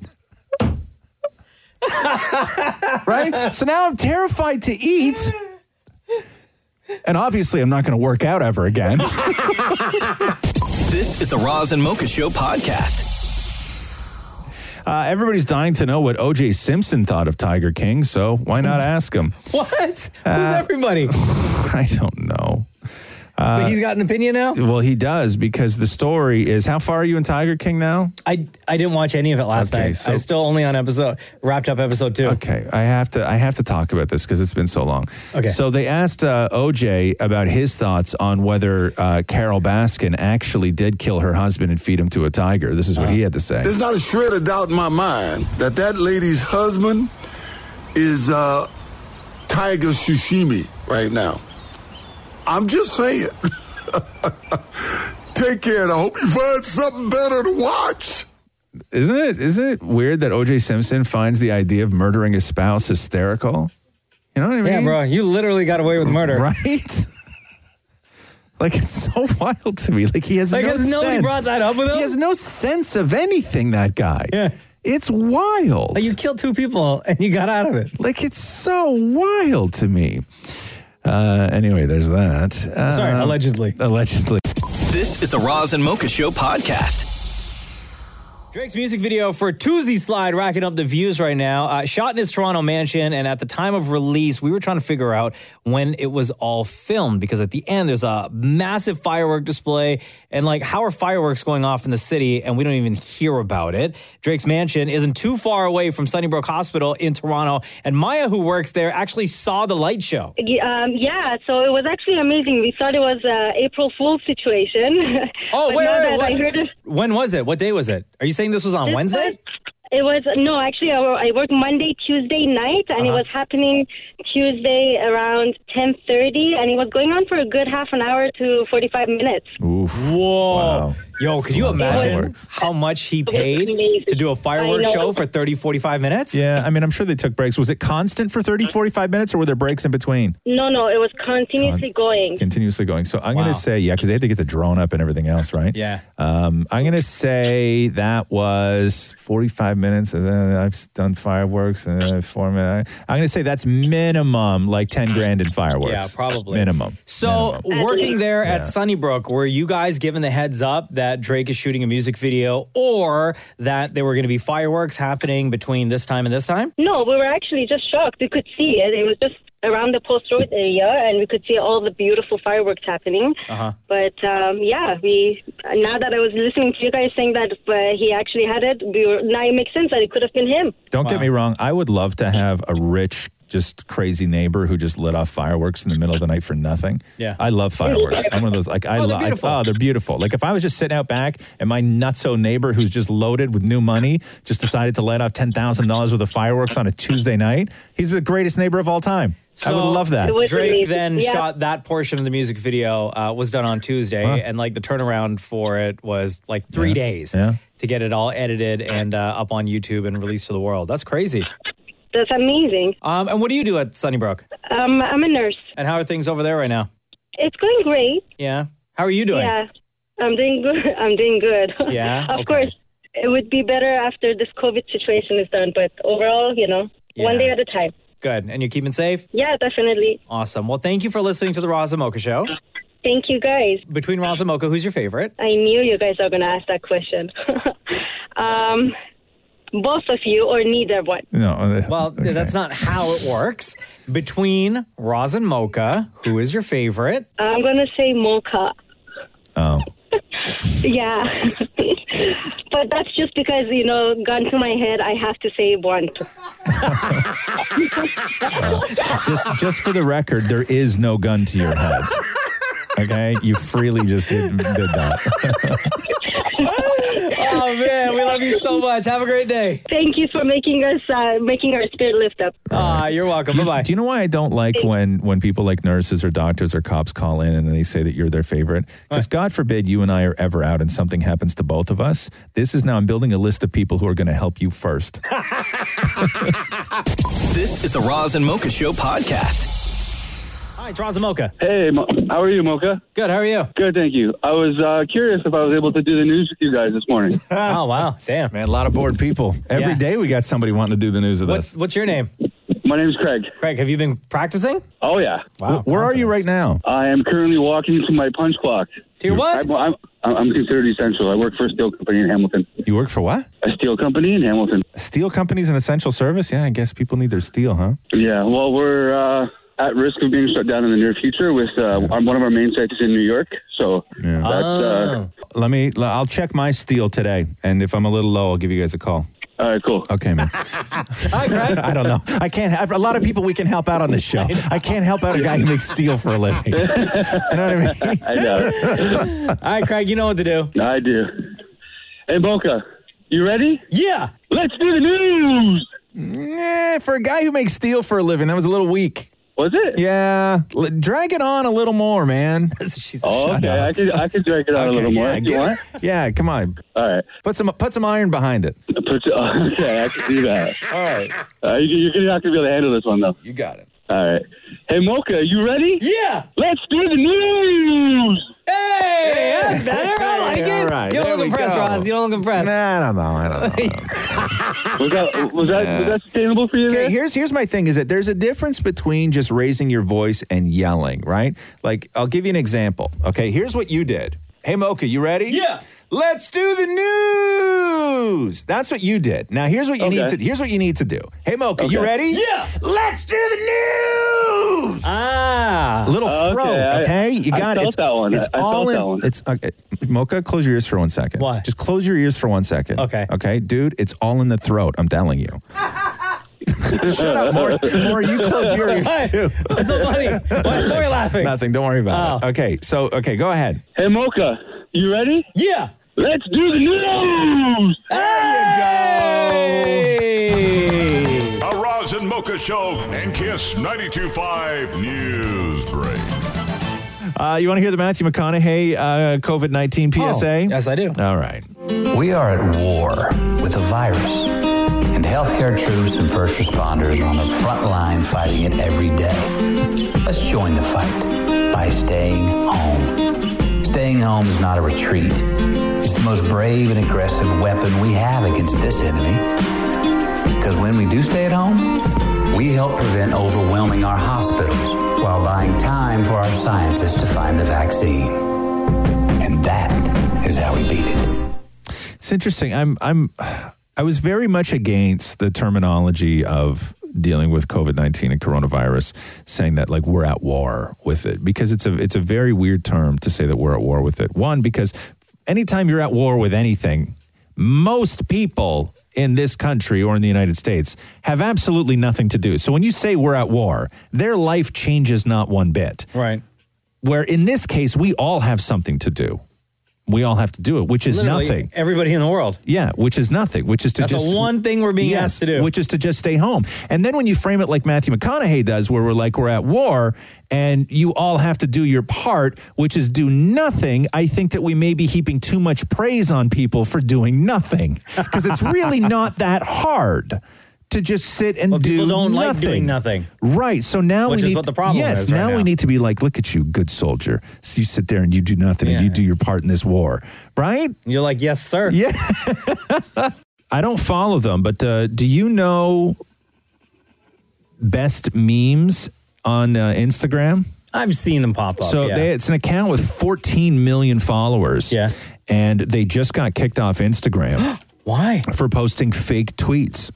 Speaker 4: right? So now I'm terrified to eat. And obviously, I'm not going to work out ever again.
Speaker 1: This is the Roz and Mocha Show podcast.
Speaker 4: Uh, everybody's dying to know what O.J. Simpson thought of Tiger King, so why not ask him?
Speaker 8: What? Who's
Speaker 4: Uh,
Speaker 8: everybody?
Speaker 4: I don't know. Uh,
Speaker 8: but he's got an opinion now.
Speaker 4: well, he does because the story is how far are you in Tiger King now?
Speaker 8: I I didn't watch any of it last
Speaker 4: Okay,
Speaker 8: night.
Speaker 4: so-
Speaker 8: I still only on episode wrapped up episode two.
Speaker 4: Okay, I have to I have to talk about this because it's been so long.
Speaker 8: Okay.
Speaker 4: So they asked uh, OJ about his thoughts on whether uh, Carol Baskin actually did kill her husband and feed him to a tiger. This is
Speaker 8: Uh,
Speaker 4: what he had to say.
Speaker 11: There's not a shred of doubt in my mind that that lady's husband is uh, Tiger Sashimi right now. I'm just saying. Take care, and I hope you find something better to watch.
Speaker 4: Isn't it isn't it weird that OJ Simpson finds the idea of murdering his spouse hysterical? You know what I mean?
Speaker 8: Yeah, bro, you literally got away with murder,
Speaker 4: right? Like it's so wild to me. Like he has
Speaker 8: Like,
Speaker 4: no
Speaker 8: has nobody
Speaker 4: sense.
Speaker 8: brought that up with him?
Speaker 4: He has no sense of anything. That guy. Yeah, it's wild.
Speaker 8: Like you killed two people and you got out of it.
Speaker 4: Like it's so wild to me. Uh, anyway, there's that.
Speaker 1: Sorry,
Speaker 4: Um,
Speaker 1: allegedly.
Speaker 4: Allegedly.
Speaker 1: This is the Roz and Mocha Show podcast.
Speaker 8: Drake's music video for Tuesday Slide racking up the views right now. Uh, shot in his Toronto mansion, and at the time of release, we were trying to figure out when it was all filmed because at the end there's a massive firework display, and like how are fireworks going off in the city, and we don't even hear about it. Drake's mansion isn't too far away from Sunnybrook Hospital in Toronto, and Maya, who works there, actually saw the light show.
Speaker 6: Y- Um, yeah, so it was actually amazing. We thought it was a April Fool's situation.
Speaker 8: Oh
Speaker 6: But
Speaker 8: wait,
Speaker 6: now
Speaker 8: wait,
Speaker 6: that
Speaker 8: what-
Speaker 6: I heard it,
Speaker 8: when was it? What day was it? Are you saying this was on
Speaker 6: This
Speaker 8: Wednesday?
Speaker 6: was- It was no, actually, I wo- I worked Monday, Tuesday night, and it
Speaker 8: Uh-huh.
Speaker 6: was happening Tuesday around ten thirty, and it was going on for a good half an hour to forty five minutes.
Speaker 8: Whoa. Yo, could you imagine how much he paid to do a fireworks
Speaker 6: I know.
Speaker 8: show for 30, 45 minutes?
Speaker 4: Yeah, I mean, I'm sure they took breaks. Was it constant for 30, 45 minutes, or were there breaks in between?
Speaker 6: No, no, it was continuously going.
Speaker 4: Continuously going. So I'm
Speaker 6: Wow.
Speaker 4: going to say, yeah, because they had to get the drone up and everything else, right?
Speaker 6: Yeah.
Speaker 4: Um, I'm going to say that was 45 minutes. And then I've done fireworks and then four minutes. I'm going to say that's minimum like 10 grand in fireworks.
Speaker 8: Yeah, probably.
Speaker 4: Minimum.
Speaker 8: So, working there
Speaker 4: Yeah.
Speaker 8: at Sunnybrook, were you guys given the heads up that Drake is shooting a music video or that there were going to be fireworks happening between this time and this time?
Speaker 6: No, we were actually just shocked. We could see it. It was just around the post road area, and we could see all the beautiful fireworks happening.
Speaker 8: Uh-huh.
Speaker 6: But um, yeah, we now that I was listening to you guys saying that uh, he actually had it, we were, now it makes sense that it could have been him.
Speaker 4: Don't get me wrong. I would love to have a rich, just crazy neighbor who just lit off fireworks in the middle of the night for nothing.
Speaker 8: Yeah.
Speaker 1: Uh,
Speaker 4: I love fireworks. I'm one of those like I
Speaker 8: Oh, they're
Speaker 4: love.
Speaker 8: beautiful.
Speaker 4: Oh, they're beautiful. Like if I was just sitting out back and my nutso neighbor who's just loaded with new money just decided to light off ten thousand dollars worth of fireworks on a Tuesday night, he's the greatest neighbor of all time. I would love that.
Speaker 8: Drake then shot that portion of the music video, uh, was done on Tuesday,
Speaker 4: Huh.
Speaker 8: and like the turnaround for it was like three
Speaker 4: Yeah.
Speaker 8: days
Speaker 4: Yeah.
Speaker 8: to get it all edited and uh, up on YouTube and released to the world. That's crazy.
Speaker 6: That's amazing.
Speaker 8: Um, and what do you do at Sunnybrook?
Speaker 6: Um, I'm a nurse.
Speaker 8: And how are things over there right now?
Speaker 6: It's going great.
Speaker 8: Yeah. How are you doing?
Speaker 6: Yeah, I'm doing good. I'm doing good.
Speaker 8: Yeah?
Speaker 6: of
Speaker 8: Okay.
Speaker 6: course, it would be better after this COVID situation is done. But overall, you know, one
Speaker 8: Yeah.
Speaker 6: day at a time.
Speaker 8: Good. And you're keeping safe?
Speaker 6: Yeah, definitely.
Speaker 8: Awesome. Well, thank you for listening to the Raza Mocha Show.
Speaker 6: Thank you guys.
Speaker 8: Between Raza Mocha, who's your favorite?
Speaker 6: I knew you guys are going to ask that question. um, both of you or neither one.
Speaker 4: No. uh,
Speaker 8: Well, that's not how it works. Between Raza and Mocha, who is your favorite?
Speaker 6: I'm going to say mocha.
Speaker 4: Oh.
Speaker 6: yeah. but that's just because, you know, gone to my head, I have to say one.
Speaker 4: just just for the record, there is no gun to your head. Okay, you freely just did, did that.
Speaker 8: oh Oh man, we love you so much. Have a great day.
Speaker 6: Thank you for making us uh, making our spirit lift up.
Speaker 8: Ah, you're welcome. Bye bye.
Speaker 4: Do you know why I don't like when when people like nurses or doctors or cops call in and they say that you're their favorite? Because God forbid you and I are ever out and something happens to both of us. This is now I'm building a list of people who are going to help you first.
Speaker 1: This is the Roz and Mocha Show podcast.
Speaker 8: Hi, it's Roz and Mocha.
Speaker 12: Hey, Mo- how are you, Mocha?
Speaker 8: Good. How are you?
Speaker 12: Good, thank you. I was uh, curious if I was able to do the news with you guys this morning.
Speaker 8: oh wow, damn
Speaker 4: man, a lot of bored people. Every day we got somebody wanting to do the news with us.
Speaker 8: What's your name?
Speaker 12: My name's Craig.
Speaker 8: Craig, have you been practicing?
Speaker 12: Oh yeah.
Speaker 8: Wow.
Speaker 4: Where are you right now?
Speaker 12: I am currently walking to my punch clock.
Speaker 8: To your what?
Speaker 12: I'm, I'm, I'm considered essential. I work for a steel company in Hamilton.
Speaker 4: You work for what?
Speaker 12: A steel company in Hamilton.
Speaker 4: Steel companies an essential service. Yeah, I guess people need their steel, huh?
Speaker 12: Yeah, well, we're uh, at risk of being shut down in the near future with uh, one of our main sites is in New York. So that's. Uh,
Speaker 4: Let me. I'll check my steel today, and if I'm a little low, I'll give you guys a call.
Speaker 12: All right, cool.
Speaker 4: Okay, man. I don't know. I can't have a lot of people we can help out on this show. I can't help out a guy who makes steel for a living. you know what I mean?
Speaker 12: I know.
Speaker 8: All right, Craig, you know what to do.
Speaker 12: I do. Hey, Boca, you ready?
Speaker 8: Yeah.
Speaker 12: Let's do the news.
Speaker 4: Nah, for a guy who makes steel for a living, that was a little weak.
Speaker 12: Was it?
Speaker 4: Yeah. L- drag it on a little more, man. She's,
Speaker 12: Oh,
Speaker 4: shut
Speaker 12: okay.
Speaker 4: up.
Speaker 12: I could I could drag it out
Speaker 4: Okay,
Speaker 12: a little more.
Speaker 4: yeah,
Speaker 12: if
Speaker 4: get-
Speaker 12: you want?
Speaker 4: yeah, come on.
Speaker 12: All right.
Speaker 4: Put some put some iron behind it.
Speaker 12: Put your, okay, I can do that.
Speaker 4: All right.
Speaker 12: Uh, you, you're not going to be able to handle this one, though.
Speaker 4: You got it.
Speaker 12: All right. Hey, Mocha, you ready?
Speaker 8: Yeah.
Speaker 12: Let's do the news.
Speaker 8: Hey, that's better. I like it.
Speaker 4: All right.
Speaker 8: You don't
Speaker 4: there
Speaker 8: look
Speaker 4: we
Speaker 8: impressed,
Speaker 4: go.
Speaker 8: Roz. You don't look impressed.
Speaker 4: Nah, I don't know. I don't know.
Speaker 12: was that was that was that sustainable for you?
Speaker 4: Uh, Okay, here's here's my thing: is that there's a difference between just raising your voice and yelling, right? Like, I'll give you an example. Okay, here's what you did. Hey, Mocha, you ready? Yeah. Let's do the news. That's what you did. Now, here's what you need
Speaker 17: Okay.
Speaker 4: to here's what you need to do. Hey, Mocha, you
Speaker 17: Okay.
Speaker 4: ready?
Speaker 17: Yeah.
Speaker 4: Let's do the news.
Speaker 7: Uh,
Speaker 8: Ah,
Speaker 12: Uh,
Speaker 4: little throat. Okay, you got it. It's- It's all in. It's okay. Mocha, close your ears for one second. Why? Just close your ears for one second. Okay. Okay, dude, it's all in the throat. I'm telling you. Shut up, Maury. Maury, you close your ears
Speaker 17: Why?
Speaker 4: too.
Speaker 17: That's so funny. Why
Speaker 4: is Maury laughing? Nothing. Don't worry about it. Okay. So, okay, go ahead.
Speaker 12: Hey, Mocha, you ready?
Speaker 8: Yeah.
Speaker 12: Let's do the news.
Speaker 7: A Roz and Mocha Show and Kiss 92.5 News Break.
Speaker 4: Uh, you want to hear the Matthew McConaughey uh, COVID 19 PSA? yes,
Speaker 8: I do.
Speaker 4: All right.
Speaker 22: We are at war with a virus, and healthcare troops and first responders are on the front line fighting it every day. Let's join the fight by staying home. Staying home is not a retreat. It's the most brave and aggressive weapon we have against this enemy. Because when we do stay at home, we help prevent overwhelming our hospitals while buying time for our scientists to find the vaccine. And that is how we beat it.
Speaker 4: It's interesting. I'm I'm I was very much against the terminology of dealing with COVID-19 and coronavirus saying that like we're at war with it because it's a it's a very weird term to say that we're at war with it. One because anytime you're at war with anything, most people in this country or in the United States have absolutely nothing to do. So when you say we're at war, their life changes not one bit.
Speaker 8: Right.
Speaker 4: Where in this case we all have something to do. We all have to do it, which is
Speaker 8: Literally
Speaker 4: nothing.
Speaker 8: Everybody in the world.
Speaker 4: Yeah, which is nothing, which is to
Speaker 8: That's the
Speaker 4: just
Speaker 8: one thing we're being
Speaker 4: Yes,
Speaker 8: asked to do.
Speaker 4: which is to just stay home. And then when you frame it like Matthew McConaughey does, where we're like we're at war and you all have to do your part, which is do nothing. I think that we may be heaping too much praise on people for doing nothing because it's really not that hard. To just sit and do
Speaker 8: people don't
Speaker 4: nothing.
Speaker 8: like doing nothing.
Speaker 4: Right. So now we
Speaker 8: Which is
Speaker 4: need,
Speaker 8: what the problem
Speaker 4: yes,
Speaker 8: is right
Speaker 4: now,
Speaker 8: now.
Speaker 4: we need to be like, look at you, good soldier. So you sit there and you do nothing and you do your part in this war, right?
Speaker 8: You're like, yes, sir.
Speaker 4: Yeah. I don't follow them, but uh, do you know best memes on uh, Instagram?
Speaker 8: I've seen them pop up.
Speaker 4: So
Speaker 8: yeah.
Speaker 4: they, it's an account with 14 million followers. Yeah. And they just got kicked off Instagram.
Speaker 8: Why?
Speaker 4: For posting fake tweets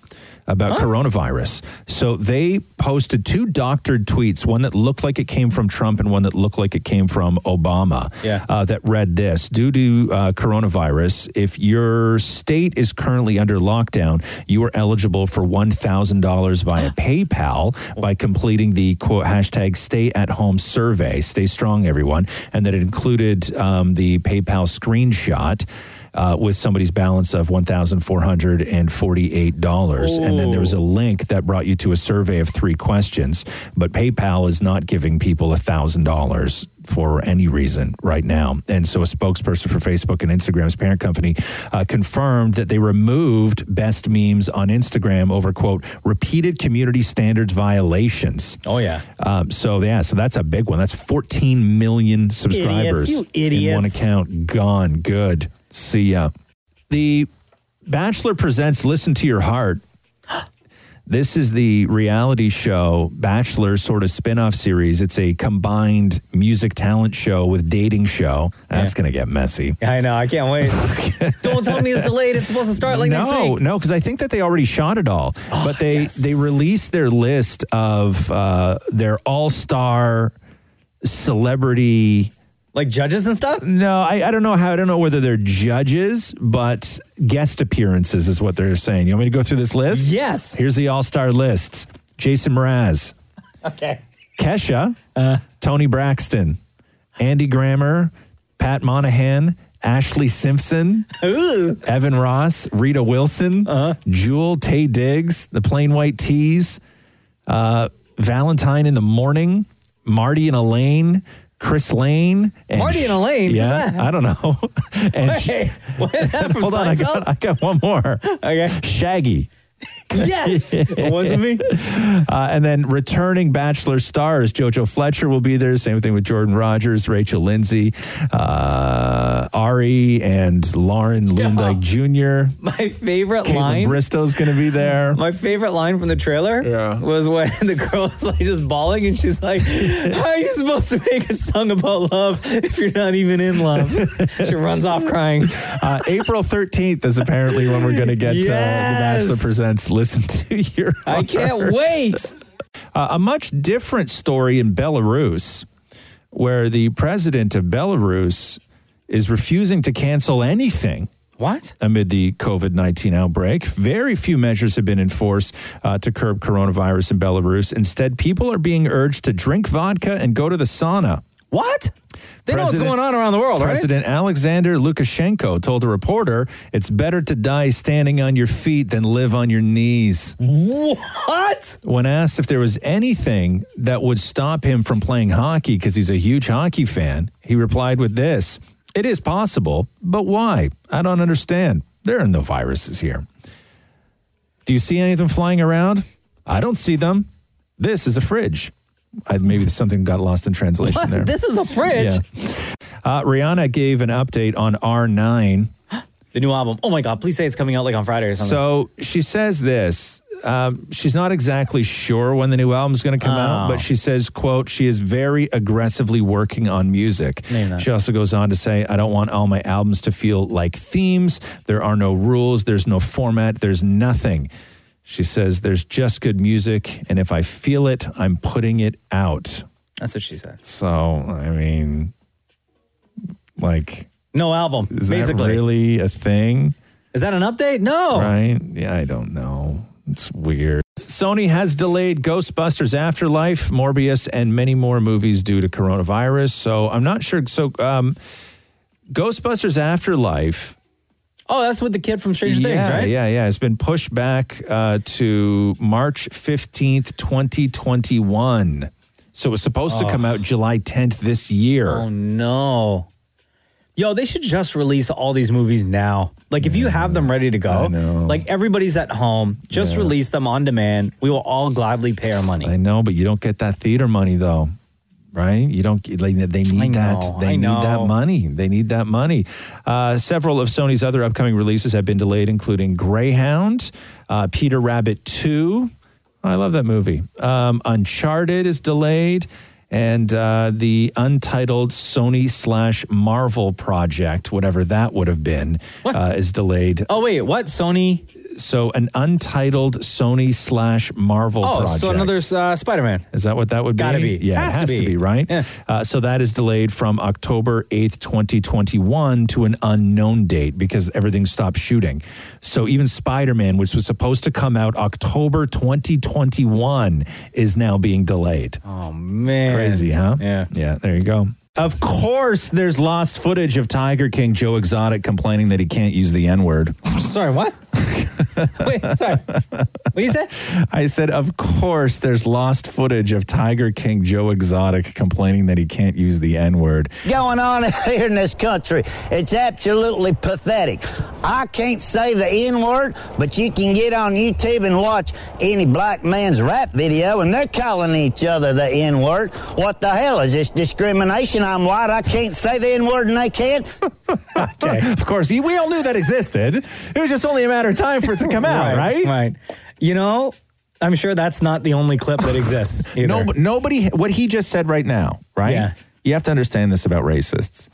Speaker 4: about coronavirus. So they posted two doctored tweets, one that looked like it came from Trump and one that looked like it came from Obama.
Speaker 17: Yeah.
Speaker 4: Uh, that read this Due to uh, coronavirus, if your state is currently under lockdown, you are eligible for $1,000 via PayPal by completing the quote hashtag stay at home survey. Stay strong, everyone. And that it included um, the PayPal screenshot. Uh, uh, with somebody's balance of $1,448. And then there was a
Speaker 8: Oh.
Speaker 4: link that brought you to a survey of three questions. But PayPal is not giving people $1,000 for any reason right now. And so a spokesperson for Facebook and Instagram's parent company uh, confirmed that they removed best memes on Instagram over, quote, repeated community standards violations.
Speaker 8: Oh, yeah.
Speaker 4: Um, so, yeah, so that's a big one. That's 14 million subscribers
Speaker 8: Idiots, you idiots.
Speaker 4: in one account. Gone. Good. See ya. The Bachelor presents Listen to Your Heart. This is the reality show Bachelor sort of spin-off series. It's a combined music talent show with dating show. That's going to get messy.
Speaker 8: I know. I can't wait. Don't tell me it's delayed. It's supposed to start like
Speaker 4: no,
Speaker 8: next week. Oh,
Speaker 4: No, because I think that they already shot it all. but they they released their list of uh, their all star celebrity.
Speaker 8: Like judges and stuff?
Speaker 4: No, I, I don't know how. I don't know whether they're judges, but guest appearances is what they're saying. You want me to go through this list?
Speaker 8: Yes.
Speaker 4: Here's the all star list Jason Mraz,
Speaker 8: Okay.
Speaker 4: Kesha,
Speaker 8: Uh.
Speaker 4: Tony Braxton, Andy Grammer, Pat Monahan, Ashley Simpson, Evan Ross, Rita Wilson,
Speaker 8: Uh-huh.
Speaker 4: Jewel Tay Diggs, the Plain White Tees, uh, Valentine in the Morning, Marty and Elaine, Chris Lane.
Speaker 8: Marty and Elaine? Who's
Speaker 4: Yeah,
Speaker 8: that?
Speaker 4: I don't know. and she-
Speaker 8: Wait, what is that from
Speaker 4: Hold on, I
Speaker 8: Seinfeld?
Speaker 4: got, I got one more.
Speaker 8: Okay.
Speaker 4: Shaggy.
Speaker 8: Yes. It wasn't me.
Speaker 4: Uh, and then returning Bachelor stars, JoJo Fletcher will be there. Same thing with Jordan Rogers, Rachel Lindsay, uh, Ari, and Lauren Lundyke Jr.
Speaker 8: My favorite
Speaker 4: Caitlin
Speaker 8: line.
Speaker 4: Bristow's going to be there.
Speaker 8: My favorite line from the trailer was when the girl's like just bawling and she's like, How are you supposed to make a song about love if you're not even in love? she runs off crying.
Speaker 4: Uh, April 13th is apparently when we're going to get uh,
Speaker 8: Yes.
Speaker 4: The Bachelor Presents Listen to Your
Speaker 8: I can't
Speaker 4: Heart.
Speaker 8: wait.
Speaker 4: Uh, a much different story in Belarus, where the president of Belarus is refusing to cancel anything.
Speaker 8: What?
Speaker 4: Amid the COVID 19 outbreak, very few measures have been enforced uh, to curb coronavirus in Belarus. Instead, people are being urged to drink vodka and go to the sauna.
Speaker 8: What? They know what's
Speaker 4: President-
Speaker 8: going on around the world, right?
Speaker 4: President Alexander Lukashenko told a reporter, "It's better to die standing on your feet than live on your knees."
Speaker 8: What?
Speaker 4: When asked if there was anything that would stop him from playing hockey because he's a huge hockey fan, he replied with this: "It is possible, but why? I don't understand. There are no viruses here. Do you see anything flying around? I don't see them. This is a fridge." I, maybe something got lost in translation
Speaker 8: What?
Speaker 4: there.
Speaker 8: This is a fridge.
Speaker 4: Yeah. Uh, Rihanna gave an update on R9.
Speaker 8: The new album. Oh my God, please say it's coming out like on Friday or something.
Speaker 4: So she says this. Um, she's not exactly sure when the new album's going to come out,
Speaker 8: Oh.
Speaker 4: but she says, "quote She is very aggressively working on music."
Speaker 8: Name that.
Speaker 4: She also goes on to say, "I don't want all my albums to feel like themes. There are no rules. There's no format. There's nothing." She says, "There's just good music, and if I feel it, I'm putting it out."
Speaker 8: That's what she said.
Speaker 4: So I mean, like.
Speaker 8: No album,
Speaker 4: Is that
Speaker 8: basically.
Speaker 4: really a thing?
Speaker 8: Is that an update? No.
Speaker 4: Right? Yeah, I don't know. It's weird. Sony has delayed Ghostbusters Afterlife, Morbius, and many more movies due to coronavirus. So I'm not sure. So um, Ghostbusters Afterlife.
Speaker 8: Oh, that's with the kid from Stranger
Speaker 4: yeah,
Speaker 8: Things, right?
Speaker 4: Yeah, yeah. It's been pushed back uh, to March 15th, 2021. So it was supposed to
Speaker 8: Oh.
Speaker 4: come out July 10th this year.
Speaker 8: Oh no. Yo, they should just release all these movies now. Like if you have them ready to go, like everybody's at home, just
Speaker 4: Yeah.
Speaker 8: release them on demand. We will all gladly pay our money.
Speaker 4: I know, but you don't get that theater money though, right? You don't. Like, they need
Speaker 8: know,
Speaker 4: that. They
Speaker 8: I
Speaker 4: need that
Speaker 8: know.
Speaker 4: money. They need that money. Uh, several of Sony's other upcoming releases have been delayed, including Greyhound, uh, Peter Rabbit Two. I love that movie. Um, Uncharted is delayed. And uh, the untitled Sony slash Marvel project, whatever that would have been, uh, is delayed.
Speaker 8: Oh wait, what Sony?
Speaker 4: So an untitled Sony slash Marvel.
Speaker 8: Oh,
Speaker 4: project.
Speaker 8: so another uh, Spider-Man.
Speaker 4: Is that what that would
Speaker 8: Gotta
Speaker 4: be?
Speaker 8: be.
Speaker 4: Yeah, it has to be, right? Uh, so that is delayed from October 8th, 2021 to an unknown date because everything stopped shooting. So even Spider Man, which was supposed to come out October 2021, is now being delayed.
Speaker 8: Oh, man.
Speaker 4: Crazy, huh?
Speaker 8: Yeah.
Speaker 4: Yeah, there you go. Of course, there's lost footage of Tiger King Joe Exotic complaining that he can't use the N word.
Speaker 8: Sorry, what? Wait, sorry. What you said?
Speaker 4: I said, of course, there's lost footage of Tiger King Joe Exotic complaining that he can't use the N word.
Speaker 15: going on here in this country. It's absolutely pathetic. I can't say the N word, but you can get on YouTube and watch any black man's rap video, and they're calling each other the N word. What the hell is this discrimination? I'm white. I can't say the N word, and they can.
Speaker 4: okay. Of course, we all knew that existed. It was just only a matter of time for it to come out, right?
Speaker 8: Right. You know, I'm sure that's not the only clip that exists. either.
Speaker 4: No, nobody. What he just said right now, right?
Speaker 8: Yeah.
Speaker 4: You have to understand this about racists.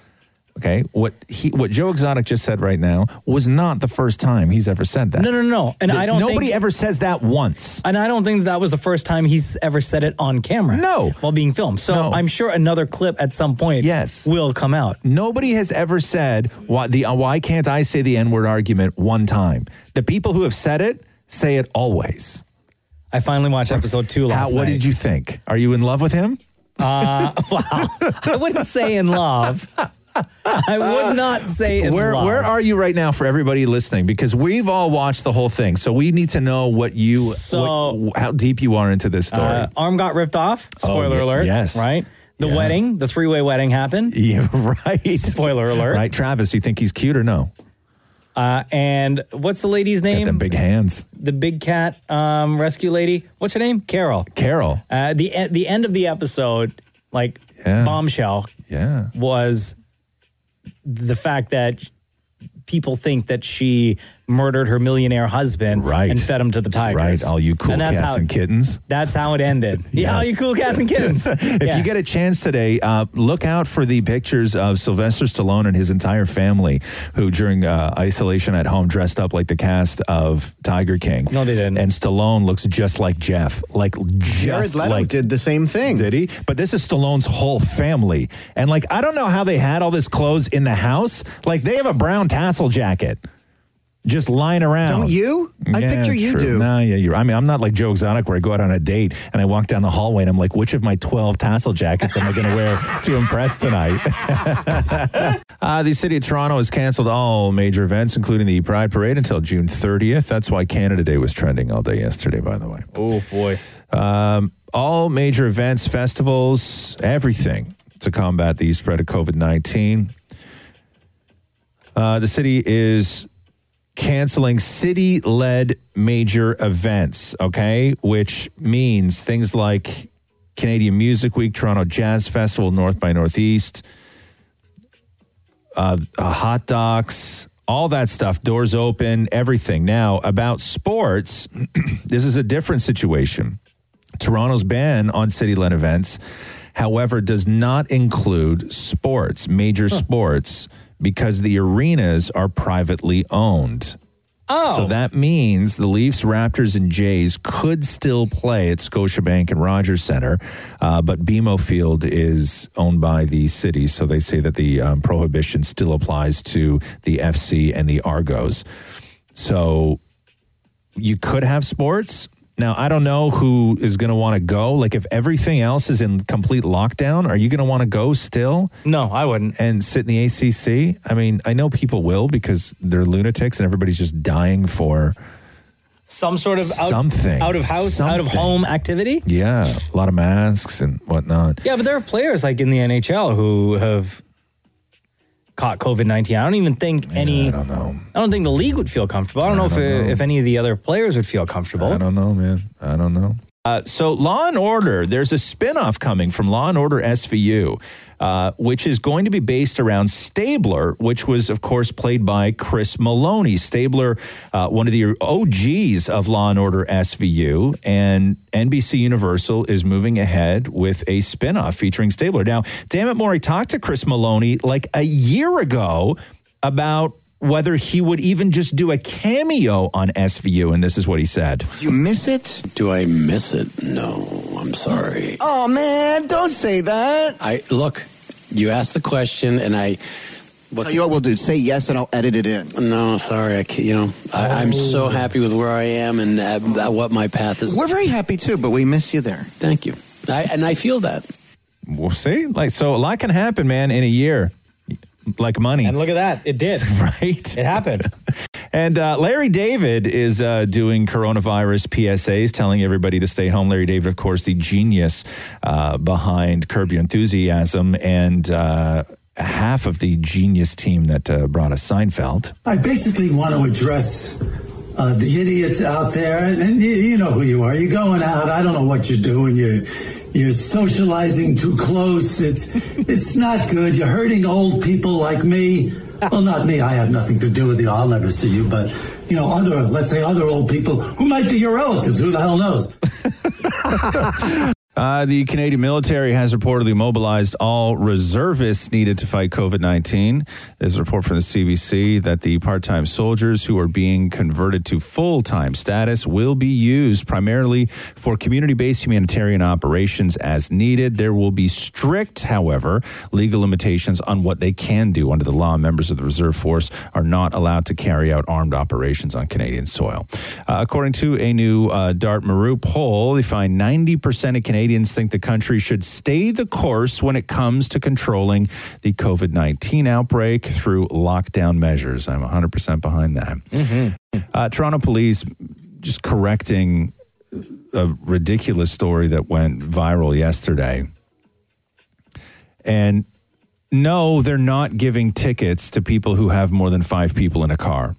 Speaker 4: Okay, what he, what Joe Exotic just said right now was not the first time he's ever said that.
Speaker 8: No, no, no, no. And
Speaker 4: Th-
Speaker 8: I don't
Speaker 4: Nobody
Speaker 8: think,
Speaker 4: ever says that once.
Speaker 8: And I don't think that was the first time he's ever said it on camera. No. While being filmed. So I'm sure another clip at some point yes. will come out.
Speaker 4: Nobody has ever said why the uh, why can't I say the n word argument one time. The people who have said it say it always.
Speaker 8: I finally watched episode two last
Speaker 4: How, what
Speaker 8: night.
Speaker 4: did you think? Are you in love with him?
Speaker 8: Uh, wow. I wouldn't say in love. I would not say in
Speaker 4: where
Speaker 8: love.
Speaker 4: where are you right now for everybody listening? Because we've all watched the whole thing, so we need to know what you
Speaker 8: So-
Speaker 4: what, how deep you are into this story.
Speaker 8: Uh, arm got ripped off. Spoiler
Speaker 4: ye-
Speaker 8: alert.
Speaker 4: Oh, yes.
Speaker 8: Right? The
Speaker 4: Yeah.
Speaker 8: wedding, the three way wedding happened.
Speaker 4: yeah, right.
Speaker 8: Spoiler alert.
Speaker 4: Right, Travis, you think he's cute or no?
Speaker 8: Uh, and what's the lady's name?
Speaker 4: Got them big hands.
Speaker 8: the big cat um, rescue lady. What's her name? Carol.
Speaker 4: Carol.
Speaker 8: Uh, the e- the end of the episode, like bombshell,
Speaker 4: yeah,
Speaker 8: was the fact that people think that she murdered her millionaire husband right. and fed him to the tigers.
Speaker 4: Right, all you cool cats and kittens.
Speaker 8: That's how it ended. Yeah, all you
Speaker 4: Yes.
Speaker 8: cool cats and kittens.
Speaker 4: if
Speaker 8: Yeah.
Speaker 4: you get a chance today, uh, look out for the pictures of Sylvester Stallone and his entire family, who during uh, isolation at home dressed up like the cast of Tiger King. No, they didn't. And Stallone looks just like Jeff, like just
Speaker 19: Jared Leto
Speaker 4: like
Speaker 19: did the same thing.
Speaker 4: Did he? But this is Stallone's whole family, and like I don't know how they had all this clothes in the house. Like they have a brown tassel jacket. Just lying around.
Speaker 19: Don't you? I picture you do.
Speaker 4: No, yeah, you're. I mean, I'm not like Joe Exotic where I go out on a date and I walk down the hallway and I'm like, which of my 12 tassel jackets am I going to wear to impress tonight? uh, the city of Toronto has canceled all major events, including the Pride Parade, until June 30th. That's why Canada Day was trending all day yesterday, by the way.
Speaker 8: Oh boy.
Speaker 4: Um, all major events, festivals, everything to combat the spread of COVID 19. Uh, the city is canceling city led major events, okay? Which means things like Canadian Music Week, Toronto Jazz Festival, North by Northeast, uh, uh, hot docs, all that stuff, doors open, everything. Now, about sports, this is a different situation. Toronto's ban on city led events, however, does not include sports, major sports, because the arenas are privately owned.
Speaker 8: Oh.
Speaker 4: So that means the Leafs, Raptors, and Jays could still play at Scotiabank and Rogers Center, uh, but BMO Field is owned by the city, so they say that the um, prohibition still applies to the FC and the Argos. So you could have sports. Now, I don't know who is going to want to go. Like, if everything else is in complete lockdown, are you going to want to go still?
Speaker 8: No, I wouldn't.
Speaker 4: And sit in the ACC? I mean, I know people will because they're lunatics and everybody's just dying for
Speaker 8: Some sort of out,
Speaker 4: Something.
Speaker 8: out of house, out of
Speaker 4: Something.
Speaker 8: home activity.
Speaker 4: Yeah, a lot of masks and whatnot.
Speaker 8: Yeah, but there are players like in the NHL who have caught COVID nineteen. I don't even think any. I don't
Speaker 4: know.
Speaker 8: I don't think the league would feel comfortable. I don't know if
Speaker 4: don't know.
Speaker 8: if any of the other players would feel comfortable.
Speaker 4: I don't know, man. I don't know. Uh, so, Law and Order, there's a spinoff coming from Law and Order SVU, uh, which is going to be based around Stabler, which was, of course, played by Chris Maloney. Stabler, uh, one of the OGs of Law and Order SVU, and NBC Universal is moving ahead with a spinoff featuring Stabler. Now, damn it, Maury talked to Chris Maloney like a year ago about whether he would even just do a cameo on SVU, and this is what he said.
Speaker 13: Do you miss it? Do I miss it? No, I'm sorry.
Speaker 15: Oh man, don't say that.
Speaker 13: I look. You asked the question, and I. What, Tell you what we'll do. Say yes, and I'll edit it in. Oh. No, sorry. I can't, you know, I, I'm so happy with where I am and uh, what my path is.
Speaker 15: We're very happy too, but we miss you there.
Speaker 13: Thank you. I, and I feel that.
Speaker 4: We'll see. Like so, a lot can happen, man, in a year. Like money. And
Speaker 8: look at that. It did.
Speaker 4: right. It
Speaker 8: happened.
Speaker 4: and uh, Larry David is uh, doing coronavirus PSAs, telling everybody to stay home. Larry David, of course, the genius uh, behind Curb Your Enthusiasm and uh, half of the genius team that uh, brought us Seinfeld.
Speaker 14: I basically want to address uh, the idiots out there, and, and you, you know who you are. You're going out. I don't know what you're doing. You're you're socializing too close. It's it's not good. You're hurting old people like me. Well, not me. I have nothing to do with you. I'll never see you. But you know, other let's say other old people who might be your relatives. Who the hell knows?
Speaker 4: Uh, the Canadian military has reportedly mobilized all reservists needed to fight COVID 19. There's a report from the CBC that the part time soldiers who are being converted to full time status will be used primarily for community based humanitarian operations as needed. There will be strict, however, legal limitations on what they can do under the law. Members of the reserve force are not allowed to carry out armed operations on Canadian soil. Uh, according to a new uh, Dart Maru poll, they find 90% of Canadians think the country should stay the course when it comes to controlling the COVID 19 outbreak through lockdown measures. I'm 100% behind that. Uh, Toronto police just correcting a ridiculous story that went viral yesterday. And no, they're not giving tickets to people who have more than five people in a car.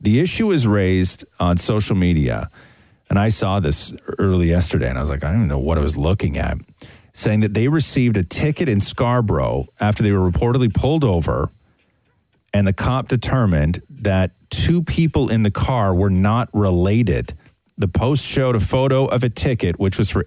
Speaker 4: The issue is raised on social media. And I saw this early yesterday and I was like, I don't even know what I was looking at. Saying that they received a ticket in Scarborough after they were reportedly pulled over and the cop determined that two people in the car were not related. The post showed a photo of a ticket, which was for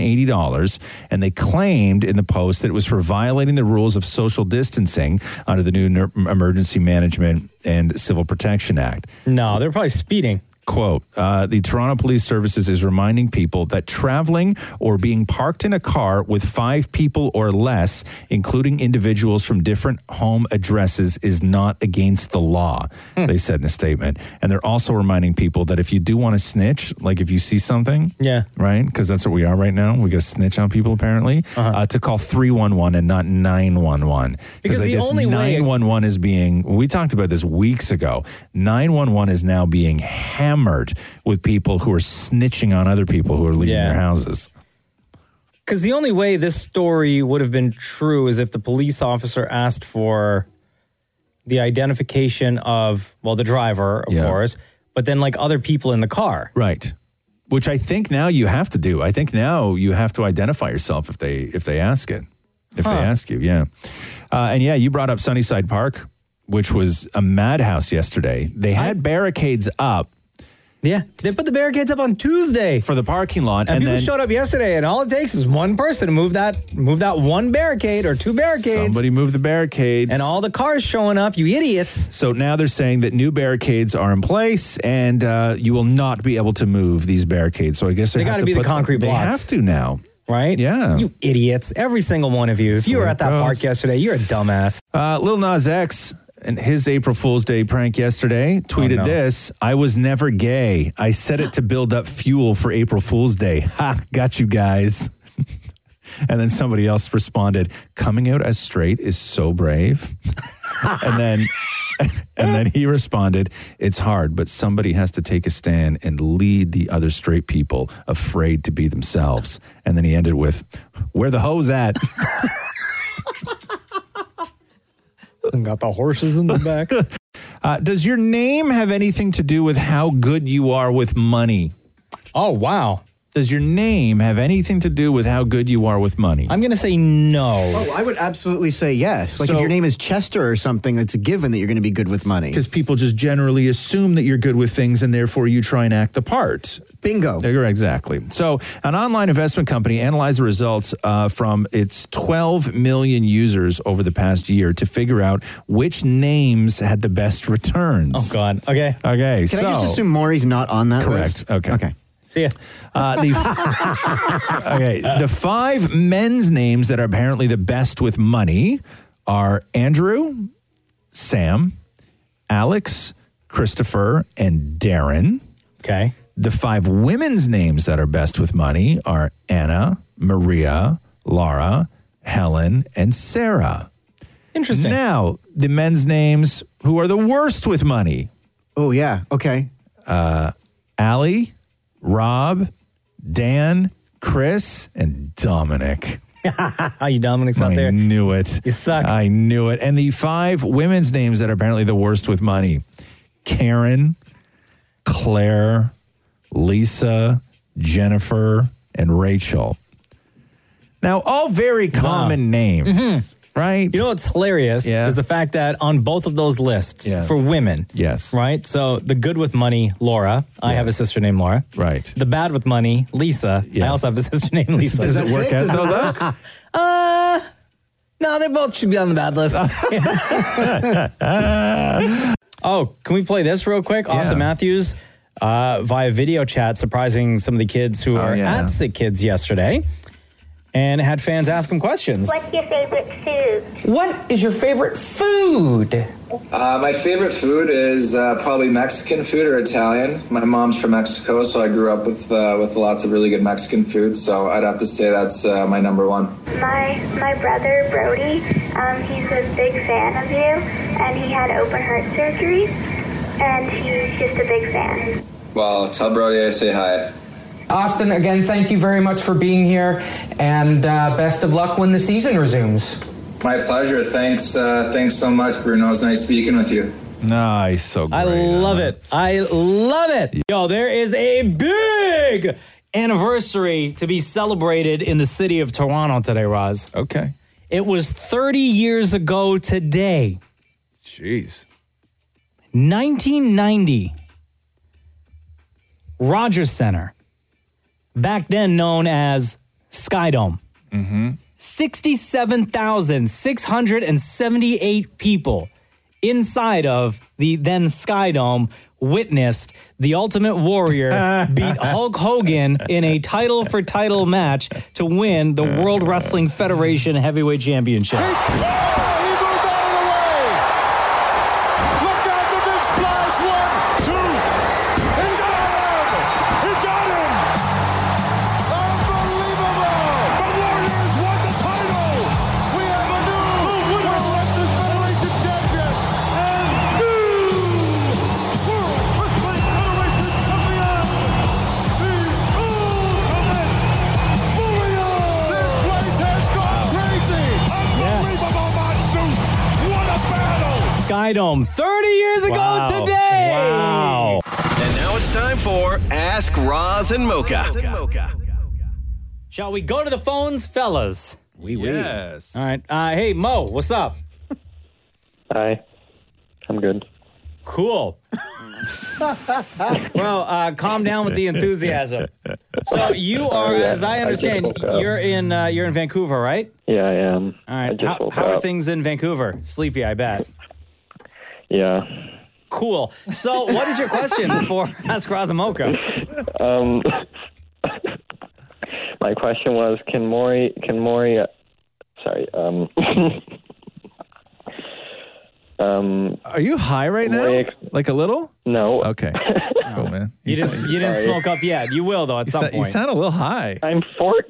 Speaker 4: $880, and they claimed in the post that it was for violating the rules of social distancing under the new Ner- Emergency Management and Civil Protection Act.
Speaker 8: No, they're probably speeding.
Speaker 4: Quote uh, The Toronto Police Services is reminding people that traveling or being parked in a car with five people or less, including individuals from different home addresses, is not against the law, they said in a statement. And they're also reminding people that if you do want to snitch, like if you see something,
Speaker 8: Yeah.
Speaker 4: right? Because that's what we are right now. We got to snitch on people, apparently, uh
Speaker 8: Uh-huh.
Speaker 4: to call 311 and not 911.
Speaker 8: Because
Speaker 4: I
Speaker 8: the
Speaker 4: guess
Speaker 8: only way-
Speaker 4: 911 is being, we talked about this weeks ago. 911 is now being hammered with people who are snitching on other people who are leaving their houses.
Speaker 8: Because the only way this story would have been true is if the police officer asked for the identification of, well, the driver, of course, but then like other people in the car.
Speaker 4: Right. Which I think now you have to do. I think now you have to identify yourself if they if they ask it. If
Speaker 8: Huh.
Speaker 4: they ask you, yeah. Uh, and yeah, you brought up Sunnyside Park, which was a madhouse yesterday. They had barricades up.
Speaker 8: Yeah. They put the barricades up on Tuesday
Speaker 4: for the parking lot.
Speaker 8: And,
Speaker 4: And,
Speaker 8: people
Speaker 4: then
Speaker 8: showed up yesterday, and all it takes is one person to move that move that one barricade or two barricades.
Speaker 4: Somebody moved the barricades.
Speaker 8: And all the cars showing up, you idiots.
Speaker 4: So now they're saying that new barricades are in place, and uh, you will not be able to move these barricades. So I guess
Speaker 8: They
Speaker 4: got to
Speaker 8: gotta be the
Speaker 4: put-
Speaker 8: concrete
Speaker 4: They
Speaker 8: blocks.
Speaker 4: have to now.
Speaker 8: Right?
Speaker 4: Yeah.
Speaker 8: You idiots. Every single one of you. If you were at that park yesterday, you're a dumbass.
Speaker 4: Uh, Lil Nas X and his April Fool's Day prank yesterday tweeted
Speaker 8: no.
Speaker 4: this I was never gay. I said it to build up fuel for April Fool's Day. Ha, got you guys. and then somebody else responded, Coming out as straight is so brave. and then. And
Speaker 8: Eh.
Speaker 4: then he responded, It's hard, but somebody has to take a stand and lead the other straight people afraid to be themselves. And then he ended with, Where the hoes at?
Speaker 8: And got the horses in the back.
Speaker 4: Uh, does your name have anything to do with how good you are with money?
Speaker 8: Oh, wow.
Speaker 4: Does your name have anything to do with how good you are with money?
Speaker 8: I'm going to say no.
Speaker 9: Oh, I would absolutely say yes. Like
Speaker 4: So-
Speaker 9: if your name is Chester or something, that's a given that you're going to be good with money.
Speaker 4: Because people just generally assume that you're good with things and therefore you try and act the part.
Speaker 9: Bingo.
Speaker 4: Exactly. So, an online investment company analyzed the results uh, from its 12 million users over the past year to figure out which names had the best returns.
Speaker 8: Oh, God. Okay.
Speaker 4: Okay.
Speaker 9: Can
Speaker 4: so,
Speaker 9: I just assume Maury's not on that
Speaker 4: Correct.
Speaker 9: list?
Speaker 4: Okay.
Speaker 9: Okay.
Speaker 8: See ya.
Speaker 4: Uh, the, okay, the five men's names that are apparently the best with money are Andrew, Sam, Alex, Christopher, and Darren.
Speaker 8: Okay.
Speaker 4: The five women's names that are best with money are Anna, Maria, Laura, Helen, and Sarah. Interesting. Now, the men's names who are the worst with money.
Speaker 19: Oh, yeah. Okay.
Speaker 4: Uh, Allie, Rob, Dan, Chris, and Dominic.
Speaker 8: you Dominic's out
Speaker 4: I
Speaker 8: there.
Speaker 4: knew it.
Speaker 8: You suck.
Speaker 4: I knew it. And the five women's names that are apparently the worst with money Karen, Claire, Lisa, Jennifer, and Rachel. Now, all very common names. Right.
Speaker 8: Mm-hmm. You know what's hilarious is the fact that on both of those lists
Speaker 4: Yeah.
Speaker 8: for women,
Speaker 4: Yes.
Speaker 8: right? So the good with money, Laura. I have a sister named Laura.
Speaker 4: Right.
Speaker 8: The bad with money, Lisa. I also have a sister named Lisa.
Speaker 4: Does it work out though, though?
Speaker 8: Uh, no, they both should be on the bad list. oh, can we play this real quick? Awesome Matthews uh, via video chat, surprising some of the kids
Speaker 4: Oh,
Speaker 8: who are
Speaker 17: yeah.
Speaker 8: at Sick Kids yesterday, and had fans ask him questions.
Speaker 17: What's your favorite food?
Speaker 8: What is your favorite food?
Speaker 16: Uh, my favorite food is uh, probably Mexican food or Italian. My mom's from Mexico, so I grew up with uh, with lots of really good Mexican food. So I'd have to say that's uh, my number one.
Speaker 18: My my brother Brody, um, he's a big fan of you, and he had open heart surgery, and he's just a big fan.
Speaker 16: Well, tell Brody I say hi.
Speaker 20: Austin, again, thank you very much for being here, and uh, best of luck when the season resumes.
Speaker 16: My pleasure. Thanks. Uh, thanks so much, Bruno. It's nice speaking with you.
Speaker 4: Nice. So
Speaker 8: I love it. I love it. Yo, there is a big anniversary to be celebrated in the city of Toronto today, Roz.
Speaker 4: Okay.
Speaker 8: It was 30 years ago today.
Speaker 4: Jeez.
Speaker 8: 1990. Rogers Center, back then known as Skydome.
Speaker 17: Mm-hmm.
Speaker 8: 67,678 people inside of the then Skydome witnessed the Ultimate Warrior beat Hulk Hogan in a title for title match to win the World Wrestling Federation Heavyweight Championship.
Speaker 17: Look out, the big splash. One, two. He got him. He got him. Unbelievable. The Warriors won the title. We have a new winner of this Federation champion and new World Wrestling Federation champion. The ultimate warrior. This place has gone crazy. Unbelievable, Matsus. What a battle.
Speaker 8: Skydome 30 years ago
Speaker 17: Wow.
Speaker 8: today.
Speaker 17: Wow.
Speaker 1: And now it's time for Ask Roz and Mocha.
Speaker 8: Shall we go to the phones, fellas?
Speaker 1: We
Speaker 8: will.
Speaker 1: will. Yes.
Speaker 8: All right. Uh, hey, Mo, what's up?
Speaker 24: Hi. I'm good.
Speaker 8: Cool. well, uh, calm down with the enthusiasm. So you are,
Speaker 24: Oh, Yeah,
Speaker 8: as I
Speaker 24: I just
Speaker 8: understand,
Speaker 24: woke up.
Speaker 8: you're in uh, you're in Vancouver, right?
Speaker 24: Yeah, I am.
Speaker 8: All
Speaker 24: I
Speaker 8: right.
Speaker 24: just
Speaker 8: How,
Speaker 24: woke
Speaker 8: how are
Speaker 24: up.
Speaker 8: things in Vancouver? Sleepy, I bet.
Speaker 24: Yeah.
Speaker 8: Cool. So, what is your question for Ask Razamoka?
Speaker 24: Um, my question was, can Maury, can Maury, uh, sorry, um, um,
Speaker 4: are you high right now? Like a little?
Speaker 24: No.
Speaker 4: Okay. Cool, man.
Speaker 8: You didn't you didn't
Speaker 4: Sorry.
Speaker 8: smoke up yet. You will though at
Speaker 4: You
Speaker 8: some
Speaker 4: sa-
Speaker 8: point.
Speaker 4: you sound a little high.
Speaker 24: I'm Uh,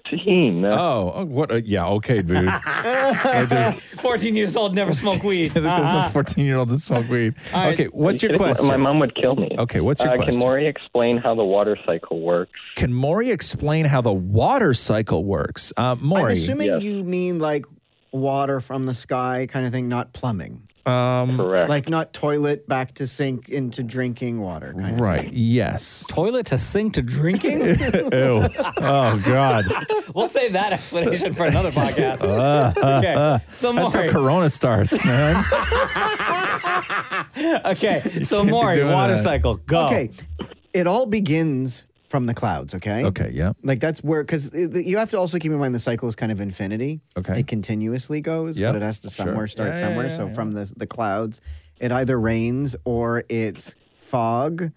Speaker 24: 14.
Speaker 4: Oh, oh, what? a- yeah, okay, dude. Like there's-
Speaker 8: 14 years old, never smoke weed.
Speaker 4: there's
Speaker 8: Uh-huh.
Speaker 4: a 14 year old that smoke weed.
Speaker 8: All right.
Speaker 4: Okay, what's your
Speaker 24: If my-
Speaker 4: question?
Speaker 24: My mom would kill me.
Speaker 4: Okay, what's your
Speaker 24: uh,
Speaker 4: question?
Speaker 24: Can Maury explain how the water cycle works?
Speaker 4: Can Maury explain how the water cycle works? Uh, Maury.
Speaker 9: I'm assuming you mean like water from the sky kind of thing, not plumbing.
Speaker 4: Um,
Speaker 9: Like not toilet back to sink into drinking water. Kind of
Speaker 4: right. Yes.
Speaker 8: Toilet to sink to drinking? Ew.
Speaker 4: Oh, God.
Speaker 8: We'll save that explanation for another podcast.
Speaker 4: Uh, uh,
Speaker 8: okay.
Speaker 4: uh.
Speaker 8: so
Speaker 4: that's how
Speaker 8: Maury.
Speaker 4: Corona starts, man.
Speaker 8: okay. So
Speaker 9: can't be
Speaker 8: Maury,
Speaker 9: doing
Speaker 8: water
Speaker 9: that.
Speaker 8: cycle. Go.
Speaker 9: Okay. It all begins from the clouds, okay?
Speaker 4: Okay, yeah.
Speaker 9: Like that's where, because you have to also keep in mind the cycle is kind of infinity.
Speaker 4: Okay.
Speaker 9: It continuously goes,
Speaker 4: Yep,
Speaker 9: but it has to
Speaker 4: sure.
Speaker 9: somewhere start
Speaker 4: Yeah, yeah,
Speaker 9: somewhere.
Speaker 4: yeah,
Speaker 9: so
Speaker 4: yeah.
Speaker 9: from the, the clouds, it either rains or it's fog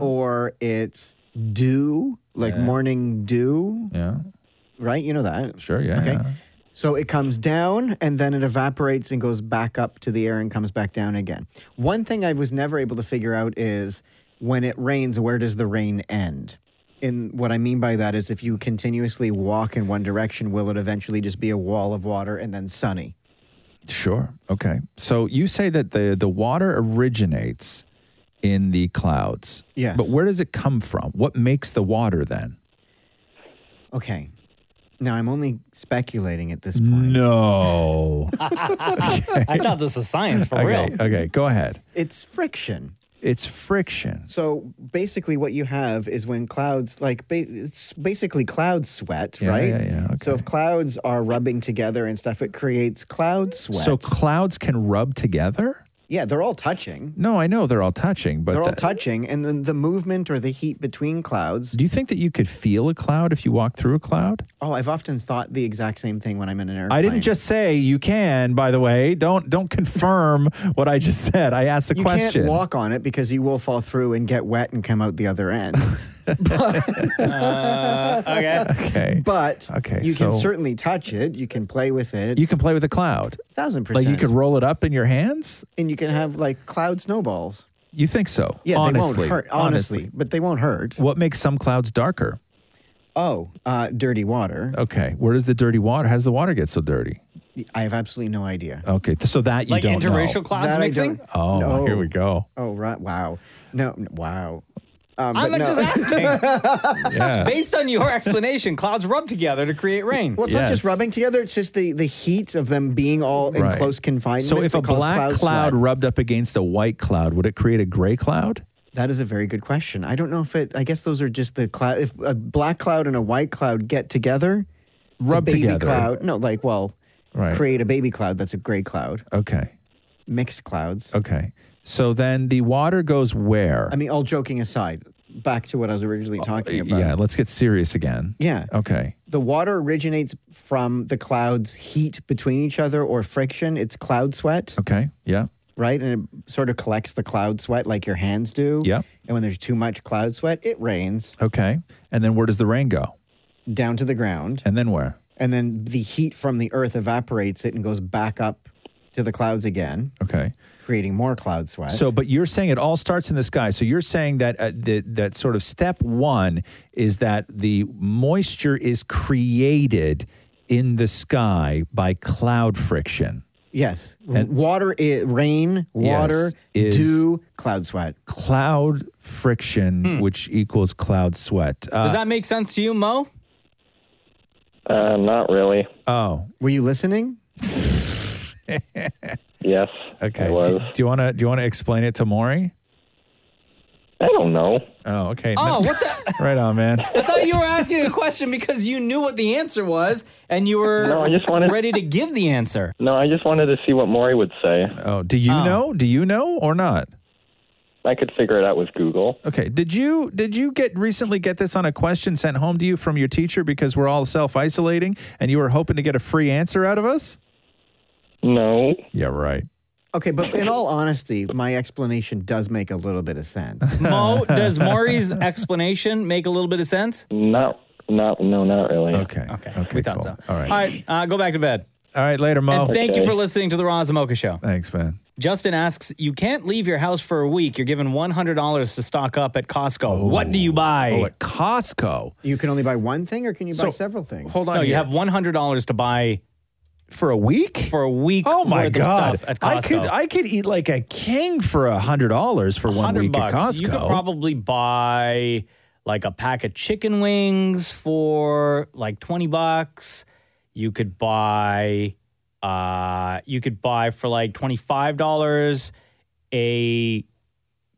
Speaker 9: or it's dew, like
Speaker 4: Yeah.
Speaker 9: morning dew,
Speaker 4: Yeah.
Speaker 9: right? You know that.
Speaker 4: Sure, yeah,
Speaker 9: Okay.
Speaker 4: yeah.
Speaker 9: So it comes down and then it evaporates and goes back up to the air and comes back down again. One thing I was never able to figure out is when it rains, where does the rain end? And what I mean by that is if you continuously walk in one direction, will it eventually just be a wall of water and then sunny?
Speaker 4: Sure. Okay. So you say that the the water originates in the clouds.
Speaker 9: Yes.
Speaker 4: But where does it come from? What makes the water then?
Speaker 9: Okay. Now I'm only speculating at this point.
Speaker 4: No.
Speaker 8: I thought this was science for
Speaker 4: okay,
Speaker 8: real.
Speaker 4: Okay, go ahead.
Speaker 9: It's friction.
Speaker 4: It's friction.
Speaker 9: So basically, what you have is when clouds, like, ba- it's basically cloud sweat,
Speaker 4: Yeah,
Speaker 9: right?
Speaker 4: yeah, yeah,
Speaker 9: So if clouds are rubbing together and stuff, it creates cloud sweat.
Speaker 4: So clouds can rub together?
Speaker 9: yeah, they're all touching.
Speaker 4: No, I know they're all touching, but
Speaker 9: they're all
Speaker 4: the-
Speaker 9: touching, and then the movement or the heat between clouds.
Speaker 4: do you think that you could feel a cloud if you walked through a cloud?
Speaker 9: Oh, I've often thought the exact same thing when I'm in an airplane.
Speaker 4: I didn't just say you can, by the way. Don't don't confirm what I just said. I asked a
Speaker 9: you
Speaker 4: question.
Speaker 9: can't walk on it because you will fall through and get wet and come out the other end.
Speaker 8: okay.
Speaker 4: Okay.
Speaker 9: But
Speaker 4: okay,
Speaker 9: you
Speaker 4: so
Speaker 9: can certainly touch it. You can play with it.
Speaker 4: you can play with a cloud.
Speaker 9: thousand
Speaker 4: Like
Speaker 9: percent.
Speaker 4: you could roll it up in your hands?
Speaker 9: and you can have like cloud snowballs.
Speaker 4: You think so?
Speaker 9: Yeah,
Speaker 4: honestly,
Speaker 9: they won't hurt. Honestly, but they won't hurt.
Speaker 4: What makes some clouds darker?
Speaker 9: Oh, uh, dirty water.
Speaker 4: Okay. Where does the dirty water? How does the water get so dirty?
Speaker 9: I have absolutely no idea.
Speaker 4: Okay. th- So that you
Speaker 9: Like
Speaker 4: don't know.
Speaker 9: interracial clouds That I mixing? don't-
Speaker 4: Oh,
Speaker 9: No.
Speaker 4: here we go.
Speaker 9: Oh right! Wow. No. n- Wow. Um,
Speaker 8: I'm
Speaker 9: but
Speaker 8: not
Speaker 9: no.
Speaker 8: just asking.
Speaker 4: Yeah.
Speaker 8: Based on your explanation, clouds rub together to create rain.
Speaker 9: Well, it's not just rubbing together. It's just the, the heat of them being all in
Speaker 4: Right.
Speaker 9: close confinement.
Speaker 4: So if
Speaker 9: that
Speaker 4: a
Speaker 9: causes
Speaker 4: black
Speaker 9: cloud,
Speaker 4: cloud,
Speaker 9: sweat.
Speaker 4: rubbed up against a white cloud, would it create a gray cloud?
Speaker 9: that is a very good question. I don't know if it. I guess those are just the cloud. If a black cloud and a white cloud get together, the
Speaker 4: Rub
Speaker 9: baby
Speaker 4: together.
Speaker 9: Cloud. No, like well,
Speaker 4: Right.
Speaker 9: create a baby cloud. That's a gray cloud.
Speaker 4: Okay.
Speaker 9: Mixed clouds.
Speaker 4: Okay. So then the water goes where? Oh,
Speaker 9: I mean, all joking aside, back to what I was originally talking about.
Speaker 4: yeah. Let's get serious again.
Speaker 9: Yeah.
Speaker 4: Okay.
Speaker 9: The water originates from the clouds' heat between each other or friction. It's cloud sweat,
Speaker 4: Okay. Yeah.
Speaker 9: right? And it sort of collects the cloud sweat like your hands do.
Speaker 4: Yeah.
Speaker 9: And when there's too much cloud sweat, it rains
Speaker 4: Okay. And then where does the rain go?
Speaker 9: down to the ground.
Speaker 4: And then where?
Speaker 9: And then the heat from the earth evaporates it and goes back up to the clouds again,
Speaker 4: Okay.
Speaker 9: creating more cloud sweat.
Speaker 4: So, but you're saying it all starts in the sky. So you're saying that uh, the, that sort of step one is that the moisture is created in the sky by cloud friction.
Speaker 9: yes,
Speaker 4: And-
Speaker 9: water, i rain, water,
Speaker 4: Yes, is-
Speaker 9: dew, cloud sweat.
Speaker 4: Cloud friction,
Speaker 24: Hmm.
Speaker 4: which equals cloud sweat. Uh,
Speaker 8: Does that make sense to you, Mo?
Speaker 24: Uh, not really.
Speaker 4: Oh,
Speaker 9: were you listening?
Speaker 24: Yes.
Speaker 4: Okay.
Speaker 24: I
Speaker 4: Do,
Speaker 24: was.
Speaker 4: do you want to do you want to explain it to Maury?
Speaker 24: I don't know.
Speaker 4: Oh, okay.
Speaker 8: Oh,
Speaker 4: No-
Speaker 8: what the?
Speaker 4: right on, man.
Speaker 8: I thought you were asking a question because you knew what the answer was and you were
Speaker 24: No, I just wanted-
Speaker 8: ready to give the answer.
Speaker 24: No, I just wanted to see what Maury would say.
Speaker 4: Oh, do you know? Do you know or not?
Speaker 24: I could figure it out with Google.
Speaker 4: Okay. Did you did you get recently get this on a question sent home to you from your teacher because we're all self isolating and you were hoping to get a free answer out of us?
Speaker 24: No.
Speaker 4: Yeah, right.
Speaker 9: Okay, but in all honesty, my explanation does make a little bit of sense.
Speaker 8: Mo, does Maury's explanation make a little bit of sense?
Speaker 24: Not, not, no, not really.
Speaker 4: Okay.
Speaker 24: Okay.
Speaker 8: we thought so.
Speaker 24: All
Speaker 8: All right, uh, go back to bed.
Speaker 4: All right, later, Mo.
Speaker 8: And thank you for listening to the Roz and Mocha Show.
Speaker 4: Thanks, man.
Speaker 8: Justin asks, "You can't leave your house for a week. You're given one hundred dollars to stock up at Costco. what do you buy?
Speaker 4: Oh, at Costco,
Speaker 9: You can only buy one thing, or can you buy several things?
Speaker 4: Hold
Speaker 8: no, you have one hundred dollars to buy
Speaker 4: for a week.
Speaker 8: For a week.
Speaker 4: Oh my
Speaker 8: worth of
Speaker 4: god!
Speaker 8: stuff at
Speaker 4: I
Speaker 8: Costco.
Speaker 4: could I could eat like a king for a hundred dollars for one
Speaker 8: 100
Speaker 4: week at
Speaker 8: bucks.
Speaker 4: Costco.
Speaker 8: You could probably buy like a pack of chicken wings for like 20 bucks. You could buy uh you could buy for like $25 a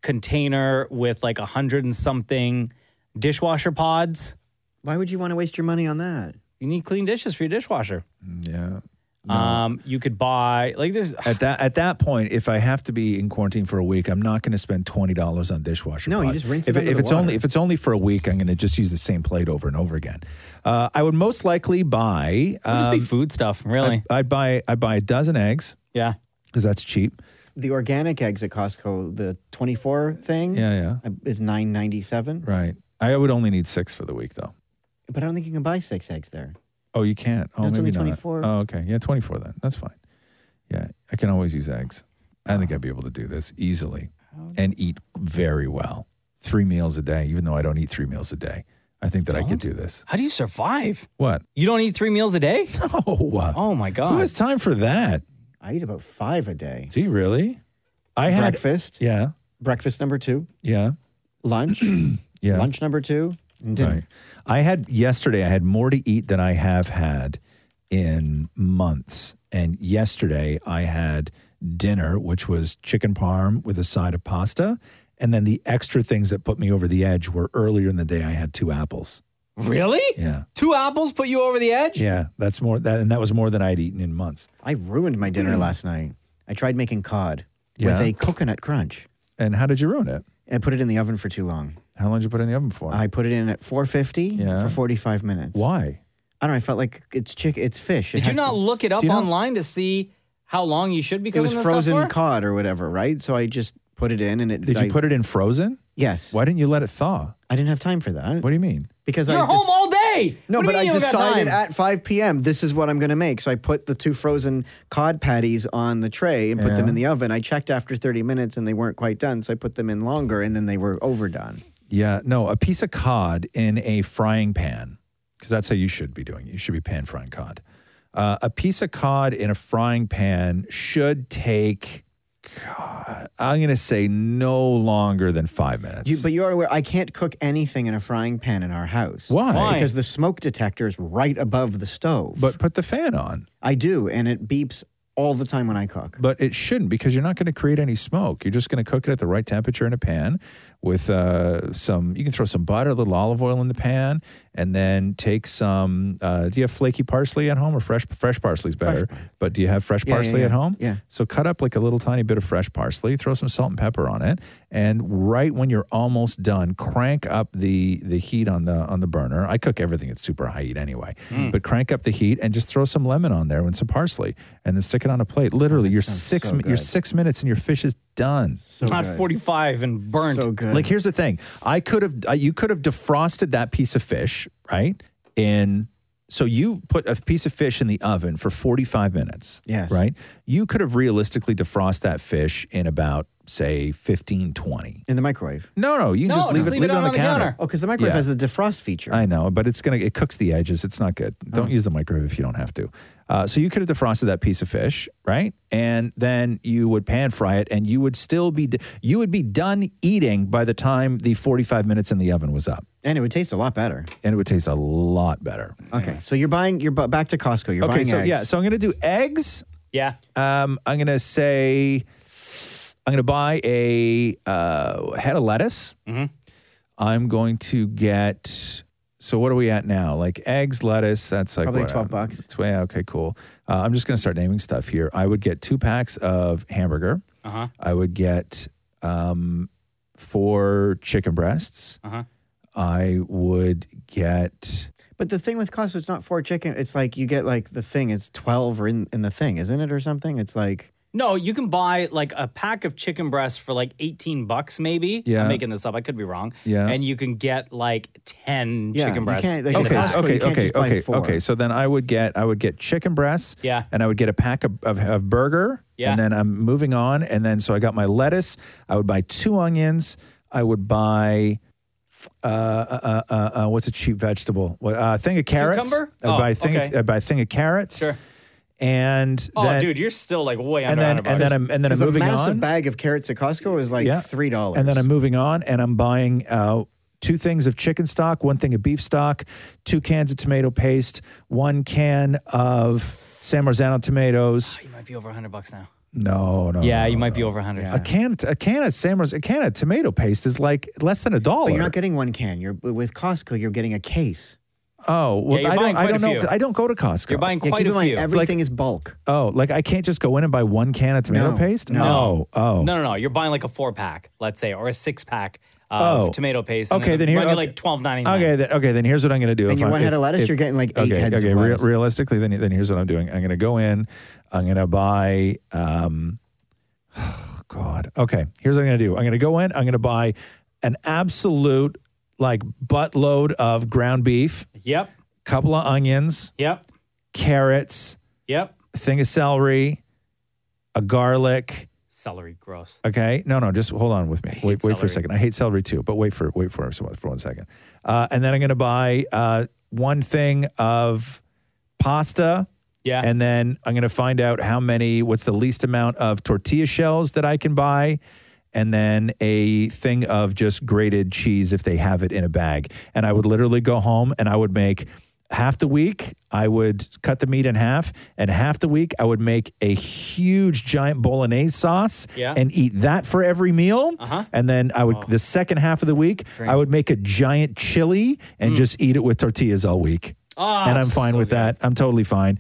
Speaker 8: container with like a hundred and something dishwasher pods.
Speaker 9: Why would you want to waste your money on that?
Speaker 8: You need clean dishes for your dishwasher.
Speaker 4: yeah.
Speaker 8: Um you could buy like this
Speaker 4: at that at that point, if I have to be in quarantine for a week, I'm not going to spend twenty dollars on dishwasher.
Speaker 8: No, you
Speaker 4: pods.
Speaker 8: just rinse it
Speaker 4: if,
Speaker 8: under
Speaker 4: if
Speaker 8: the
Speaker 4: it's only if it's only for a week, I'm going to just use the same plate over and over again. Uh, I would most likely buy um,
Speaker 8: would just be
Speaker 4: food
Speaker 8: stuff. Really,
Speaker 4: I, would buy I would buy a dozen eggs.
Speaker 8: Yeah,
Speaker 4: because that's cheap.
Speaker 9: The organic eggs at Costco, the twenty-four thing,
Speaker 4: Yeah,
Speaker 9: yeah, is nine ninety-seven.
Speaker 4: Right. I would only need six for the week though.
Speaker 9: But I don't think you can buy six eggs there.
Speaker 4: Oh, you can't. Oh,
Speaker 9: No, it's
Speaker 4: maybe
Speaker 9: only
Speaker 4: not.
Speaker 9: 24.
Speaker 4: Oh, okay. Yeah, 24 then. That's fine. Yeah, I can always use eggs. I think I'd be able to do this easily and eat very well. Three meals a day, even though I don't eat three meals a day. I think that I could do this.
Speaker 8: How do you survive?
Speaker 4: What?
Speaker 8: You don't eat three meals a day?
Speaker 4: No. Oh
Speaker 8: my
Speaker 4: Who
Speaker 8: god.
Speaker 4: has time for that?
Speaker 9: I eat about five a day.
Speaker 4: Do you really? I had
Speaker 9: breakfast.
Speaker 4: Yeah.
Speaker 9: Breakfast number two.
Speaker 4: Yeah.
Speaker 9: Lunch.
Speaker 4: yeah.
Speaker 9: Lunch number two. And dinner.
Speaker 4: Right. I had yesterday. I had more to eat than I have had in months. And yesterday, I had dinner, which was chicken parm with a side of pasta, and then the extra things that put me over the edge were earlier in the day. I had two apples.
Speaker 8: Really?
Speaker 4: Yeah.
Speaker 8: Two apples put you over the edge?
Speaker 4: Yeah, that's more that, and that was more than I'd eaten in months.
Speaker 9: I ruined my dinner last night. I tried making cod
Speaker 4: Yeah.
Speaker 9: with a coconut crunch.
Speaker 4: And how did you ruin it?
Speaker 9: I put it in the oven for too long.
Speaker 4: How long did you put it in the oven for?
Speaker 9: I put it in at 450
Speaker 4: Yeah.
Speaker 9: for 45 minutes.
Speaker 4: Why?
Speaker 9: I don't know. I felt like it's chick. It's fish. It
Speaker 8: Did you
Speaker 9: has to-
Speaker 8: not look it up
Speaker 9: Do you know-
Speaker 8: online to see how long you should be
Speaker 9: It
Speaker 8: cooking
Speaker 9: was
Speaker 8: this
Speaker 9: frozen
Speaker 8: stuff for?
Speaker 9: cod or whatever, right? So I just put it in, and it.
Speaker 4: Did you
Speaker 9: I-
Speaker 4: put it in frozen?
Speaker 9: Yes.
Speaker 4: Why didn't you let it thaw?
Speaker 9: I didn't have time for that.
Speaker 4: What do you mean?
Speaker 9: Because
Speaker 8: You're
Speaker 9: I
Speaker 8: home all day.
Speaker 9: No, but
Speaker 8: What do you mean
Speaker 9: I
Speaker 8: you don't got
Speaker 9: decided
Speaker 8: time?
Speaker 9: at 5 p.m. this is what I'm going to make. So I put the two frozen cod patties on the tray and put them
Speaker 4: Yeah.
Speaker 9: in the oven. I checked after 30 minutes and they weren't quite done, so I put them in longer and then they were overdone.
Speaker 4: Yeah, no, a piece of cod in a frying pan, because that's how you should be doing it. You should be pan frying cod. Uh, a piece of cod in a frying pan should take, God, I'm going to say no longer than five minutes.
Speaker 9: You, but you are aware I can't cook anything in a frying pan in our house.
Speaker 4: Why? Why?
Speaker 9: Because the smoke detector is right above the stove.
Speaker 4: But put the fan on.
Speaker 9: I do, and it beeps all the time when I cook.
Speaker 4: but it shouldn't because you're not going to create any smoke. You're just going to cook it at the right temperature in a pan with uh, some. You can throw some butter, a little olive oil in the pan, and then take some. Uh, do you have flaky parsley at home or fresh? Fresh parsley's better. But do you have fresh
Speaker 9: Yeah, yeah,
Speaker 4: parsley
Speaker 9: yeah.
Speaker 4: at home?
Speaker 9: Yeah.
Speaker 4: So cut up like a little tiny bit of fresh parsley, throw some salt and pepper on it, and right when you're almost done, crank up the the heat on the on the burner. I cook everything at super high heat anyway,
Speaker 8: Hmm.
Speaker 7: Mm.
Speaker 4: but crank up the heat and just throw some lemon on there and some parsley, and then stick it on a plate. Literally, you're six
Speaker 8: so
Speaker 4: mi- you're
Speaker 8: good.
Speaker 4: six minutes and your fish is done.
Speaker 8: It's not 45 and burnt. So good.
Speaker 4: Like here's the thing: I could have, uh, you could have defrosted that piece of fish, right? In so you put a piece of fish in the oven for 45 minutes.
Speaker 9: Yes.
Speaker 4: Right. You could have realistically defrosted that fish in about say 15, 20.
Speaker 9: In the microwave.
Speaker 4: No, no, you can just leave it, leave it on, the counter.
Speaker 9: Oh, because the microwave
Speaker 4: Yeah.
Speaker 9: has the defrost feature. Oh.
Speaker 4: I know, but it's gonna it cooks the edges. It's not good. Don't use the microwave if you don't have to. Uh, so you could have defrosted that piece of fish, right? And then you would pan fry it, and you would still be d- you would be done eating by the time the forty five minutes in the oven was up,
Speaker 9: And it would taste a lot better.
Speaker 4: and it would taste a lot better.
Speaker 9: Okay, so you're buying. You're bu- back to Costco. You're
Speaker 4: okay,
Speaker 9: buying
Speaker 4: so
Speaker 9: eggs.
Speaker 4: yeah, so I'm gonna do eggs.
Speaker 8: Yeah.
Speaker 4: Um, I'm gonna say I'm gonna buy a uh, head of lettuce. I'm going to get. So what are we at now? Like eggs, lettuce. That's like
Speaker 9: Probably
Speaker 4: what,
Speaker 9: 12
Speaker 4: bucks. yeah, okay, cool. Uh, I'm just gonna start naming stuff here. I would get two packs of hamburger.
Speaker 8: Uh huh.
Speaker 4: I would get um, four chicken breasts.
Speaker 9: Uh-huh.
Speaker 8: Uh huh.
Speaker 4: I would get.
Speaker 9: But the thing with Costco, it's not four chicken. It's like you get like the thing. It's twelve or in, in the thing, isn't it, or something? It's like
Speaker 8: No, you can buy like a pack of chicken breasts for like 18 bucks, maybe.
Speaker 9: Yeah.
Speaker 8: I'm making this up. I could be wrong.
Speaker 4: Yeah.
Speaker 8: And you can get like 10
Speaker 4: Yeah,
Speaker 8: chicken
Speaker 4: you
Speaker 8: breasts.
Speaker 4: can't-
Speaker 8: in a
Speaker 4: okay,
Speaker 8: pack.
Speaker 4: okay, okay, okay, okay. So then I would get I would get chicken breasts.
Speaker 8: Yeah.
Speaker 4: And I would get a pack of, of, of burger.
Speaker 8: Yeah.
Speaker 4: And then I'm moving on. And then so I got my lettuce. I would buy two onions. I would buy. Uh, uh, uh, uh, what's a cheap vegetable? What, uh, thing of carrots.
Speaker 8: Cucumber?
Speaker 4: I would
Speaker 8: Oh,
Speaker 4: buy a thing.
Speaker 8: okay.
Speaker 4: I buy a thing of carrots.
Speaker 8: Sure.
Speaker 4: And
Speaker 8: Oh,
Speaker 4: then,
Speaker 8: dude, you're still like way
Speaker 4: and
Speaker 8: under
Speaker 4: then
Speaker 8: 100
Speaker 4: and then
Speaker 8: bucks.
Speaker 4: I'm and then I'm moving
Speaker 9: a massive
Speaker 4: on.
Speaker 9: bag of carrots at Costco is like
Speaker 4: Yeah.
Speaker 9: three dollars.
Speaker 4: And then I'm moving on and I'm buying uh, two things of chicken stock, one thing of beef stock, two cans of tomato paste, one can of San Marzano tomatoes.
Speaker 8: You might be over 100 bucks now.
Speaker 4: No, no.
Speaker 8: yeah,
Speaker 4: no,
Speaker 8: you might
Speaker 4: no.
Speaker 8: be over 100.
Speaker 4: A can, a can of San Marzano, a can of tomato paste is like less than a dollar.
Speaker 9: But you're not getting one can. You're with Costco. You're getting a case.
Speaker 4: Oh well,
Speaker 9: Yeah, you're
Speaker 4: I
Speaker 9: buying
Speaker 4: don't. I
Speaker 9: quite a
Speaker 4: don't know.
Speaker 9: few.
Speaker 4: I don't go to Costco.
Speaker 9: You're buying Yeah, quite keep a in mind, few. everything is bulk.
Speaker 4: Oh, like I can't just go in and buy one can of tomato
Speaker 8: No,
Speaker 4: paste.
Speaker 8: no.
Speaker 4: Oh, oh,
Speaker 8: No, no, no. You're buying like a four pack, let's say, or a six pack of
Speaker 4: Oh.
Speaker 8: tomato paste. and
Speaker 4: Okay, then here.
Speaker 8: run you
Speaker 4: Okay,
Speaker 8: like twelve ninety nine.
Speaker 4: okay, then, okay, then here's what I'm going to do.
Speaker 9: And
Speaker 4: If
Speaker 9: you
Speaker 4: I'm-
Speaker 9: want a head
Speaker 4: if-
Speaker 9: of lettuce,
Speaker 4: if-
Speaker 9: you're getting like eight
Speaker 4: okay,
Speaker 9: heads
Speaker 4: okay,
Speaker 9: of
Speaker 4: rea-
Speaker 9: lettuce.
Speaker 4: realistically, then then here's what I'm doing. I'm going to go in. I'm going to buy. Um, God. Okay. Here's what I'm going to do. I'm going to go in. I'm going to buy an absolute like buttload of ground beef,
Speaker 8: Yep.
Speaker 4: couple of onions,
Speaker 8: Yep.
Speaker 4: carrots,
Speaker 8: Yep.
Speaker 4: thing of celery, a garlic,
Speaker 8: celery gross.
Speaker 4: Okay. No, no. Just hold on with me. Wait, wait for a
Speaker 8: celery.
Speaker 4: second. I hate celery too, but wait for wait for for one second. Uh, and then I'm going to buy uh, one thing of pasta.
Speaker 8: Yeah.
Speaker 4: And then I'm going to find out how many. What's the least amount of tortilla shells that I can buy? And then a thing of just grated cheese if they have it in a bag. And I would literally go home and I would make half the week I would cut the meat in half, and half the week I would make a huge giant bolognese sauce
Speaker 7: Yeah.
Speaker 4: and eat that for every meal.
Speaker 7: Uh-huh.
Speaker 4: And then I would the second half of the week I would make a giant chili and just eat it with tortillas all week.
Speaker 8: Ah,
Speaker 4: and I'm fine with that. I'm totally fine.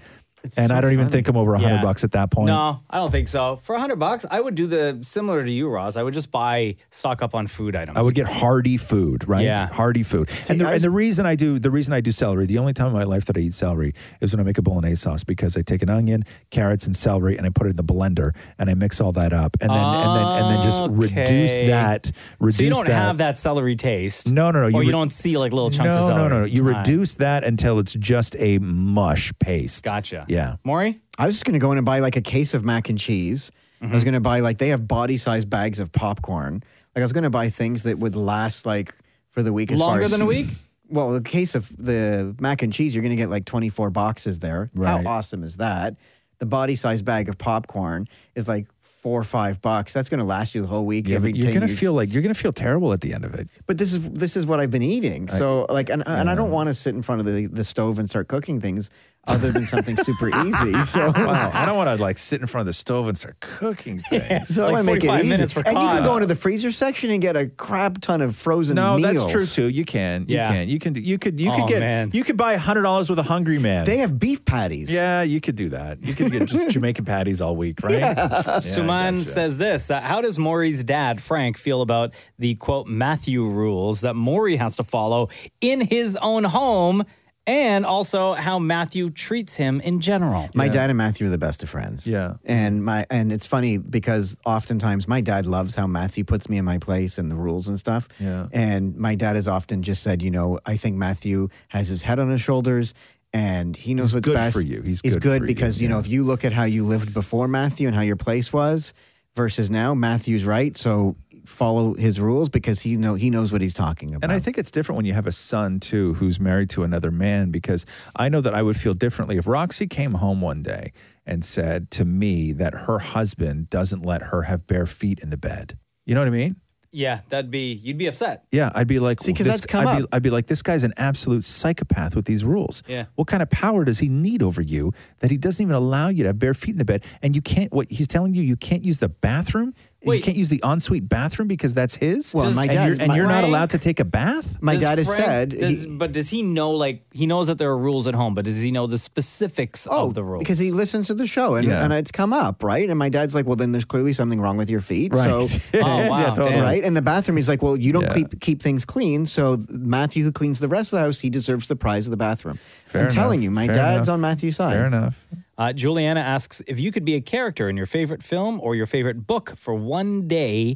Speaker 4: and I don't even think I'm over a hundred
Speaker 8: Yeah.
Speaker 4: bucks at that point.
Speaker 8: No, I don't think so. For a hundred bucks, I would do the similar to you, Roz. I would just buy stock up on food items.
Speaker 4: I would get hearty food, right?
Speaker 8: Yeah.
Speaker 4: Hearty food. and, the, and the reason I do the reason I do celery, the only time in my life that I eat celery is when I make a bolognese sauce because I take an onion, carrots, and celery, and I put it in the blender and I mix all that up, and then and then and then just reduce
Speaker 8: Okay.
Speaker 4: that. Reduce
Speaker 8: so you don't
Speaker 4: that.
Speaker 8: have that celery taste.
Speaker 4: No, no, no.
Speaker 8: or you
Speaker 4: re-
Speaker 8: don't see like little chunks
Speaker 4: no,
Speaker 8: of celery.
Speaker 4: No, no, no. You
Speaker 8: All right.
Speaker 4: reduce that until it's just a mush paste.
Speaker 8: Gotcha.
Speaker 4: Yeah.
Speaker 8: Maury?
Speaker 9: I was just going to go in and buy like a case of mac and cheese. I
Speaker 4: Mm-hmm.
Speaker 9: was going to buy like, they have body size bags of popcorn. Like, I was going to buy things that would last like for the week as far
Speaker 8: Longer
Speaker 9: as-
Speaker 8: than a week?
Speaker 9: Well, the case of the mac and cheese, you're going to get like 24 boxes there.
Speaker 4: Right.
Speaker 9: How awesome is that? The body size bag of popcorn is like four or five bucks. That's going to last you the whole week.
Speaker 4: Yeah,
Speaker 9: every
Speaker 4: but you're
Speaker 9: time
Speaker 4: gonna
Speaker 9: you-
Speaker 4: feel like you're gonna feel terrible at the end of it.
Speaker 9: but this is this is what I've been eating.
Speaker 4: I-
Speaker 9: So like, and, and I don't want to sit in front of the, the stove and start cooking things other than something super easy. So
Speaker 4: wow, I don't want to like sit in front of the stove and start cooking things.
Speaker 9: so I want to make it easy. and you can go into the freezer section and get a crap ton of frozen.
Speaker 4: No,
Speaker 9: meals.
Speaker 4: that's true too. You can, you
Speaker 9: Yeah.
Speaker 4: can, you can, do- you could, you
Speaker 9: Oh,
Speaker 4: could get,
Speaker 9: man.
Speaker 4: you could buy hundred dollars with a hungry man.
Speaker 9: They have beef patties.
Speaker 4: Yeah, you could do that. You could get just Jamaican patties all week, right? Yeah,
Speaker 8: Suman says this uh, How does Maury's dad, Frank, feel about the quote Matthew rules that Maury has to follow in his own home and also how Matthew treats him in general?
Speaker 9: My dad and Matthew are the best of friends.
Speaker 4: Yeah.
Speaker 9: And my and it's funny because oftentimes my dad loves how Matthew puts me in my place and the rules and stuff.
Speaker 4: Yeah.
Speaker 9: And my dad has often just said, you know, I think Matthew has his head on his shoulders and he knows what's
Speaker 4: good
Speaker 9: best
Speaker 4: for you. He's good for you,
Speaker 9: because you know if you look at how you lived before Matthew and how your place was versus now, Matthew's right. So follow his rules because he know he knows what he's talking about.
Speaker 4: And I think it's different when you have a son too who's married to another man because I know that I would feel differently if Roxy came home one day and said to me that her husband doesn't let her have bare feet in the bed. You know what I mean?
Speaker 8: Yeah, that'd be, you'd be upset.
Speaker 4: Yeah, I'd be like,
Speaker 8: See, 'cause
Speaker 4: this-
Speaker 8: that's come
Speaker 4: I'd, Be,
Speaker 8: up.
Speaker 4: I'd be like, this guy's an absolute psychopath with these rules.
Speaker 8: Yeah.
Speaker 4: What kind of power does he need over you that he doesn't even allow you to have bare feet in the bed? And you can't. What he's telling you, you can't use the bathroom. You can't use the ensuite bathroom because that's his.
Speaker 9: Well, Does my
Speaker 4: and
Speaker 9: dad-
Speaker 4: you're, and
Speaker 9: my-
Speaker 4: you're not
Speaker 9: Frank-
Speaker 4: allowed to take a bath.
Speaker 9: My
Speaker 8: Does
Speaker 9: dad has
Speaker 8: Frank-
Speaker 9: said
Speaker 8: does-
Speaker 9: he-
Speaker 8: but does he know, like, he knows that there are rules at home, but does he know the specifics of the
Speaker 9: Oh,
Speaker 8: rules?
Speaker 9: because he listens to the show and,
Speaker 8: Yeah.
Speaker 9: and it's come up right and my dad's like well then there's clearly something wrong with your feet
Speaker 8: Right.
Speaker 9: so
Speaker 8: Oh, wow, Yeah, totally. damn.
Speaker 9: right in the bathroom he's like well you don't
Speaker 4: Yeah.
Speaker 9: keep, keep things clean so matthew who cleans the rest of the house he deserves the prize of the bathroom
Speaker 8: Fair
Speaker 9: i'm telling
Speaker 8: enough.
Speaker 9: you my
Speaker 8: Fair
Speaker 9: dad's
Speaker 8: enough.
Speaker 9: on matthew's side
Speaker 4: enough
Speaker 8: Uh, Juliana asks if you could be a character in your favorite film or your favorite book for one day,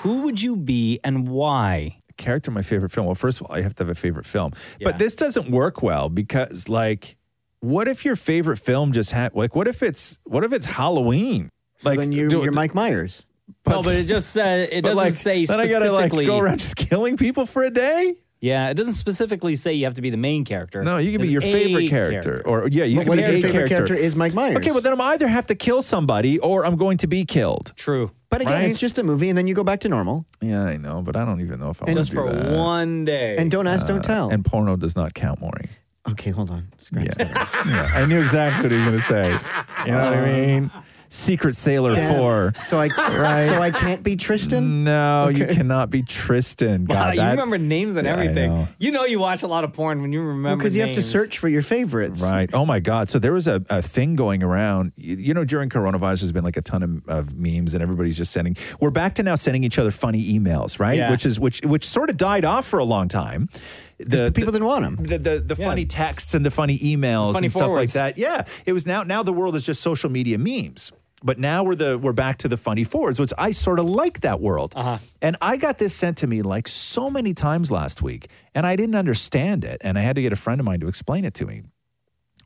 Speaker 8: who would you be and why?
Speaker 4: Character, in my favorite film. Well, first of all, I have to have a favorite film, but this doesn't work well because, like, what if your favorite film just had like, what if it's what if it's Halloween? Like, then you,
Speaker 9: you're Mike Myers.
Speaker 8: no, but it just uh, it
Speaker 4: But,
Speaker 8: doesn't
Speaker 4: like,
Speaker 8: say
Speaker 4: then I
Speaker 8: specifically.
Speaker 4: gotta, like, go around just killing people for a day.
Speaker 8: Yeah, it doesn't specifically say you have to be the main character.
Speaker 4: No, you can be
Speaker 8: There's
Speaker 4: your
Speaker 8: a
Speaker 4: favorite character, or yeah, you
Speaker 8: But
Speaker 4: can
Speaker 8: what
Speaker 4: be
Speaker 8: if your
Speaker 4: a
Speaker 8: favorite
Speaker 4: character.
Speaker 8: character is
Speaker 9: Mike Myers?
Speaker 4: Okay, well then I'm either have to kill somebody or I'm going to be killed.
Speaker 8: True,
Speaker 9: but again it's just a movie and then you go back to normal
Speaker 4: yeah, I know, but I don't even know if I
Speaker 9: And
Speaker 4: want
Speaker 9: just
Speaker 4: to do
Speaker 9: for
Speaker 4: that. Uh,
Speaker 8: one day.
Speaker 9: And don't ask, don't tell.
Speaker 4: And porno does not count, Maury.
Speaker 9: okay hold on
Speaker 4: Yeah. Yeah, I knew exactly what he was going to say. You know what I mean? Secret Sailor
Speaker 9: Um, Damn.
Speaker 4: Four.
Speaker 9: so i
Speaker 4: Right.
Speaker 9: so i can't be tristan
Speaker 4: No, you
Speaker 9: Okay.
Speaker 4: cannot be Tristan. Mm, God,
Speaker 8: Wow, you
Speaker 4: that-
Speaker 8: remember names and
Speaker 4: Yeah, I
Speaker 8: everything.
Speaker 4: know.
Speaker 8: you know you watch a lot of porn when you remember
Speaker 9: because you have to
Speaker 8: names.
Speaker 9: search for your favorites
Speaker 4: Right. Oh my God. So there was a, a thing going around. You, you know, during coronavirus, there's been like a ton of, of memes, and everybody's just sending. We're back to now sending each other funny emails, right?
Speaker 7: Yeah.
Speaker 4: Which is which which sort of died off for a long time. The people
Speaker 9: didn't want them.
Speaker 4: The the, the funny texts and the funny emails
Speaker 7: Funny
Speaker 4: and stuff
Speaker 7: forwards.
Speaker 4: like that. Yeah. It was now now the world is just social media memes. But now we're the we're back to the funny forwards, which I sort of like that world. Uh-huh. And I got this sent to me like so many times last week, and I didn't understand it, and I had to get a friend of mine to explain it to me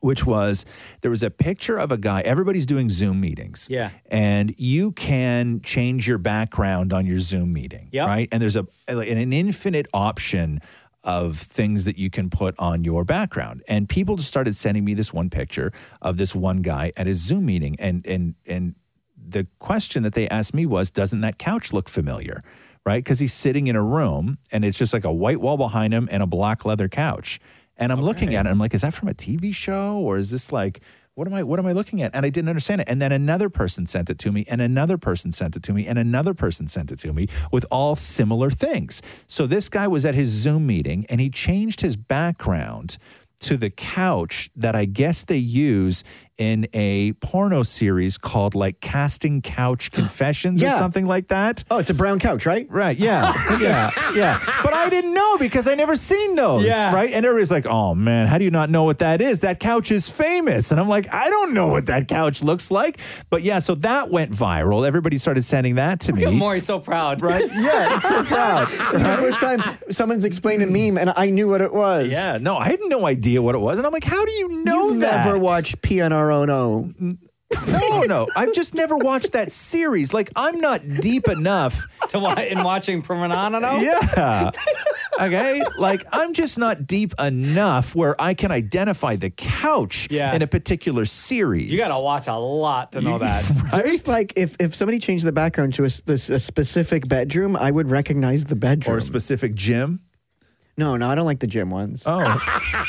Speaker 4: which was there was a picture of a guy. Everybody's doing Zoom meetings.
Speaker 8: Yeah.
Speaker 4: And you can change your background on your Zoom meeting,
Speaker 8: Yep.
Speaker 4: right? And there's a an infinite option of things that you can put on your background. And people just started sending me this one picture of this one guy at his Zoom meeting and and and the question that they asked me was doesn't that couch look familiar? Right? Cuz he's sitting in a room and it's just like a white wall behind him and a black leather couch. And I'm looking at it. I'm like, is that from a TV show or is this like what am I what am I looking at? And I didn't understand it. And then another person sent it to me and another person sent it to me and another person sent it to me with all similar things. So this guy was at his Zoom meeting and he changed his background to the couch that I guess they use in a porno series called like Casting Couch Confessions or
Speaker 7: Yeah.
Speaker 4: something like that. Oh,
Speaker 9: it's a brown couch, right?
Speaker 4: Right, yeah. yeah. Yeah. But I didn't know because I never seen those.
Speaker 7: Yeah.
Speaker 4: Right? And everybody's like, oh man, how do you not know what that is? That couch is famous. And I'm like, I don't know what that couch looks like. But yeah, so that went viral. Everybody started sending that to me.
Speaker 8: Maury's so proud,
Speaker 4: right? Yeah, so proud.
Speaker 9: the first time someone's explained a meme and I knew what it was.
Speaker 4: Yeah, no, I had no idea what it was. And I'm like, how do you know
Speaker 9: You've
Speaker 4: that?
Speaker 9: never watched PNRONO.
Speaker 4: no, no. I've just never watched that series. Like, I'm not deep enough
Speaker 8: to wa- in watching Promenade.
Speaker 4: Yeah. Okay. Like, I'm just not deep enough where I can identify the couch
Speaker 8: Yeah.
Speaker 4: in a particular series.
Speaker 8: You got to watch a lot to know that.
Speaker 9: There's like if, if somebody changed the background to a, s- this, a specific bedroom, I would recognize the bedroom
Speaker 4: or a specific gym.
Speaker 9: No, no, I don't like the gym ones.
Speaker 4: Oh,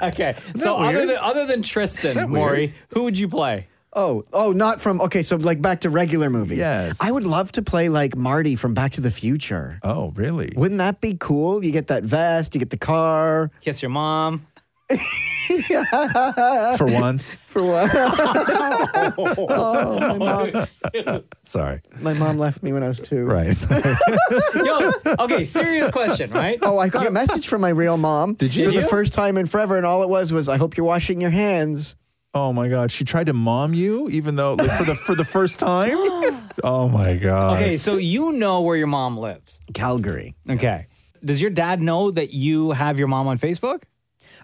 Speaker 8: Okay.
Speaker 9: that
Speaker 8: So other
Speaker 9: weird?
Speaker 8: than other than Tristan,
Speaker 9: that
Speaker 8: Maury,
Speaker 9: weird?
Speaker 8: who would you play?
Speaker 9: oh, oh, not from. Okay, so like back to regular movies.
Speaker 8: Yes.
Speaker 9: I would love to play like Marty from Back to the Future.
Speaker 4: Oh, really?
Speaker 9: Wouldn't that be cool? You get that vest, you get the car.
Speaker 8: Kiss your mom.
Speaker 9: For
Speaker 4: once.
Speaker 9: For once.
Speaker 7: oh,
Speaker 9: my mom.
Speaker 4: Sorry.
Speaker 9: My mom left me when I was two.
Speaker 4: Right.
Speaker 8: Yo, okay, serious question, right?
Speaker 9: Oh, I got a message from my real mom. Did
Speaker 4: you?
Speaker 9: For
Speaker 4: Did
Speaker 9: the
Speaker 4: you?
Speaker 9: first time in forever, and all it was was, "I hope you're washing your hands."
Speaker 4: Oh my God. She tried to mom you, even though like, for the for the first time. Oh my God.
Speaker 8: Okay, so you know where your mom lives.
Speaker 9: Uh, Calgary.
Speaker 8: Okay. Does your dad know that you have your mom on Facebook?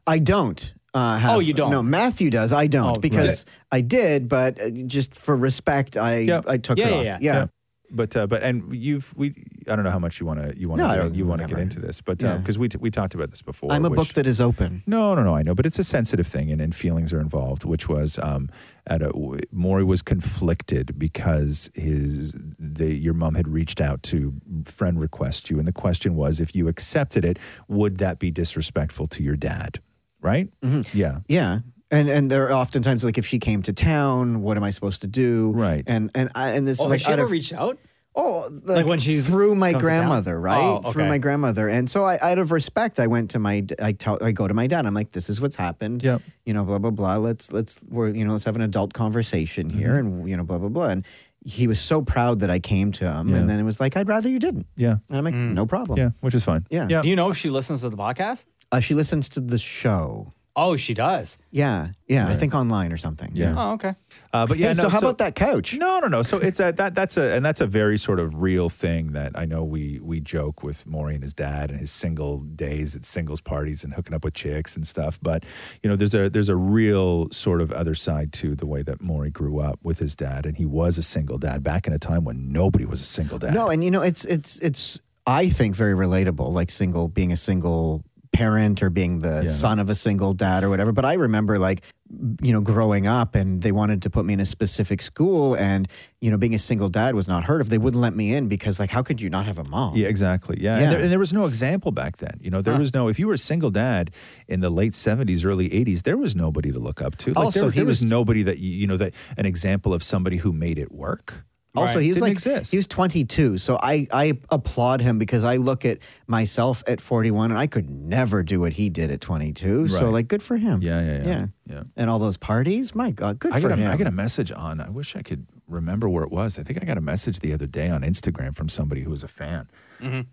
Speaker 9: I don't. Uh, have,
Speaker 8: Oh, you don't?
Speaker 9: No, Matthew does. I don't
Speaker 8: Oh,
Speaker 9: because I did, but uh, just for respect, I I took it off.
Speaker 4: But uh, but and you've we I don't know how much you want to you want
Speaker 9: No, I
Speaker 4: to
Speaker 9: don't
Speaker 4: you want to get
Speaker 9: remember.
Speaker 4: into this, but
Speaker 9: Yeah.
Speaker 4: because we t- we talked about this before.
Speaker 9: I'm a
Speaker 4: which-
Speaker 9: book that is open.
Speaker 4: No, no, no. I know, but it's a sensitive thing, and, and feelings are involved. Which was um, at a w- Maury was conflicted because his the your mom had reached out to friend request you, and the question was if you accepted it, would that be disrespectful to your dad? Right? Yeah.
Speaker 9: Yeah. And and there are oftentimes like if she came to town, what am I supposed to do? Right. And and I and this
Speaker 8: oh,
Speaker 9: is like
Speaker 8: like
Speaker 9: out
Speaker 8: she ever
Speaker 9: of-
Speaker 8: reached out?
Speaker 9: Oh,
Speaker 8: like, when she
Speaker 9: through my
Speaker 8: comes to town?
Speaker 9: grandmother, right?
Speaker 8: Oh, okay.
Speaker 9: Through my grandmother, and so I, out of respect, I went to my, d- I tell, I go to my dad. I'm like, this is what's happened. Yep. You know, blah blah blah. Let's let's we're you know let's have an adult conversation here, and you know blah blah blah. And he was so proud that I came to him,
Speaker 4: Yeah.
Speaker 9: and then it was like, I'd rather you didn't.
Speaker 4: Yeah.
Speaker 9: And I'm like,
Speaker 8: Hmm.
Speaker 9: no problem.
Speaker 4: Yeah, which is fine.
Speaker 9: Yeah.
Speaker 8: Mm. Do you know if she listens to the podcast?
Speaker 9: Uh, she listens to the show.
Speaker 8: Oh, she does.
Speaker 9: Yeah, yeah. I think online or something.
Speaker 4: Yeah.
Speaker 8: Oh, okay.
Speaker 4: Uh, but yeah,
Speaker 9: Hey,
Speaker 4: no,
Speaker 9: so how about that couch?
Speaker 4: No, no, no. So it's a that that's a and that's a very sort of real thing that I know we we joke with Maury and his dad and his single days at singles parties and hooking up with chicks and stuff. But you know, there's a there's a real sort of other side to the way that Maury grew up with his dad, and he was a single dad back in a time when nobody was a single dad.
Speaker 9: No, and you know, it's it's it's I think very relatable, like single being a single parent or being the son of a single dad or whatever. But I remember like you know, growing up and they wanted to put me in a specific school and, you know, being a single dad was not heard of. They wouldn't let me in because like how could you not have a mom?
Speaker 4: Yeah, exactly. Yeah,
Speaker 9: Yeah.
Speaker 4: And, there, and there was no example back then. You know, there
Speaker 9: Huh.
Speaker 4: was no. If you were a single dad in the late seventies, early eighties, there was nobody to look up to. Like,
Speaker 9: Also,
Speaker 4: there,
Speaker 9: he
Speaker 4: there was,
Speaker 9: was-
Speaker 4: nobody that you you know that an example of somebody who made it work.
Speaker 9: Also, he was
Speaker 4: Didn't
Speaker 9: like
Speaker 4: exist.
Speaker 9: he was 22, so I I applaud him because I look at myself at 41 and I could never do what he did at 22. So
Speaker 4: Right.
Speaker 9: like, good for him.
Speaker 4: Yeah, yeah, yeah, yeah.
Speaker 9: And all those parties, my God, good
Speaker 4: I
Speaker 9: for
Speaker 4: got a,
Speaker 9: him.
Speaker 4: I got a message on. I wish I could remember where it was. I think I got a message the other day on Instagram from somebody who was a fan,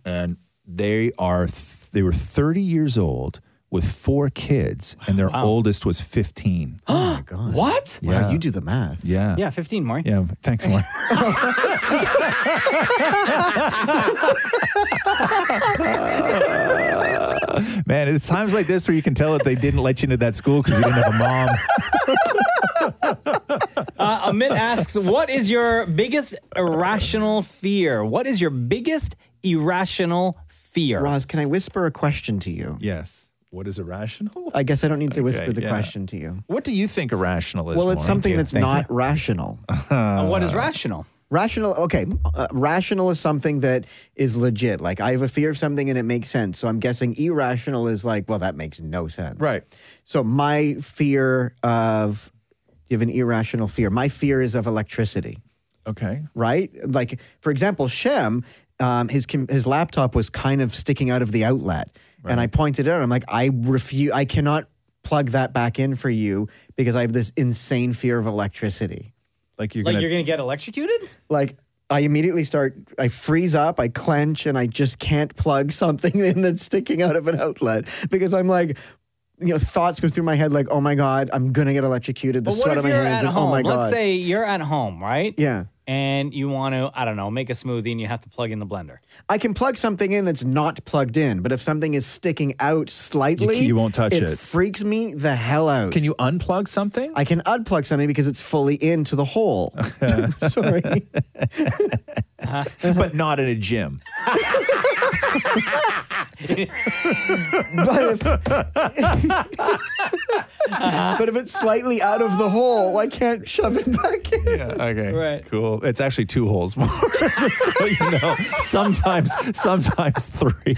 Speaker 4: and they are th- they were thirty years old with four kids, and their oldest was fifteen.
Speaker 8: Oh my god. What?
Speaker 4: Yeah.
Speaker 9: you do the math.
Speaker 4: Yeah.
Speaker 8: Yeah, 15, Maury.
Speaker 4: Yeah. Thanks, Maury. Man, it's times like this where you can tell that they didn't let you into that school because you didn't have a mom.
Speaker 8: Uh, Amit asks, "What is your biggest irrational fear? What is your biggest irrational fear?"
Speaker 9: Roz, can I whisper a question to you?
Speaker 4: Yes. What is irrational?
Speaker 9: I guess I don't need to whisper
Speaker 4: Okay,
Speaker 9: the
Speaker 4: yeah.
Speaker 9: question to you.
Speaker 4: What do you think irrational is?
Speaker 9: Well, it's
Speaker 4: Warren?
Speaker 9: something
Speaker 4: Yeah,
Speaker 9: that's
Speaker 4: thank
Speaker 9: not
Speaker 4: you.
Speaker 9: rational.
Speaker 4: Uh,
Speaker 8: what is rational?
Speaker 9: Rational, okay. Uh, rational is something that is legit. Like, I have a fear of something and it makes sense. So I'm guessing irrational is like, well, that makes no sense. Right. So my fear of, you have an irrational fear. My fear is of electricity.
Speaker 4: Okay.
Speaker 9: Right? Like, for example, Shem, um, his, com- his laptop was kind of sticking out of the outlet. And I pointed it out, I'm like, I refuse, I cannot plug that back in for you because I have this insane fear of electricity.
Speaker 4: Like, you're
Speaker 8: like you're gonna get electrocuted?
Speaker 9: like I immediately start I freeze up, I clench and I just can't plug something in that's sticking out of an outlet because I'm like you know thoughts go through my head like oh my god, I'm going to get electrocuted. The
Speaker 8: But what
Speaker 9: sweat
Speaker 8: if
Speaker 9: on my
Speaker 8: you're
Speaker 9: hands
Speaker 8: at
Speaker 9: and
Speaker 8: home?
Speaker 9: oh my god.
Speaker 8: Let's say you're at home, right?
Speaker 9: Yeah.
Speaker 8: And you want to, I don't know, make a smoothie and you have to plug in the blender.
Speaker 9: I can plug something in that's not plugged in, but if something is sticking out slightly,
Speaker 4: you won't touch it.
Speaker 9: It freaks me the hell out. Can
Speaker 4: you unplug something?
Speaker 9: I can unplug something because it's fully into the hole. Sorry. Uh-huh.
Speaker 4: but not in a gym.
Speaker 9: but if but if it's slightly out of the hole, I can't shove it back in.
Speaker 4: Okay. Right. Cool. It's actually two holes more. Just so you know. Sometimes, sometimes three.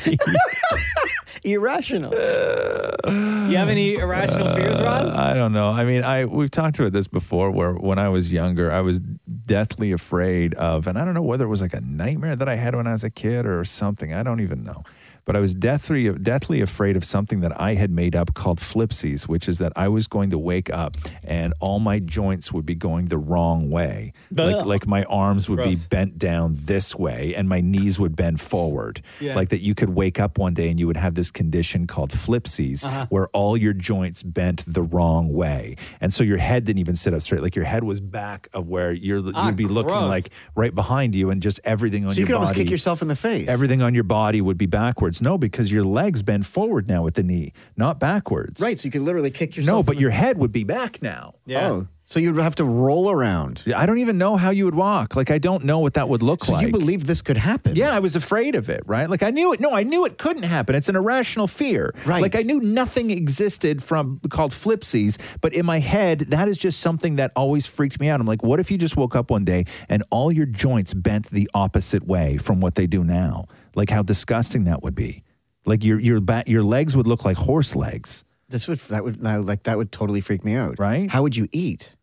Speaker 9: Irrational.
Speaker 8: You have any irrational fears, Roz?
Speaker 4: Uh, I don't know. I mean, I we've talked about this before. Where when I was younger, I was deathly afraid of, and I don't know whether it was like a nightmare that I had when I was a kid or something. I don't even know. But I was deathly, deathly afraid of something that I had made up called flipsies, which is that I was going to wake up and all my joints would be going the wrong way. Like,
Speaker 7: Ugh.
Speaker 4: like my arms would
Speaker 7: Gross.
Speaker 4: be bent down this way and my knees would bend forward.
Speaker 7: Yeah.
Speaker 4: Like that you could wake up one day and you would have this condition called flipsies
Speaker 7: Uh-huh.
Speaker 4: where all your joints bent the wrong way. And so your head didn't even sit up straight. Like your head was back of where you're,
Speaker 9: Ah,
Speaker 4: you'd be looking
Speaker 9: gross.
Speaker 4: like right behind you and just everything on
Speaker 9: So
Speaker 4: your
Speaker 9: you could
Speaker 4: body.
Speaker 9: almost kick yourself in the face.
Speaker 4: Everything on your body would be backwards. No, because your legs bend forward now at the knee, not backwards.
Speaker 9: Right, so you could literally kick yourself.
Speaker 4: No, but your head would be back now.
Speaker 9: Yeah. Oh, so you'd have to roll around.
Speaker 4: I don't even know how you would walk. Like I don't know what that would look
Speaker 9: So
Speaker 4: like.
Speaker 9: you believe this could happen?
Speaker 4: Yeah, I was afraid of it, right? Like I knew it. No, I knew it couldn't happen. It's an irrational fear. Right. Like I knew nothing existed from called flipsies, but in my head, that is just something that always freaked me out. I'm like, what if you just woke up one day and all your joints bent the opposite way from what they do now? Like how disgusting that would be. Like your your back, your legs would look like horse legs.
Speaker 9: This would that would that would- like that would totally freak me out.
Speaker 4: Right?
Speaker 9: How would you eat?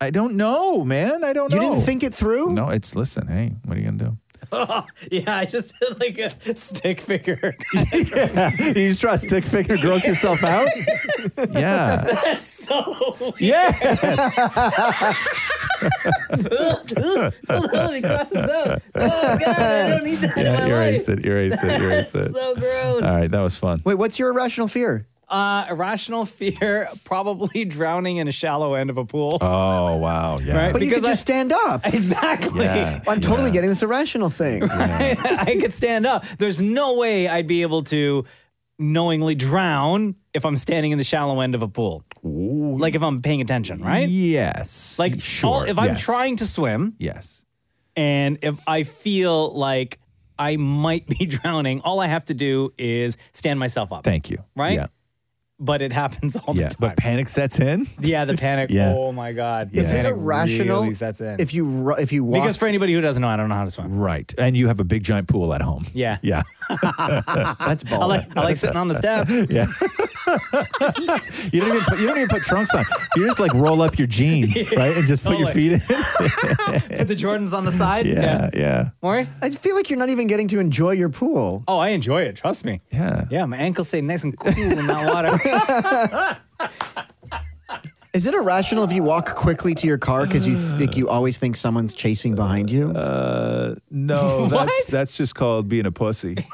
Speaker 4: I don't know, man. I don't
Speaker 9: You
Speaker 4: know.
Speaker 9: didn't think it through?
Speaker 4: No, it's listen, hey, what are you gonna do?
Speaker 8: yeah, I just did like a stick figure.
Speaker 4: you just try to stick figure, gross yourself out? Yeah.
Speaker 8: That's so weird.
Speaker 4: Yes.
Speaker 8: Ugh, he crosses out. Oh, God, I don't need that in
Speaker 4: Yeah,
Speaker 8: my
Speaker 4: erase
Speaker 8: life.
Speaker 4: it, erase it, erase
Speaker 8: That's
Speaker 4: it.
Speaker 8: so gross.
Speaker 4: All right, that was fun.
Speaker 9: Wait, what's your irrational fear?
Speaker 8: Uh, irrational fear, probably drowning in a shallow end of a pool.
Speaker 4: Oh wow, yeah.
Speaker 8: Right?
Speaker 9: But you could
Speaker 8: Because I-
Speaker 9: just stand up.
Speaker 8: Exactly. Yeah,
Speaker 9: I'm totally getting this irrational thing.
Speaker 8: I could stand up. There's no way I'd be able to knowingly drown if I'm standing in the shallow end of a pool. Like if I'm paying attention, right?
Speaker 4: Yes.
Speaker 8: Like all,
Speaker 4: sure,
Speaker 8: if I'm
Speaker 4: yes.
Speaker 8: trying to swim,
Speaker 4: Yes.
Speaker 8: and if I feel like I might be drowning, all I have to do is stand myself up.
Speaker 4: Thank you.
Speaker 8: Right?
Speaker 4: Yeah.
Speaker 8: But it happens all
Speaker 4: Yeah.
Speaker 8: the time.
Speaker 4: But panic sets in.
Speaker 8: Yeah, the panic.
Speaker 4: Yeah.
Speaker 8: Oh my god.
Speaker 4: Is
Speaker 8: The
Speaker 4: it
Speaker 8: panic
Speaker 4: irrational
Speaker 8: really sets in.
Speaker 9: If you ru- if you walk
Speaker 8: because for anybody who doesn't know, I don't know how to swim.
Speaker 4: Right. And you have a big giant pool at home.
Speaker 8: Yeah.
Speaker 4: Yeah.
Speaker 8: That's bold. I like- I like sitting on the steps.
Speaker 4: Yeah. you don't even put, you don't even put trunks on. You just like roll up your jeans, right? And just put your feet
Speaker 8: Totally.
Speaker 4: in.
Speaker 8: Put the Jordans on the side.
Speaker 4: Yeah, yeah.
Speaker 8: Maury?
Speaker 9: I feel like you're not even getting to enjoy your pool.
Speaker 8: Oh, I enjoy it. Trust me.
Speaker 4: Yeah.
Speaker 8: Yeah, my ankles stay nice and cool in that water.
Speaker 9: Is it irrational if you walk quickly to your car because you think you always think someone's chasing behind you?
Speaker 4: Uh, No, that's that's just called being a pussy.
Speaker 8: okay,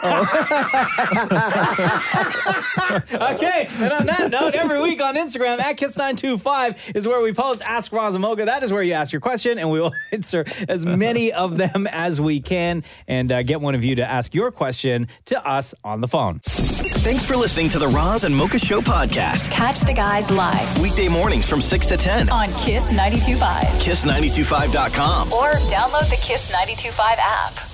Speaker 8: and on that note, every week on Instagram at Kiss925 is where we post Ask Roz and Mocha. That is where you ask your question, and we will answer as many of them as we can and uh, get one of you to ask your question to us on the phone.
Speaker 1: Thanks for listening to the Roz and Mocha Show podcast.
Speaker 25: Catch the guys live
Speaker 1: Weekday mornings from 6 to 10.
Speaker 25: on Kiss 92.5
Speaker 1: Kiss925.com.
Speaker 25: or download the Kiss 92.5 app.